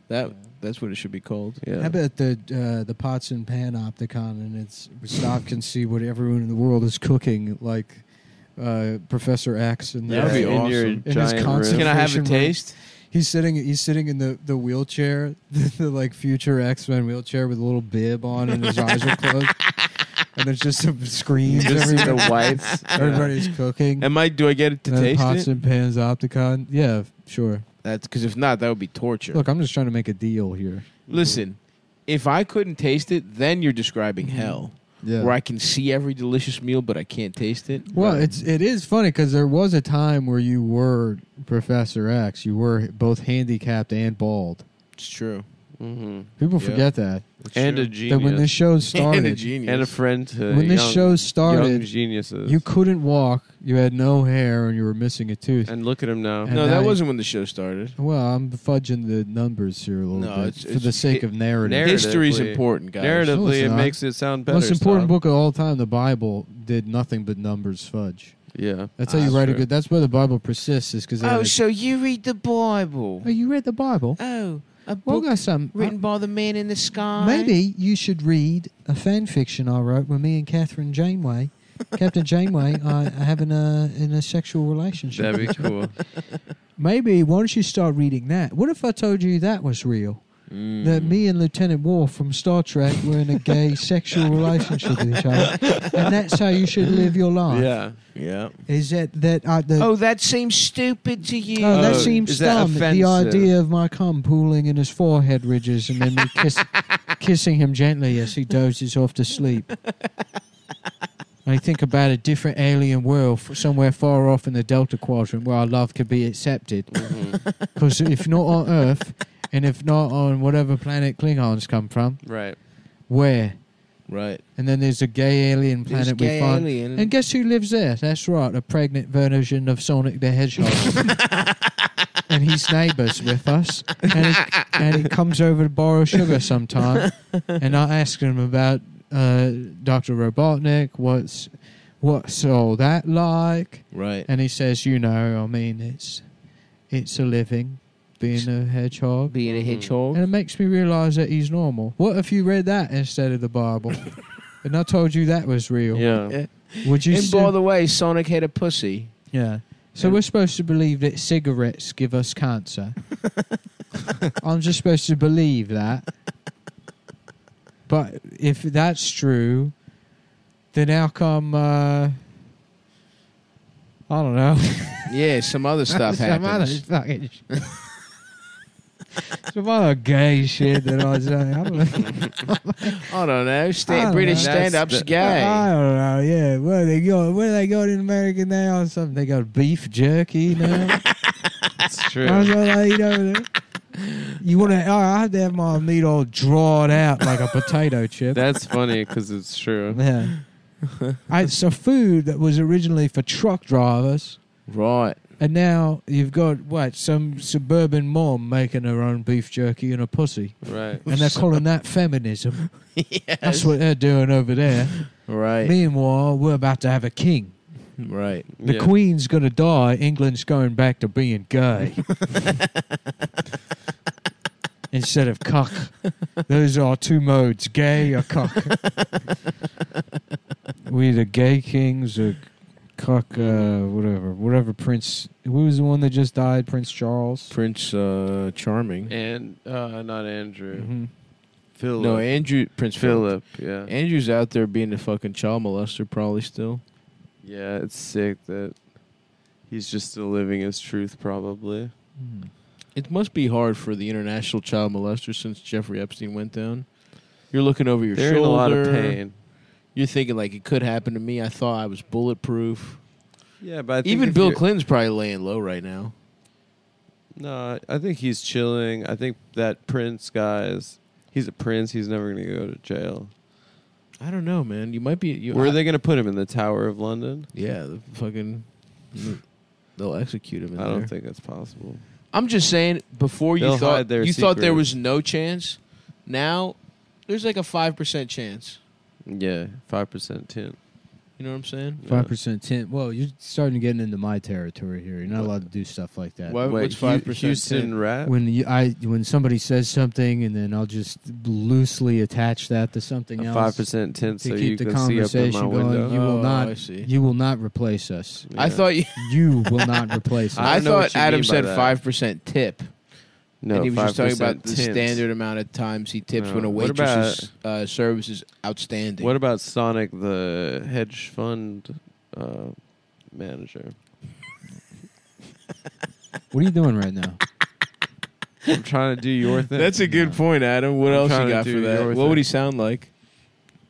Speaker 1: That that's what it should be called.
Speaker 3: yeah.
Speaker 2: How about the uh, the pots and pan opticon, and it's Stop can see what everyone in the world is cooking, like uh, Professor X and
Speaker 1: That'd be
Speaker 3: in Your
Speaker 1: awesome.
Speaker 2: his
Speaker 3: giant room.
Speaker 2: concert.
Speaker 1: Can I have a
Speaker 2: Information
Speaker 1: taste?
Speaker 2: He's sitting. He's sitting in the, the wheelchair, the, like future X Men wheelchair with a little bib on, and his eyes are closed. And there's just some screens.
Speaker 3: Just see
Speaker 2: everywhere.
Speaker 3: the whites.
Speaker 2: Everybody's cooking.
Speaker 1: Am I? Do I get it to
Speaker 2: And then pots
Speaker 1: taste it?
Speaker 2: and pans opticon. Yeah, f- sure.
Speaker 1: That's because if not, that would be torture.
Speaker 2: Look, I'm just trying to make a deal here.
Speaker 1: Listen, if I couldn't taste it, then you're describing hell,
Speaker 2: Mm-hmm. Yeah.
Speaker 1: where I can see every delicious meal but I can't taste it.
Speaker 2: Well, it's it is funny because there was a time where you were Professor X. You were both handicapped and bald.
Speaker 1: It's true.
Speaker 3: hmm
Speaker 2: People
Speaker 1: Yeah.
Speaker 2: forget that.
Speaker 3: And a
Speaker 2: That
Speaker 3: genius.
Speaker 2: when this show
Speaker 1: and a
Speaker 2: started,
Speaker 1: genius
Speaker 3: and a friend to
Speaker 1: uh,
Speaker 2: when this
Speaker 3: young-
Speaker 2: show
Speaker 3: young
Speaker 2: started,
Speaker 3: geniuses.
Speaker 2: you couldn't walk. You had no hair, and you were missing a tooth.
Speaker 3: and look at him now.
Speaker 2: And-
Speaker 1: No,
Speaker 2: now
Speaker 1: that
Speaker 2: you-
Speaker 1: wasn't when the show started.
Speaker 2: well, I'm fudging the numbers here a little
Speaker 1: No,
Speaker 2: bit
Speaker 1: it's-
Speaker 2: for
Speaker 1: it's-
Speaker 2: the sake
Speaker 1: it-
Speaker 2: of narrative.
Speaker 3: Narratively-
Speaker 1: History's important, guys.
Speaker 2: No, it's
Speaker 3: Narratively, it
Speaker 2: not.
Speaker 3: makes it sound better.
Speaker 2: Most important
Speaker 3: Stan.
Speaker 2: book of all time, the Bible, did nothing but numbers fudge.
Speaker 3: Yeah,
Speaker 2: That's how you write a
Speaker 3: true.
Speaker 2: good. That's why the Bible persists, is because
Speaker 1: Oh, so you read the Bible?
Speaker 2: Oh, you read the Bible?
Speaker 1: Oh, a
Speaker 2: Well,
Speaker 1: book
Speaker 2: got some.
Speaker 1: written by the man in the sky.
Speaker 2: Maybe you should read a fan fiction I wrote with me and Catherine Janeway. Captain Janeway uh, having a in a sexual relationship.
Speaker 3: That'd be cool.
Speaker 2: Maybe why don't you start reading that? What if I told you that was real?
Speaker 1: Mm,
Speaker 2: That me and Lieutenant Worf from Star Trek were in a gay sexual relationship with each other, and that's how you should live your life.
Speaker 3: yeah.
Speaker 1: Yeah.
Speaker 2: Is that that uh, the
Speaker 1: Oh, that seems stupid to you.
Speaker 2: Oh, that
Speaker 3: Oh,
Speaker 2: seems
Speaker 3: is that
Speaker 2: dumb. The
Speaker 3: offensive?
Speaker 2: idea of my cum pooling in his forehead ridges and then me kiss, kissing him gently as he dozes off to sleep. I think about a different alien world f- somewhere far off in the Delta Quadrant where our love could be accepted.
Speaker 3: Mhm.
Speaker 2: Because if not on Earth, and if not on whatever planet Klingons come from,
Speaker 3: Right.
Speaker 2: where?
Speaker 1: Oh, Right.
Speaker 2: And then there's a gay alien
Speaker 1: This
Speaker 2: planet
Speaker 1: gay
Speaker 2: we find.
Speaker 1: alien.
Speaker 2: And guess who lives there? That's right, a pregnant version of Sonic the Hedgehog. and he's neighbours with us. And he, and he comes over to borrow sugar sometime. And I ask him about uh, Dr. Robotnik, what's, what's all that like?
Speaker 1: right.
Speaker 2: And he says, you know, I mean, it's, it's a living being a hedgehog.
Speaker 1: Being a hedgehog.
Speaker 2: And it makes me realise that he's normal. What if you read that instead of the Bible? and I told you that was real.
Speaker 3: Yeah.
Speaker 1: Yeah.
Speaker 2: Would you
Speaker 1: And
Speaker 2: still-
Speaker 1: by the way, Sonic had a pussy.
Speaker 2: Yeah. So
Speaker 1: And-
Speaker 2: we're supposed to believe that cigarettes give us cancer. I'm just supposed to believe that. But if that's true, then how come uh, I don't know.
Speaker 1: Yeah, some other stuff
Speaker 2: some other
Speaker 1: happens.
Speaker 2: fucking sh- some other gay shit that I say. I don't know.
Speaker 1: I don't know.
Speaker 2: I
Speaker 1: Stand,
Speaker 2: don't
Speaker 1: British
Speaker 3: know.
Speaker 1: stand up's
Speaker 3: That's the-
Speaker 1: gay.
Speaker 2: I don't know. Yeah, what do they got? What do they got in America now? Or something? They got beef jerky now.
Speaker 3: It's true.
Speaker 2: I was like, you know, you want to? I have to have my meat all drawn out like a potato chip.
Speaker 3: That's funny because it's true.
Speaker 2: yeah. I, it's a food that was originally for truck drivers,
Speaker 1: Right.
Speaker 2: and now you've got what some suburban mom making her own beef jerky and a pussy,
Speaker 3: Right.
Speaker 2: and they're calling that feminism. That's what they're doing over there.
Speaker 1: Right.
Speaker 2: Meanwhile, we're about to have a king.
Speaker 1: Right.
Speaker 2: The
Speaker 3: Yeah.
Speaker 2: Queen's gonna die. England's going back to being gay instead of cock. Those are two modes: gay or cock. we the gay kings, the
Speaker 4: cuck, uh, whatever, whatever Prince. Who was the one that just died? Prince Charles.
Speaker 1: Prince uh, Charming.
Speaker 3: And uh, not Andrew.
Speaker 2: Mm-hmm.
Speaker 4: Mhm.
Speaker 3: Philip.
Speaker 1: Mm-hmm. No, Andrew Prince Philip.
Speaker 3: Philip. Yeah.
Speaker 1: Andrew's out there being a fucking child molester, probably still.
Speaker 3: yeah, it's sick that he's just still living his truth, probably.
Speaker 1: It must be hard for the international child molester since Jeffrey Epstein went down. You're looking over your
Speaker 3: They're
Speaker 1: shoulder.
Speaker 3: in a lot of pain.
Speaker 1: You're thinking like it could happen to me. I thought I was bulletproof.
Speaker 3: Yeah, but I think
Speaker 1: Even
Speaker 3: if
Speaker 1: Bill
Speaker 3: you're-
Speaker 1: Clinton's probably laying low right now.
Speaker 3: No, I think he's chilling. I think that Prince guy's. He's a prince. He's never going to go to jail.
Speaker 1: I don't know, man. You might be. You,
Speaker 3: Where
Speaker 1: I-
Speaker 3: are they going to put him in the Tower of London?
Speaker 1: Yeah, the fucking. They'll execute him. In
Speaker 3: I don't
Speaker 1: there.
Speaker 3: think that's possible.
Speaker 1: I'm just saying. Before you
Speaker 3: They'll
Speaker 1: thought
Speaker 3: hide their
Speaker 1: you thought there
Speaker 3: secret.
Speaker 1: was no chance. Now, there's like a five percent chance.
Speaker 3: Yeah, five percent tint.
Speaker 1: You know what I'm saying?
Speaker 3: Yeah.
Speaker 2: Five percent tint. Well, you're starting to get into my territory here. You're not allowed to do stuff like that.
Speaker 1: Why-
Speaker 3: Wait,
Speaker 1: what's
Speaker 3: Hu-
Speaker 1: five percent?
Speaker 3: Houston rat.
Speaker 2: When you, I when somebody says something, and then I'll just loosely attach that to something else.
Speaker 3: Five percent tint,
Speaker 2: to
Speaker 3: so
Speaker 2: keep
Speaker 3: you
Speaker 2: the
Speaker 3: can see up in
Speaker 2: conversation
Speaker 3: my
Speaker 2: going.
Speaker 3: window. Oh,
Speaker 2: You will
Speaker 1: Oh,
Speaker 2: not.
Speaker 1: I see.
Speaker 2: You will not replace us.
Speaker 1: I
Speaker 3: Yeah.
Speaker 1: thought you.
Speaker 2: You will not replace us.
Speaker 1: I,
Speaker 3: I don't know
Speaker 1: thought
Speaker 3: what you
Speaker 1: Adam
Speaker 3: mean by
Speaker 1: said
Speaker 3: that.
Speaker 1: five percent tip,
Speaker 3: no,
Speaker 1: and he was just talking about
Speaker 3: 5%
Speaker 1: the
Speaker 3: tint.
Speaker 1: standard amount of times he tips
Speaker 3: No.
Speaker 1: when a
Speaker 3: What
Speaker 1: waitress's uh, service is outstanding.
Speaker 3: What about Sonic the hedge fund uh, manager?
Speaker 4: What are you doing right now?
Speaker 3: I'm trying to do your thing.
Speaker 1: That's a good point, Adam. What
Speaker 3: I'm
Speaker 1: else
Speaker 3: trying
Speaker 1: you
Speaker 3: to
Speaker 1: got
Speaker 3: do
Speaker 1: for that?
Speaker 3: your
Speaker 1: What
Speaker 3: thing.
Speaker 1: would he sound like?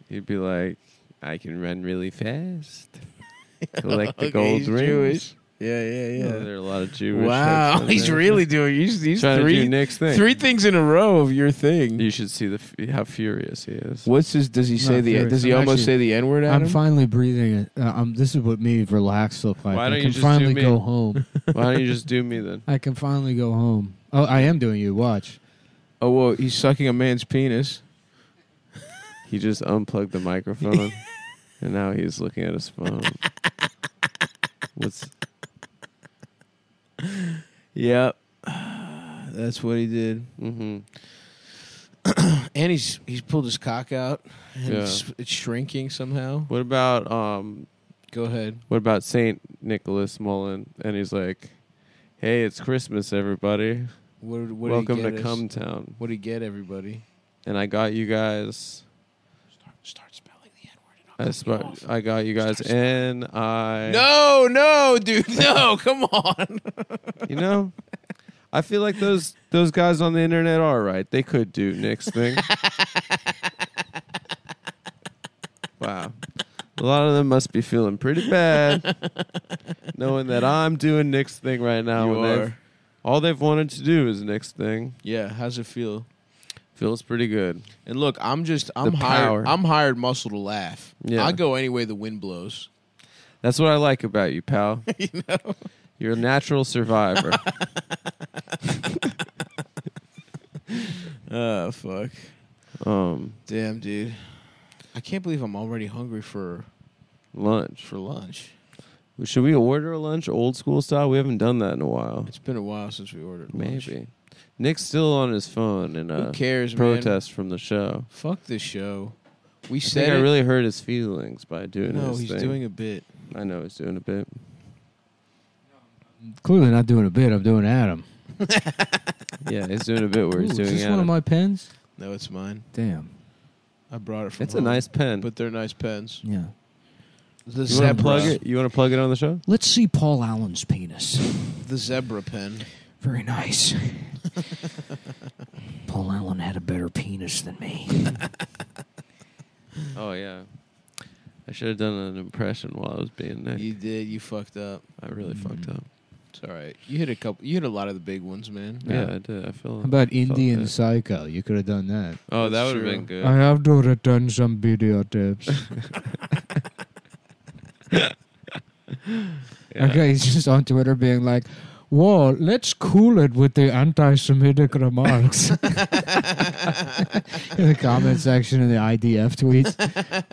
Speaker 3: He'd be like, I can run really fast. Collect the
Speaker 1: Okay,
Speaker 3: gold
Speaker 1: he's
Speaker 3: rings.
Speaker 1: Jewish. Yeah,
Speaker 3: Yeah,
Speaker 1: yeah,
Speaker 3: there are a lot of Jewish. hedge
Speaker 1: Wow,
Speaker 3: fund
Speaker 1: he's
Speaker 3: managers.
Speaker 1: really doing. He's, he's
Speaker 3: trying to do
Speaker 1: three
Speaker 3: Nick's thing.
Speaker 1: three things in a row of your thing.
Speaker 3: You should see the f- how furious he is.
Speaker 1: What's his? Does he say
Speaker 2: Not
Speaker 1: the?
Speaker 2: curious.
Speaker 1: Does he
Speaker 2: I'm
Speaker 1: almost
Speaker 2: actually-
Speaker 1: say the N word? Adam?
Speaker 2: I'm finally breathing. It. Uh, I'm, this is what made relax look like.
Speaker 3: Why
Speaker 2: I
Speaker 3: don't you
Speaker 2: can
Speaker 3: just
Speaker 2: finally
Speaker 3: do me?
Speaker 2: go home.
Speaker 3: Why don't you just do me then?
Speaker 2: I can finally go home. Oh, I am doing you. Watch.
Speaker 1: Oh well, he's sucking a man's penis.
Speaker 3: He just unplugged the microphone, and now he's looking at his phone. What's
Speaker 1: Yep, that's what he did.
Speaker 3: mm-hmm.
Speaker 1: And he's he's pulled his cock out, and
Speaker 3: Yeah.
Speaker 1: it's, it's shrinking somehow.
Speaker 3: What about um?
Speaker 1: Go ahead.
Speaker 3: What about Saint Nicholas Mullen? And he's like, "Hey, it's Christmas, everybody!
Speaker 1: What, did- what
Speaker 3: Welcome
Speaker 1: did he
Speaker 3: to
Speaker 1: get us?
Speaker 3: Come Town,
Speaker 1: What did he get everybody?
Speaker 3: and I got you guys.
Speaker 1: Start spelling the N word.
Speaker 3: I, sp- I got you guys N I.
Speaker 1: No, no, dude, no! Come on.
Speaker 3: you know." I feel like those those guys on the internet are right. They could do Nick's thing. wow. A lot of them must be feeling pretty bad knowing that I'm doing Nick's thing right now.
Speaker 1: You
Speaker 3: and they've-
Speaker 1: are.
Speaker 3: All they've wanted to do is Nick's thing.
Speaker 1: Yeah, how's it feel?
Speaker 3: Feels pretty good.
Speaker 1: And look, I'm just I'm hired.
Speaker 3: power.
Speaker 1: I'm hired muscle to laugh.
Speaker 3: Yeah.
Speaker 1: I go any way the wind blows.
Speaker 3: That's what I like about you, pal. you know? You're a natural survivor.
Speaker 1: Oh fuck.
Speaker 3: um,
Speaker 1: Damn, dude. I can't believe I'm already hungry for
Speaker 3: lunch.
Speaker 1: for lunch.
Speaker 3: Should we order a lunch old school style? We haven't done that in a while.
Speaker 1: It's been a while since we ordered lunch.
Speaker 3: Maybe. Nick's still on his phone and
Speaker 1: Who
Speaker 3: uh,
Speaker 1: cares, man?
Speaker 3: protest from the show.
Speaker 1: Fuck this show. We
Speaker 3: I
Speaker 1: said
Speaker 3: think I
Speaker 1: it.
Speaker 3: really hurt his feelings by doing
Speaker 1: no,
Speaker 3: his
Speaker 1: he's
Speaker 3: thing.
Speaker 1: doing a bit.
Speaker 3: I know he's doing a bit.
Speaker 2: Clearly not doing a bit. I'm doing Adam.
Speaker 3: Yeah, he's doing a bit where
Speaker 2: Ooh,
Speaker 3: he's
Speaker 2: is
Speaker 3: doing
Speaker 2: this
Speaker 3: Adam.
Speaker 2: one of my pens?
Speaker 1: No, it's mine.
Speaker 2: Damn.
Speaker 1: I brought it from.
Speaker 3: It's a
Speaker 1: home,
Speaker 3: nice pen.
Speaker 1: but they're nice pens.
Speaker 2: Yeah.
Speaker 1: The
Speaker 3: you want
Speaker 1: zebra,
Speaker 3: to plug it? You want to plug it on the show?
Speaker 2: Let's see Paul Allen's penis.
Speaker 1: the zebra pen.
Speaker 2: Very nice. Paul Allen had a better penis than me.
Speaker 3: Oh yeah. I should have done an impression while I was being Nick.
Speaker 1: You did. You fucked up.
Speaker 3: I really fucked up.
Speaker 1: It's all right. You hit a couple. You hit a lot of the big ones, man.
Speaker 3: Yeah, I did. I feel.
Speaker 2: How about
Speaker 3: I felt
Speaker 2: Indian
Speaker 3: that.
Speaker 2: Psycho? You could have done that.
Speaker 3: Oh, that
Speaker 1: That's
Speaker 3: would have been
Speaker 1: true.
Speaker 3: good.
Speaker 2: I have to return some videotapes.
Speaker 3: Yeah.
Speaker 2: Okay, he's just on Twitter being like, "Whoa, let's cool it with the anti-Semitic remarks." in the comment section in the IDF tweets,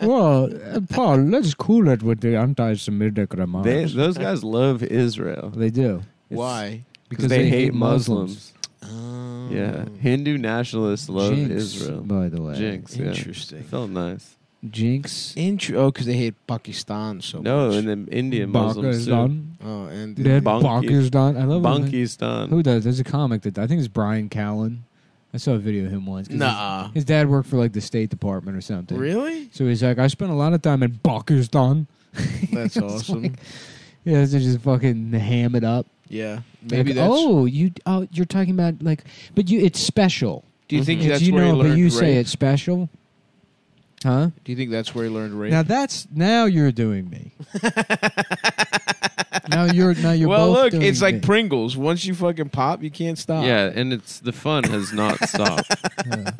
Speaker 2: "Whoa, uh, Paul, let's cool it with the anti-Semitic remarks."
Speaker 3: They,
Speaker 2: They,
Speaker 3: those guys love Israel
Speaker 2: do
Speaker 1: Why?
Speaker 3: because they, hate Muslims.
Speaker 1: Um,
Speaker 3: Yeah, Hindu nationalists love
Speaker 2: Jinx,
Speaker 3: Israel.
Speaker 2: by the way.
Speaker 3: Jinx. Yeah.
Speaker 1: Interesting.
Speaker 3: It felt nice.
Speaker 2: Jinx.
Speaker 1: Intro. Oh, because they hate Pakistan so
Speaker 3: No,
Speaker 1: much.
Speaker 3: and then Indian Muslims too.
Speaker 2: Pakistan.
Speaker 1: oh, and
Speaker 2: They had
Speaker 3: Bonky.
Speaker 2: Pakistan. I love when they-
Speaker 3: Bankistan.
Speaker 2: Who does? There's a comic that I think it's Brian Callen. I saw a video of him once. 'cause his-
Speaker 1: nah.
Speaker 2: His, dad worked for like the State Department or something.
Speaker 1: Really?
Speaker 2: So he's like, I spent a lot of time in Pakistan.
Speaker 1: That's
Speaker 2: It's
Speaker 1: awesome.
Speaker 2: like- yeah, so just fucking ham it up.
Speaker 1: yeah. Maybe
Speaker 2: Like,
Speaker 1: that's.
Speaker 2: oh, you oh you're talking about like, but you it's special.
Speaker 1: do you think
Speaker 3: Mm-hmm.
Speaker 2: It's,
Speaker 1: that's
Speaker 2: you
Speaker 1: where
Speaker 2: know,
Speaker 1: he
Speaker 2: but
Speaker 1: learned
Speaker 2: you
Speaker 1: rape?
Speaker 2: say it's special, huh?
Speaker 1: Do you think that's where he learned rape?
Speaker 2: Now that's now you're doing me. now you're now you're
Speaker 1: well,
Speaker 2: both
Speaker 1: look,
Speaker 2: doing
Speaker 1: it's like
Speaker 2: me.
Speaker 1: Pringles. Once you fucking pop, you can't stop.
Speaker 3: Yeah, and it's the fun has not stopped.
Speaker 2: Yeah.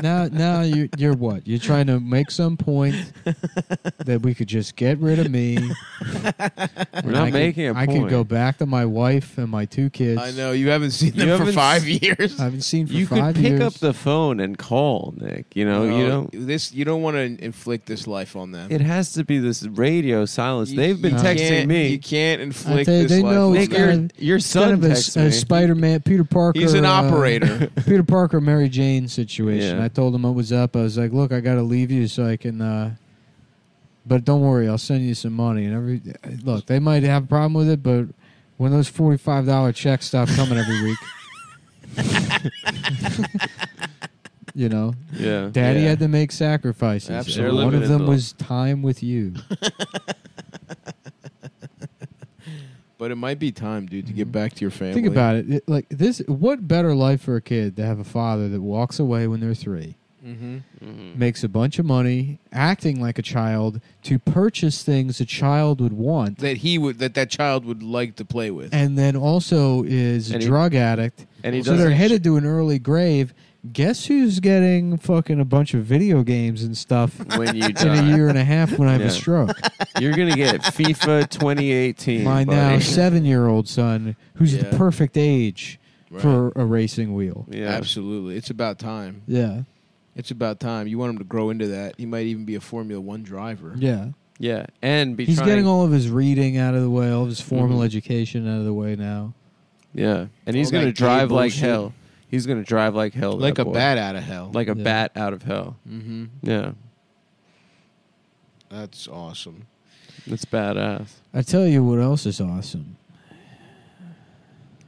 Speaker 2: now, now you, you're what? You're trying to make some point that we could just get rid of me.
Speaker 3: We're not
Speaker 2: I
Speaker 3: making
Speaker 2: could,
Speaker 3: a
Speaker 2: I could
Speaker 3: point.
Speaker 2: go back to my wife and my two kids.
Speaker 1: I know you haven't seen them
Speaker 3: You
Speaker 1: for
Speaker 3: haven't
Speaker 1: five
Speaker 3: s-
Speaker 1: years.
Speaker 2: I haven't seen for
Speaker 3: You could
Speaker 2: five
Speaker 3: pick
Speaker 2: years.
Speaker 3: up the phone and call Nick. You know, you
Speaker 1: No,
Speaker 3: don't.
Speaker 1: this. You don't want to inflict this life on them.
Speaker 3: It has to be this radio silence.
Speaker 1: You-
Speaker 3: They've been
Speaker 1: you
Speaker 2: No.
Speaker 3: texting
Speaker 1: can't-
Speaker 3: me.
Speaker 1: You can't inflict
Speaker 2: tell you,
Speaker 1: this
Speaker 2: they
Speaker 1: life.
Speaker 2: know
Speaker 1: on
Speaker 3: Nick,
Speaker 1: them.
Speaker 2: kind
Speaker 3: your,
Speaker 2: of-
Speaker 3: your
Speaker 2: It's kind
Speaker 3: son
Speaker 2: of a,
Speaker 3: texts
Speaker 2: a
Speaker 3: me.
Speaker 2: Spider-Man, Peter Parker.
Speaker 1: He's an
Speaker 2: uh,
Speaker 1: operator.
Speaker 2: Peter Parker, Mary Jane situation.
Speaker 3: Yeah.
Speaker 2: I told him what was up. I was like, "Look, I got to leave you so I can." Uh, but don't worry, I'll send you some money. And every look, they might have a problem with it, but when those forty-five dollar checks stop coming every week, you know,
Speaker 3: yeah.
Speaker 2: Daddy
Speaker 1: Yeah.
Speaker 2: had to make sacrifices. and
Speaker 1: Absolutely.
Speaker 2: one of
Speaker 3: Living in
Speaker 2: them
Speaker 3: the-
Speaker 2: was time with you.
Speaker 1: but it might be time, dude, to get back to your family.
Speaker 2: Mm-hmm. Think about it. it. Like this, what better life for a kid to have a father that walks away when they're three?
Speaker 1: Mm-hmm.
Speaker 3: Mhm.
Speaker 2: makes a bunch of money acting like a child to purchase things a child would want
Speaker 1: That he would. That that child would like to play with.
Speaker 2: and then also is a
Speaker 3: And he-
Speaker 2: drug addict
Speaker 3: And he
Speaker 2: so they're
Speaker 3: doesn't-
Speaker 2: headed to an early grave guess who's getting fucking a bunch of video games and stuff
Speaker 3: when you
Speaker 2: in a
Speaker 3: die.
Speaker 2: year and a half when i have
Speaker 3: Yeah.
Speaker 2: a stroke
Speaker 3: You're gonna get FIFA 2018.
Speaker 2: my now
Speaker 3: buddy.
Speaker 2: seven year old son who's
Speaker 1: Yeah.
Speaker 2: the perfect age
Speaker 1: Right.
Speaker 2: for a racing wheel
Speaker 3: Yeah.
Speaker 1: Absolutely, it's about time.
Speaker 2: yeah
Speaker 1: It's about time. You want him to grow into that. He might even be a Formula One driver.
Speaker 2: yeah
Speaker 3: Yeah. And be
Speaker 2: he's
Speaker 3: trying,
Speaker 2: getting all of his reading out of the way all of his formal
Speaker 3: Mhm.
Speaker 2: education out of the way now
Speaker 3: Yeah. And he's
Speaker 1: All
Speaker 3: gonna
Speaker 1: that gay
Speaker 3: drive like
Speaker 1: bullshit.
Speaker 3: hell. He's gonna drive like hell.
Speaker 1: like
Speaker 3: that
Speaker 1: a
Speaker 3: boy.
Speaker 1: bat out of hell.
Speaker 3: Like a
Speaker 2: Yeah.
Speaker 3: bat out of hell.
Speaker 1: mm-hmm.
Speaker 3: Yeah.
Speaker 1: That's awesome.
Speaker 3: That's badass.
Speaker 2: I tell you what else is awesome.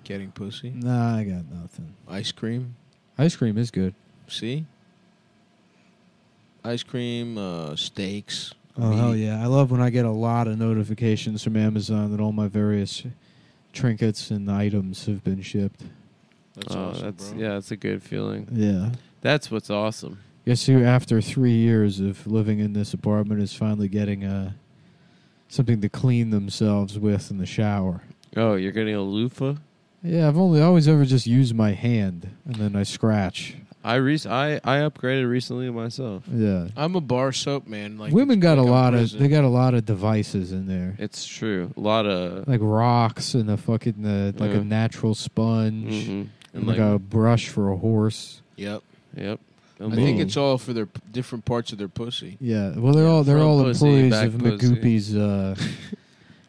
Speaker 1: Getting pussy,
Speaker 2: Nah, I got nothing.
Speaker 1: ice cream.
Speaker 2: Ice cream is good.
Speaker 1: See, ice cream, uh, steaks.
Speaker 2: Oh hell
Speaker 1: meat.
Speaker 2: yeah! I love when I get a lot of notifications from Amazon that all my various trinkets and items have been shipped.
Speaker 1: That's
Speaker 3: oh,
Speaker 1: awesome,
Speaker 3: that's
Speaker 1: bro.
Speaker 3: yeah, that's a good feeling.
Speaker 2: Yeah.
Speaker 3: That's what's awesome.
Speaker 2: Guess who? After three years of living in this apartment, is finally getting uh, something to clean themselves with in the shower.
Speaker 3: Oh, you're getting a loofah?
Speaker 2: Yeah, I've only always ever just used my hand and then I scratch.
Speaker 3: I re- I I upgraded recently myself.
Speaker 2: Yeah.
Speaker 1: I'm a bar soap man. Like
Speaker 2: Women
Speaker 1: it's
Speaker 2: got a
Speaker 1: like
Speaker 2: lot of
Speaker 1: prison.
Speaker 2: they got a lot of devices in there.
Speaker 3: It's true. A lot of
Speaker 2: like rocks and a fucking uh, like
Speaker 3: Yeah.
Speaker 2: a natural sponge
Speaker 1: Mm-hmm.
Speaker 3: mhm.
Speaker 2: and like, a brush for a horse.
Speaker 1: Yep.
Speaker 3: yep.
Speaker 1: I think it's all for their p- different parts of their pussy.
Speaker 2: Yeah, well, they're all they're
Speaker 3: front
Speaker 2: all
Speaker 3: pussy,
Speaker 2: employees
Speaker 3: back
Speaker 2: of
Speaker 3: pussy.
Speaker 2: McGoopy's uh,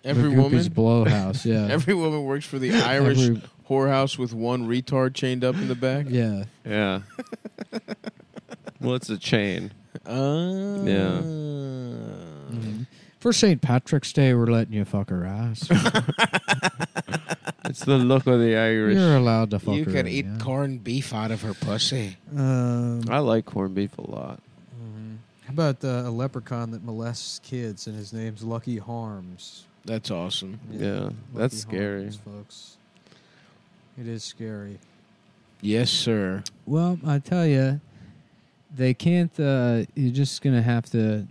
Speaker 1: Every
Speaker 2: McGoopy's
Speaker 1: woman,
Speaker 2: blowhouse. Yeah,
Speaker 1: every woman works for the Irish
Speaker 2: Every-
Speaker 1: whorehouse with one retard chained up in the back.
Speaker 2: yeah.
Speaker 3: yeah. well, it's a chain.
Speaker 1: Uh,
Speaker 3: Yeah.
Speaker 1: Mm-hmm.
Speaker 2: Mm-hmm. For St. Patrick's Day, we're letting you fuck her ass.
Speaker 3: It's the look of the Irish.
Speaker 2: You're allowed to fuck
Speaker 1: You
Speaker 2: her.
Speaker 1: can eat
Speaker 2: yeah.
Speaker 1: corned beef out of her pussy.
Speaker 2: Um,
Speaker 3: I like corned beef a lot.
Speaker 2: How about uh, a leprechaun that molests kids and his name's Lucky Harms?
Speaker 1: That's awesome.
Speaker 3: Yeah, that's scary.
Speaker 2: folks. It is scary.
Speaker 1: Yes, sir.
Speaker 2: Well, I tell you, they can't. Uh, you're just gonna have to.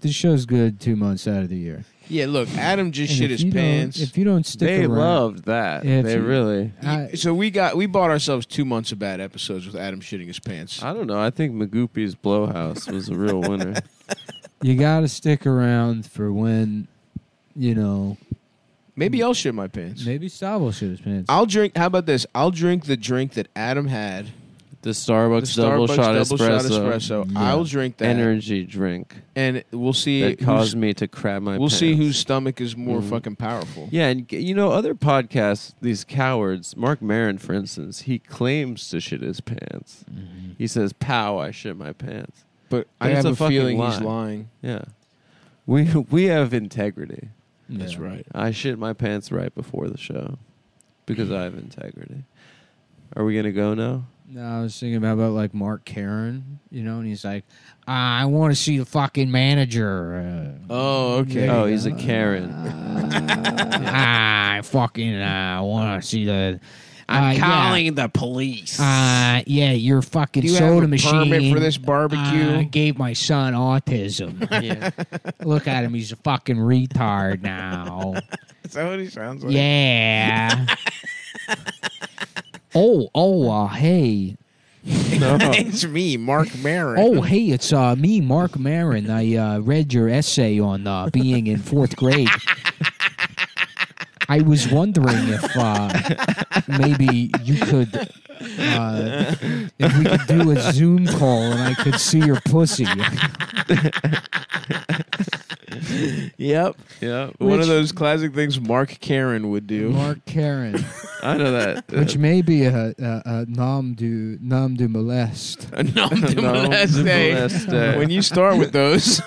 Speaker 2: This show's good two months out of the year.
Speaker 1: Yeah, look, Adam just
Speaker 2: And
Speaker 1: shit
Speaker 2: if
Speaker 1: his
Speaker 2: you don't-
Speaker 1: pants.
Speaker 2: If you don't stick
Speaker 3: they
Speaker 2: around,
Speaker 3: loved that.
Speaker 2: Yeah, if
Speaker 3: they
Speaker 2: you-
Speaker 3: really.
Speaker 2: I-
Speaker 1: so we got we bought ourselves two months of bad episodes with Adam shitting his pants.
Speaker 3: I don't know. I think Magoopy's blowhouse was a real winner.
Speaker 2: you got to stick around for when, you know,
Speaker 1: Maybe I'll shit my pants.
Speaker 2: maybe Stav will shit his pants.
Speaker 1: I'll drink. How about this? I'll drink the drink that Adam had.
Speaker 3: The Starbucks,
Speaker 1: the
Speaker 3: double,
Speaker 1: Starbucks
Speaker 3: shot,
Speaker 1: double
Speaker 3: espresso
Speaker 1: shot espresso.
Speaker 2: Yeah.
Speaker 1: I'll drink that,
Speaker 3: energy drink
Speaker 1: and we'll see.
Speaker 3: that caused
Speaker 1: Who's,
Speaker 3: me to crab my.
Speaker 1: we'll see
Speaker 3: pants.
Speaker 1: whose stomach is more
Speaker 3: Mhm.
Speaker 1: fucking powerful.
Speaker 3: Yeah, and g- you know other podcasts, these cowards. Mark Marin, for
Speaker 2: Mm-hmm.
Speaker 3: instance, he claims to shit his pants. He says, "Pow, I shit my pants."
Speaker 1: but I
Speaker 3: it's
Speaker 1: have
Speaker 3: a
Speaker 1: a,
Speaker 3: fucking
Speaker 1: feeling
Speaker 3: lie.
Speaker 1: he's lying.
Speaker 3: Yeah. We we have integrity.
Speaker 1: That's
Speaker 4: Yeah.
Speaker 1: right.
Speaker 3: I shit my pants right before the show because I have integrity. Are we gonna go now?
Speaker 4: No, I was thinking about, about like Mark Karen, you know, and he's like, I want to see the fucking manager. Uh,
Speaker 1: Oh, okay.
Speaker 4: There you
Speaker 3: oh, he's a
Speaker 4: go.
Speaker 3: Karen.
Speaker 2: Uh,
Speaker 4: I fucking uh, want to see the. uh,
Speaker 1: the police.
Speaker 4: Yeah, uh, yeah, your fucking
Speaker 1: Do you
Speaker 4: soda
Speaker 1: have a
Speaker 4: machine.
Speaker 1: permit for this
Speaker 2: Ah,
Speaker 4: uh,
Speaker 1: barbecue?
Speaker 4: gave my son autism.
Speaker 3: yeah.
Speaker 4: Look at him; he's a fucking retard now.
Speaker 1: Is that what he sounds like?
Speaker 4: Yeah. oh, oh, uh, hey.
Speaker 1: it's me, Mark Maron.
Speaker 4: Oh, hey, it's uh, me, Mark Marin. I uh, read your essay on uh, being in fourth grade. I was wondering if uh, maybe you could, uh, if we could do a Zoom call and I could see your pussy.
Speaker 1: yep.
Speaker 3: Yeah.
Speaker 1: One
Speaker 4: Which-
Speaker 1: of those classic things Mark Karen would do.
Speaker 2: Mark Karen,
Speaker 3: I know that.
Speaker 2: which may be a, a, a nom du nom du molest.
Speaker 1: no, the
Speaker 3: No,
Speaker 1: molest
Speaker 3: the
Speaker 1: day.
Speaker 3: molest day.
Speaker 1: When you start with those,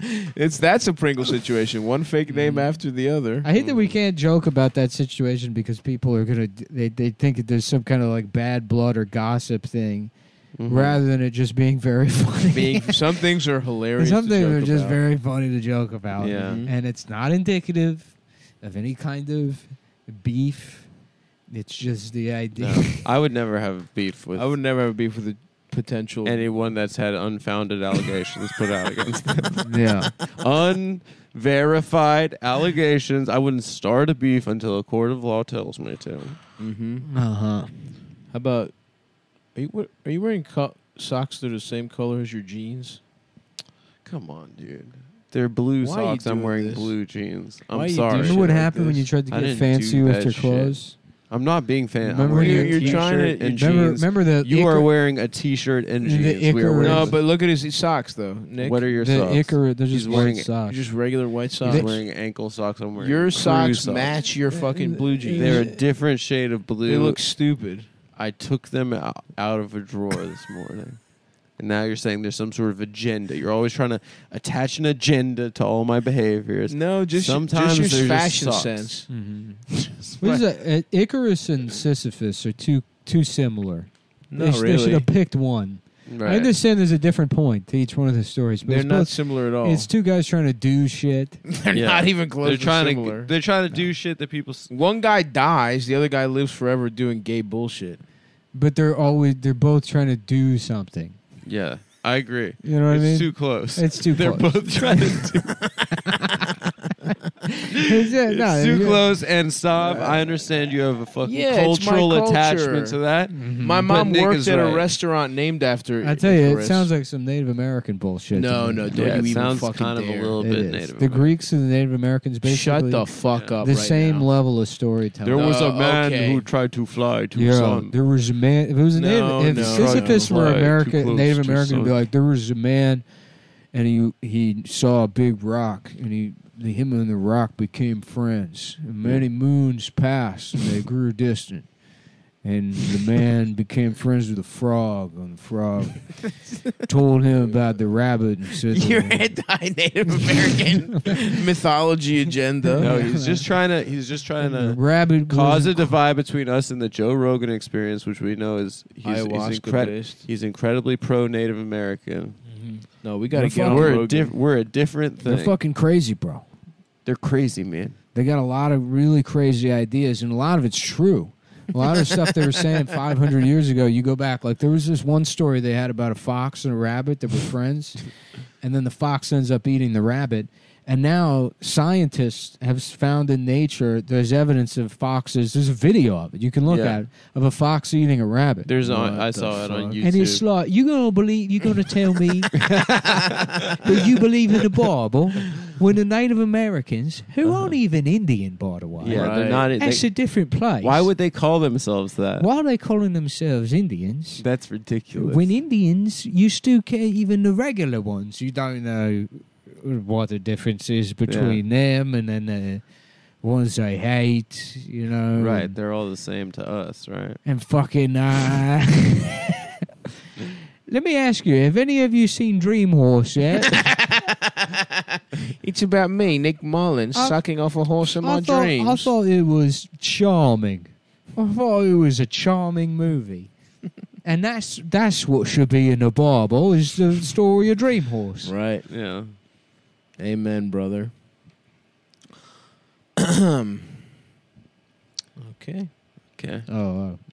Speaker 1: it's that's a Pringle situation. One fake name after the other.
Speaker 2: I hate that we can't joke about that situation because people are gonna they they think that there's some kind of like bad blood or gossip thing,
Speaker 3: Mhm.
Speaker 2: rather than it just being very funny.
Speaker 1: Being, some things are hilarious.
Speaker 2: some
Speaker 1: to
Speaker 2: things
Speaker 1: joke
Speaker 2: are just
Speaker 1: about.
Speaker 2: very funny to joke about.
Speaker 3: Yeah. Mm-hmm.
Speaker 1: Mhm.
Speaker 2: and it's not indicative of any kind of beef. It's just the idea.
Speaker 3: No, I would never have beef with
Speaker 1: I would never have beef with a potential.
Speaker 3: anyone that's had unfounded allegations put out against them.
Speaker 2: yeah,
Speaker 3: Unverified allegations. I wouldn't start a beef until a court of law tells me to.
Speaker 1: hmm
Speaker 4: Uh
Speaker 2: Uh-huh.
Speaker 4: huh.
Speaker 1: How about? Are you what, are you wearing co- socks that are the same color as your jeans?
Speaker 3: Come on, dude. They're blue
Speaker 1: Why are you
Speaker 3: socks. I'm
Speaker 1: doing
Speaker 3: wering
Speaker 1: this?
Speaker 3: blue jeans.
Speaker 1: Why are
Speaker 3: I'm
Speaker 1: you
Speaker 3: sorry.
Speaker 1: doing
Speaker 2: remember
Speaker 1: shit
Speaker 2: what
Speaker 1: like
Speaker 2: happened when
Speaker 1: this.
Speaker 2: you tried to
Speaker 3: I
Speaker 2: get
Speaker 3: didn't
Speaker 2: fancy
Speaker 3: do
Speaker 2: with
Speaker 3: that
Speaker 2: your
Speaker 3: shit.
Speaker 2: clothes?
Speaker 3: I'm not being fan.
Speaker 2: Remember
Speaker 3: I'm wearing
Speaker 2: when
Speaker 3: a
Speaker 1: you're- you're trying to-
Speaker 3: t-shirt and
Speaker 2: Remember,
Speaker 3: jeans.
Speaker 2: remember the
Speaker 3: you
Speaker 2: Icar-
Speaker 3: are wearing a t-shirt and
Speaker 2: The
Speaker 3: jeans. We are
Speaker 2: Icarus-
Speaker 3: wearing
Speaker 1: No,
Speaker 2: Where's-
Speaker 1: but look at his his socks though. Nick.
Speaker 3: what are your
Speaker 2: the
Speaker 3: socks?
Speaker 2: Icarus. They're
Speaker 3: He's
Speaker 2: just
Speaker 3: wearing
Speaker 2: white
Speaker 3: it.
Speaker 2: socks.
Speaker 1: Just regular white socks.
Speaker 3: He's wearing ankle socks. I'm wearing
Speaker 1: your
Speaker 3: crew
Speaker 1: socks match your fucking blue jeans.
Speaker 3: They're a different shade of blue.
Speaker 1: they look stupid.
Speaker 3: I took them out, out of a drawer this morning. And now you're saying there's some sort of agenda. You're always trying to attach an agenda to all my behaviors.
Speaker 1: No, just
Speaker 3: Sometimes
Speaker 1: just
Speaker 3: they're
Speaker 1: your
Speaker 3: just
Speaker 1: fashion
Speaker 3: socks.
Speaker 1: sense.
Speaker 4: Mhm.
Speaker 2: What is that? Uh, Icarus and Sisyphus are too too similar.
Speaker 1: No,
Speaker 2: they, sh- they should
Speaker 1: really,
Speaker 2: have picked one. I
Speaker 3: Right.
Speaker 2: understand there's a different point to each one of the stories, but
Speaker 1: they're
Speaker 2: it's,
Speaker 1: not
Speaker 2: both-
Speaker 1: similar at
Speaker 3: Oh.
Speaker 1: all.
Speaker 2: it's two guys trying to do shit.
Speaker 1: they're
Speaker 3: Yeah.
Speaker 1: not even close.
Speaker 3: they're trying
Speaker 1: to
Speaker 3: to
Speaker 1: similar.
Speaker 3: they're trying to do shit that people s-
Speaker 1: One guy dies, the other guy lives forever doing gay bullshit.
Speaker 2: But they're always they're both trying to do something.
Speaker 3: Yeah, I agree.
Speaker 2: You know what
Speaker 3: it's
Speaker 2: I mean?
Speaker 3: too close.
Speaker 2: it's too
Speaker 3: they're
Speaker 2: close.
Speaker 3: both trying to do
Speaker 2: It's, uh,
Speaker 3: it's
Speaker 2: no,
Speaker 3: too
Speaker 2: yeah.
Speaker 3: close and stop. I understand you have a fucking
Speaker 1: Yeah, it's my
Speaker 3: cultural
Speaker 1: culture.
Speaker 3: attachment to that.
Speaker 1: My mom
Speaker 3: Hmm. Nick
Speaker 1: worked
Speaker 3: is
Speaker 1: at a
Speaker 3: right.
Speaker 1: restaurant named after.
Speaker 2: I tell you, it
Speaker 1: Icarus.
Speaker 2: sounds like some Native American bullshit. to
Speaker 1: No,
Speaker 2: me.
Speaker 1: no,
Speaker 3: Yeah,
Speaker 1: don't
Speaker 3: it
Speaker 1: you even
Speaker 3: sounds
Speaker 1: fucking
Speaker 3: kind of a
Speaker 1: dare.
Speaker 3: little-
Speaker 2: It
Speaker 3: bit
Speaker 2: is.
Speaker 3: Native
Speaker 2: the
Speaker 3: American.
Speaker 2: Greeks and the Native Americans basically
Speaker 1: Shut the fuck
Speaker 3: Yeah.
Speaker 1: up.
Speaker 2: the
Speaker 1: right
Speaker 2: same
Speaker 1: now.
Speaker 2: level of storytelling.
Speaker 3: There was a
Speaker 1: No,
Speaker 3: man
Speaker 1: okay.
Speaker 3: who tried to fly to
Speaker 2: yeah,
Speaker 3: sun.
Speaker 2: there was a man. If it was a native,
Speaker 1: No,
Speaker 2: if
Speaker 1: no,
Speaker 2: Sisyphus
Speaker 3: no.
Speaker 2: were
Speaker 3: Fly too
Speaker 2: American,
Speaker 3: close
Speaker 2: Native
Speaker 3: to
Speaker 2: American, would be
Speaker 3: sun.
Speaker 2: like, there was a man, and he he saw a big rock, and he the him and the rock became friends. And many moons passed, and they grew distant. And the man became friends with a frog, and the frog told him about the rabbit and said,
Speaker 1: Your anti-Native American mythology agenda.
Speaker 3: No, he's just trying to. He's just trying
Speaker 2: the
Speaker 3: to
Speaker 2: rabbit
Speaker 3: cause
Speaker 2: was
Speaker 3: a divide between us and the Joe Rogan experience, which we know is he's, he's,
Speaker 1: Ayahuasca
Speaker 3: incredi-
Speaker 1: based.
Speaker 3: he's incredibly pro Native American.
Speaker 1: No, we gotta
Speaker 2: We're
Speaker 1: get on
Speaker 3: We're a,
Speaker 1: Rogan.
Speaker 3: diff- we're a different
Speaker 2: They're
Speaker 3: thing.
Speaker 2: fucking crazy, bro.
Speaker 3: They're crazy, man.
Speaker 2: They got a lot of really crazy ideas, and a lot of it's true. A lot of stuff they were saying 500 years ago, you go back, like there was this one story they had about a fox and a rabbit that were friends, and then the fox ends up eating the rabbit. And now scientists have found in nature there's evidence of foxes. There's a video of it you can look
Speaker 3: Yeah.
Speaker 2: at of a fox eating a rabbit.
Speaker 3: There's
Speaker 1: What
Speaker 3: on. I
Speaker 1: the
Speaker 3: saw it on
Speaker 1: fuck?
Speaker 3: YouTube.
Speaker 4: And it's like, you gonna believe, you gonna tell me that you believe in the Bible when the Native Americans, who aren't even Indian, by the way,
Speaker 3: Uh-huh. yeah,
Speaker 1: Right.
Speaker 3: they're not. they-
Speaker 4: that's a different place.
Speaker 3: why would they call themselves that?
Speaker 4: Why are they calling themselves Indians?
Speaker 3: That's ridiculous.
Speaker 4: When Indians, you still care, even the regular ones, you don't know what the difference is between them and then the ones they hate, you know.
Speaker 3: right,
Speaker 4: and-
Speaker 3: they're all the same to us, right?
Speaker 4: and fucking uh
Speaker 2: Let me ask you, have any of you seen Dream Horse yet?
Speaker 1: It's about me, Nick Mullins,
Speaker 2: I-
Speaker 1: sucking off a horse in my
Speaker 2: I thought,
Speaker 1: dreams.
Speaker 2: I thought it was charming. I thought it was a charming movie. and that's that's what should be in the Bible is the story of Dream Horse.
Speaker 1: right.
Speaker 3: Yeah.
Speaker 1: Amen, brother. okay.
Speaker 3: Okay.
Speaker 8: Oh, wow.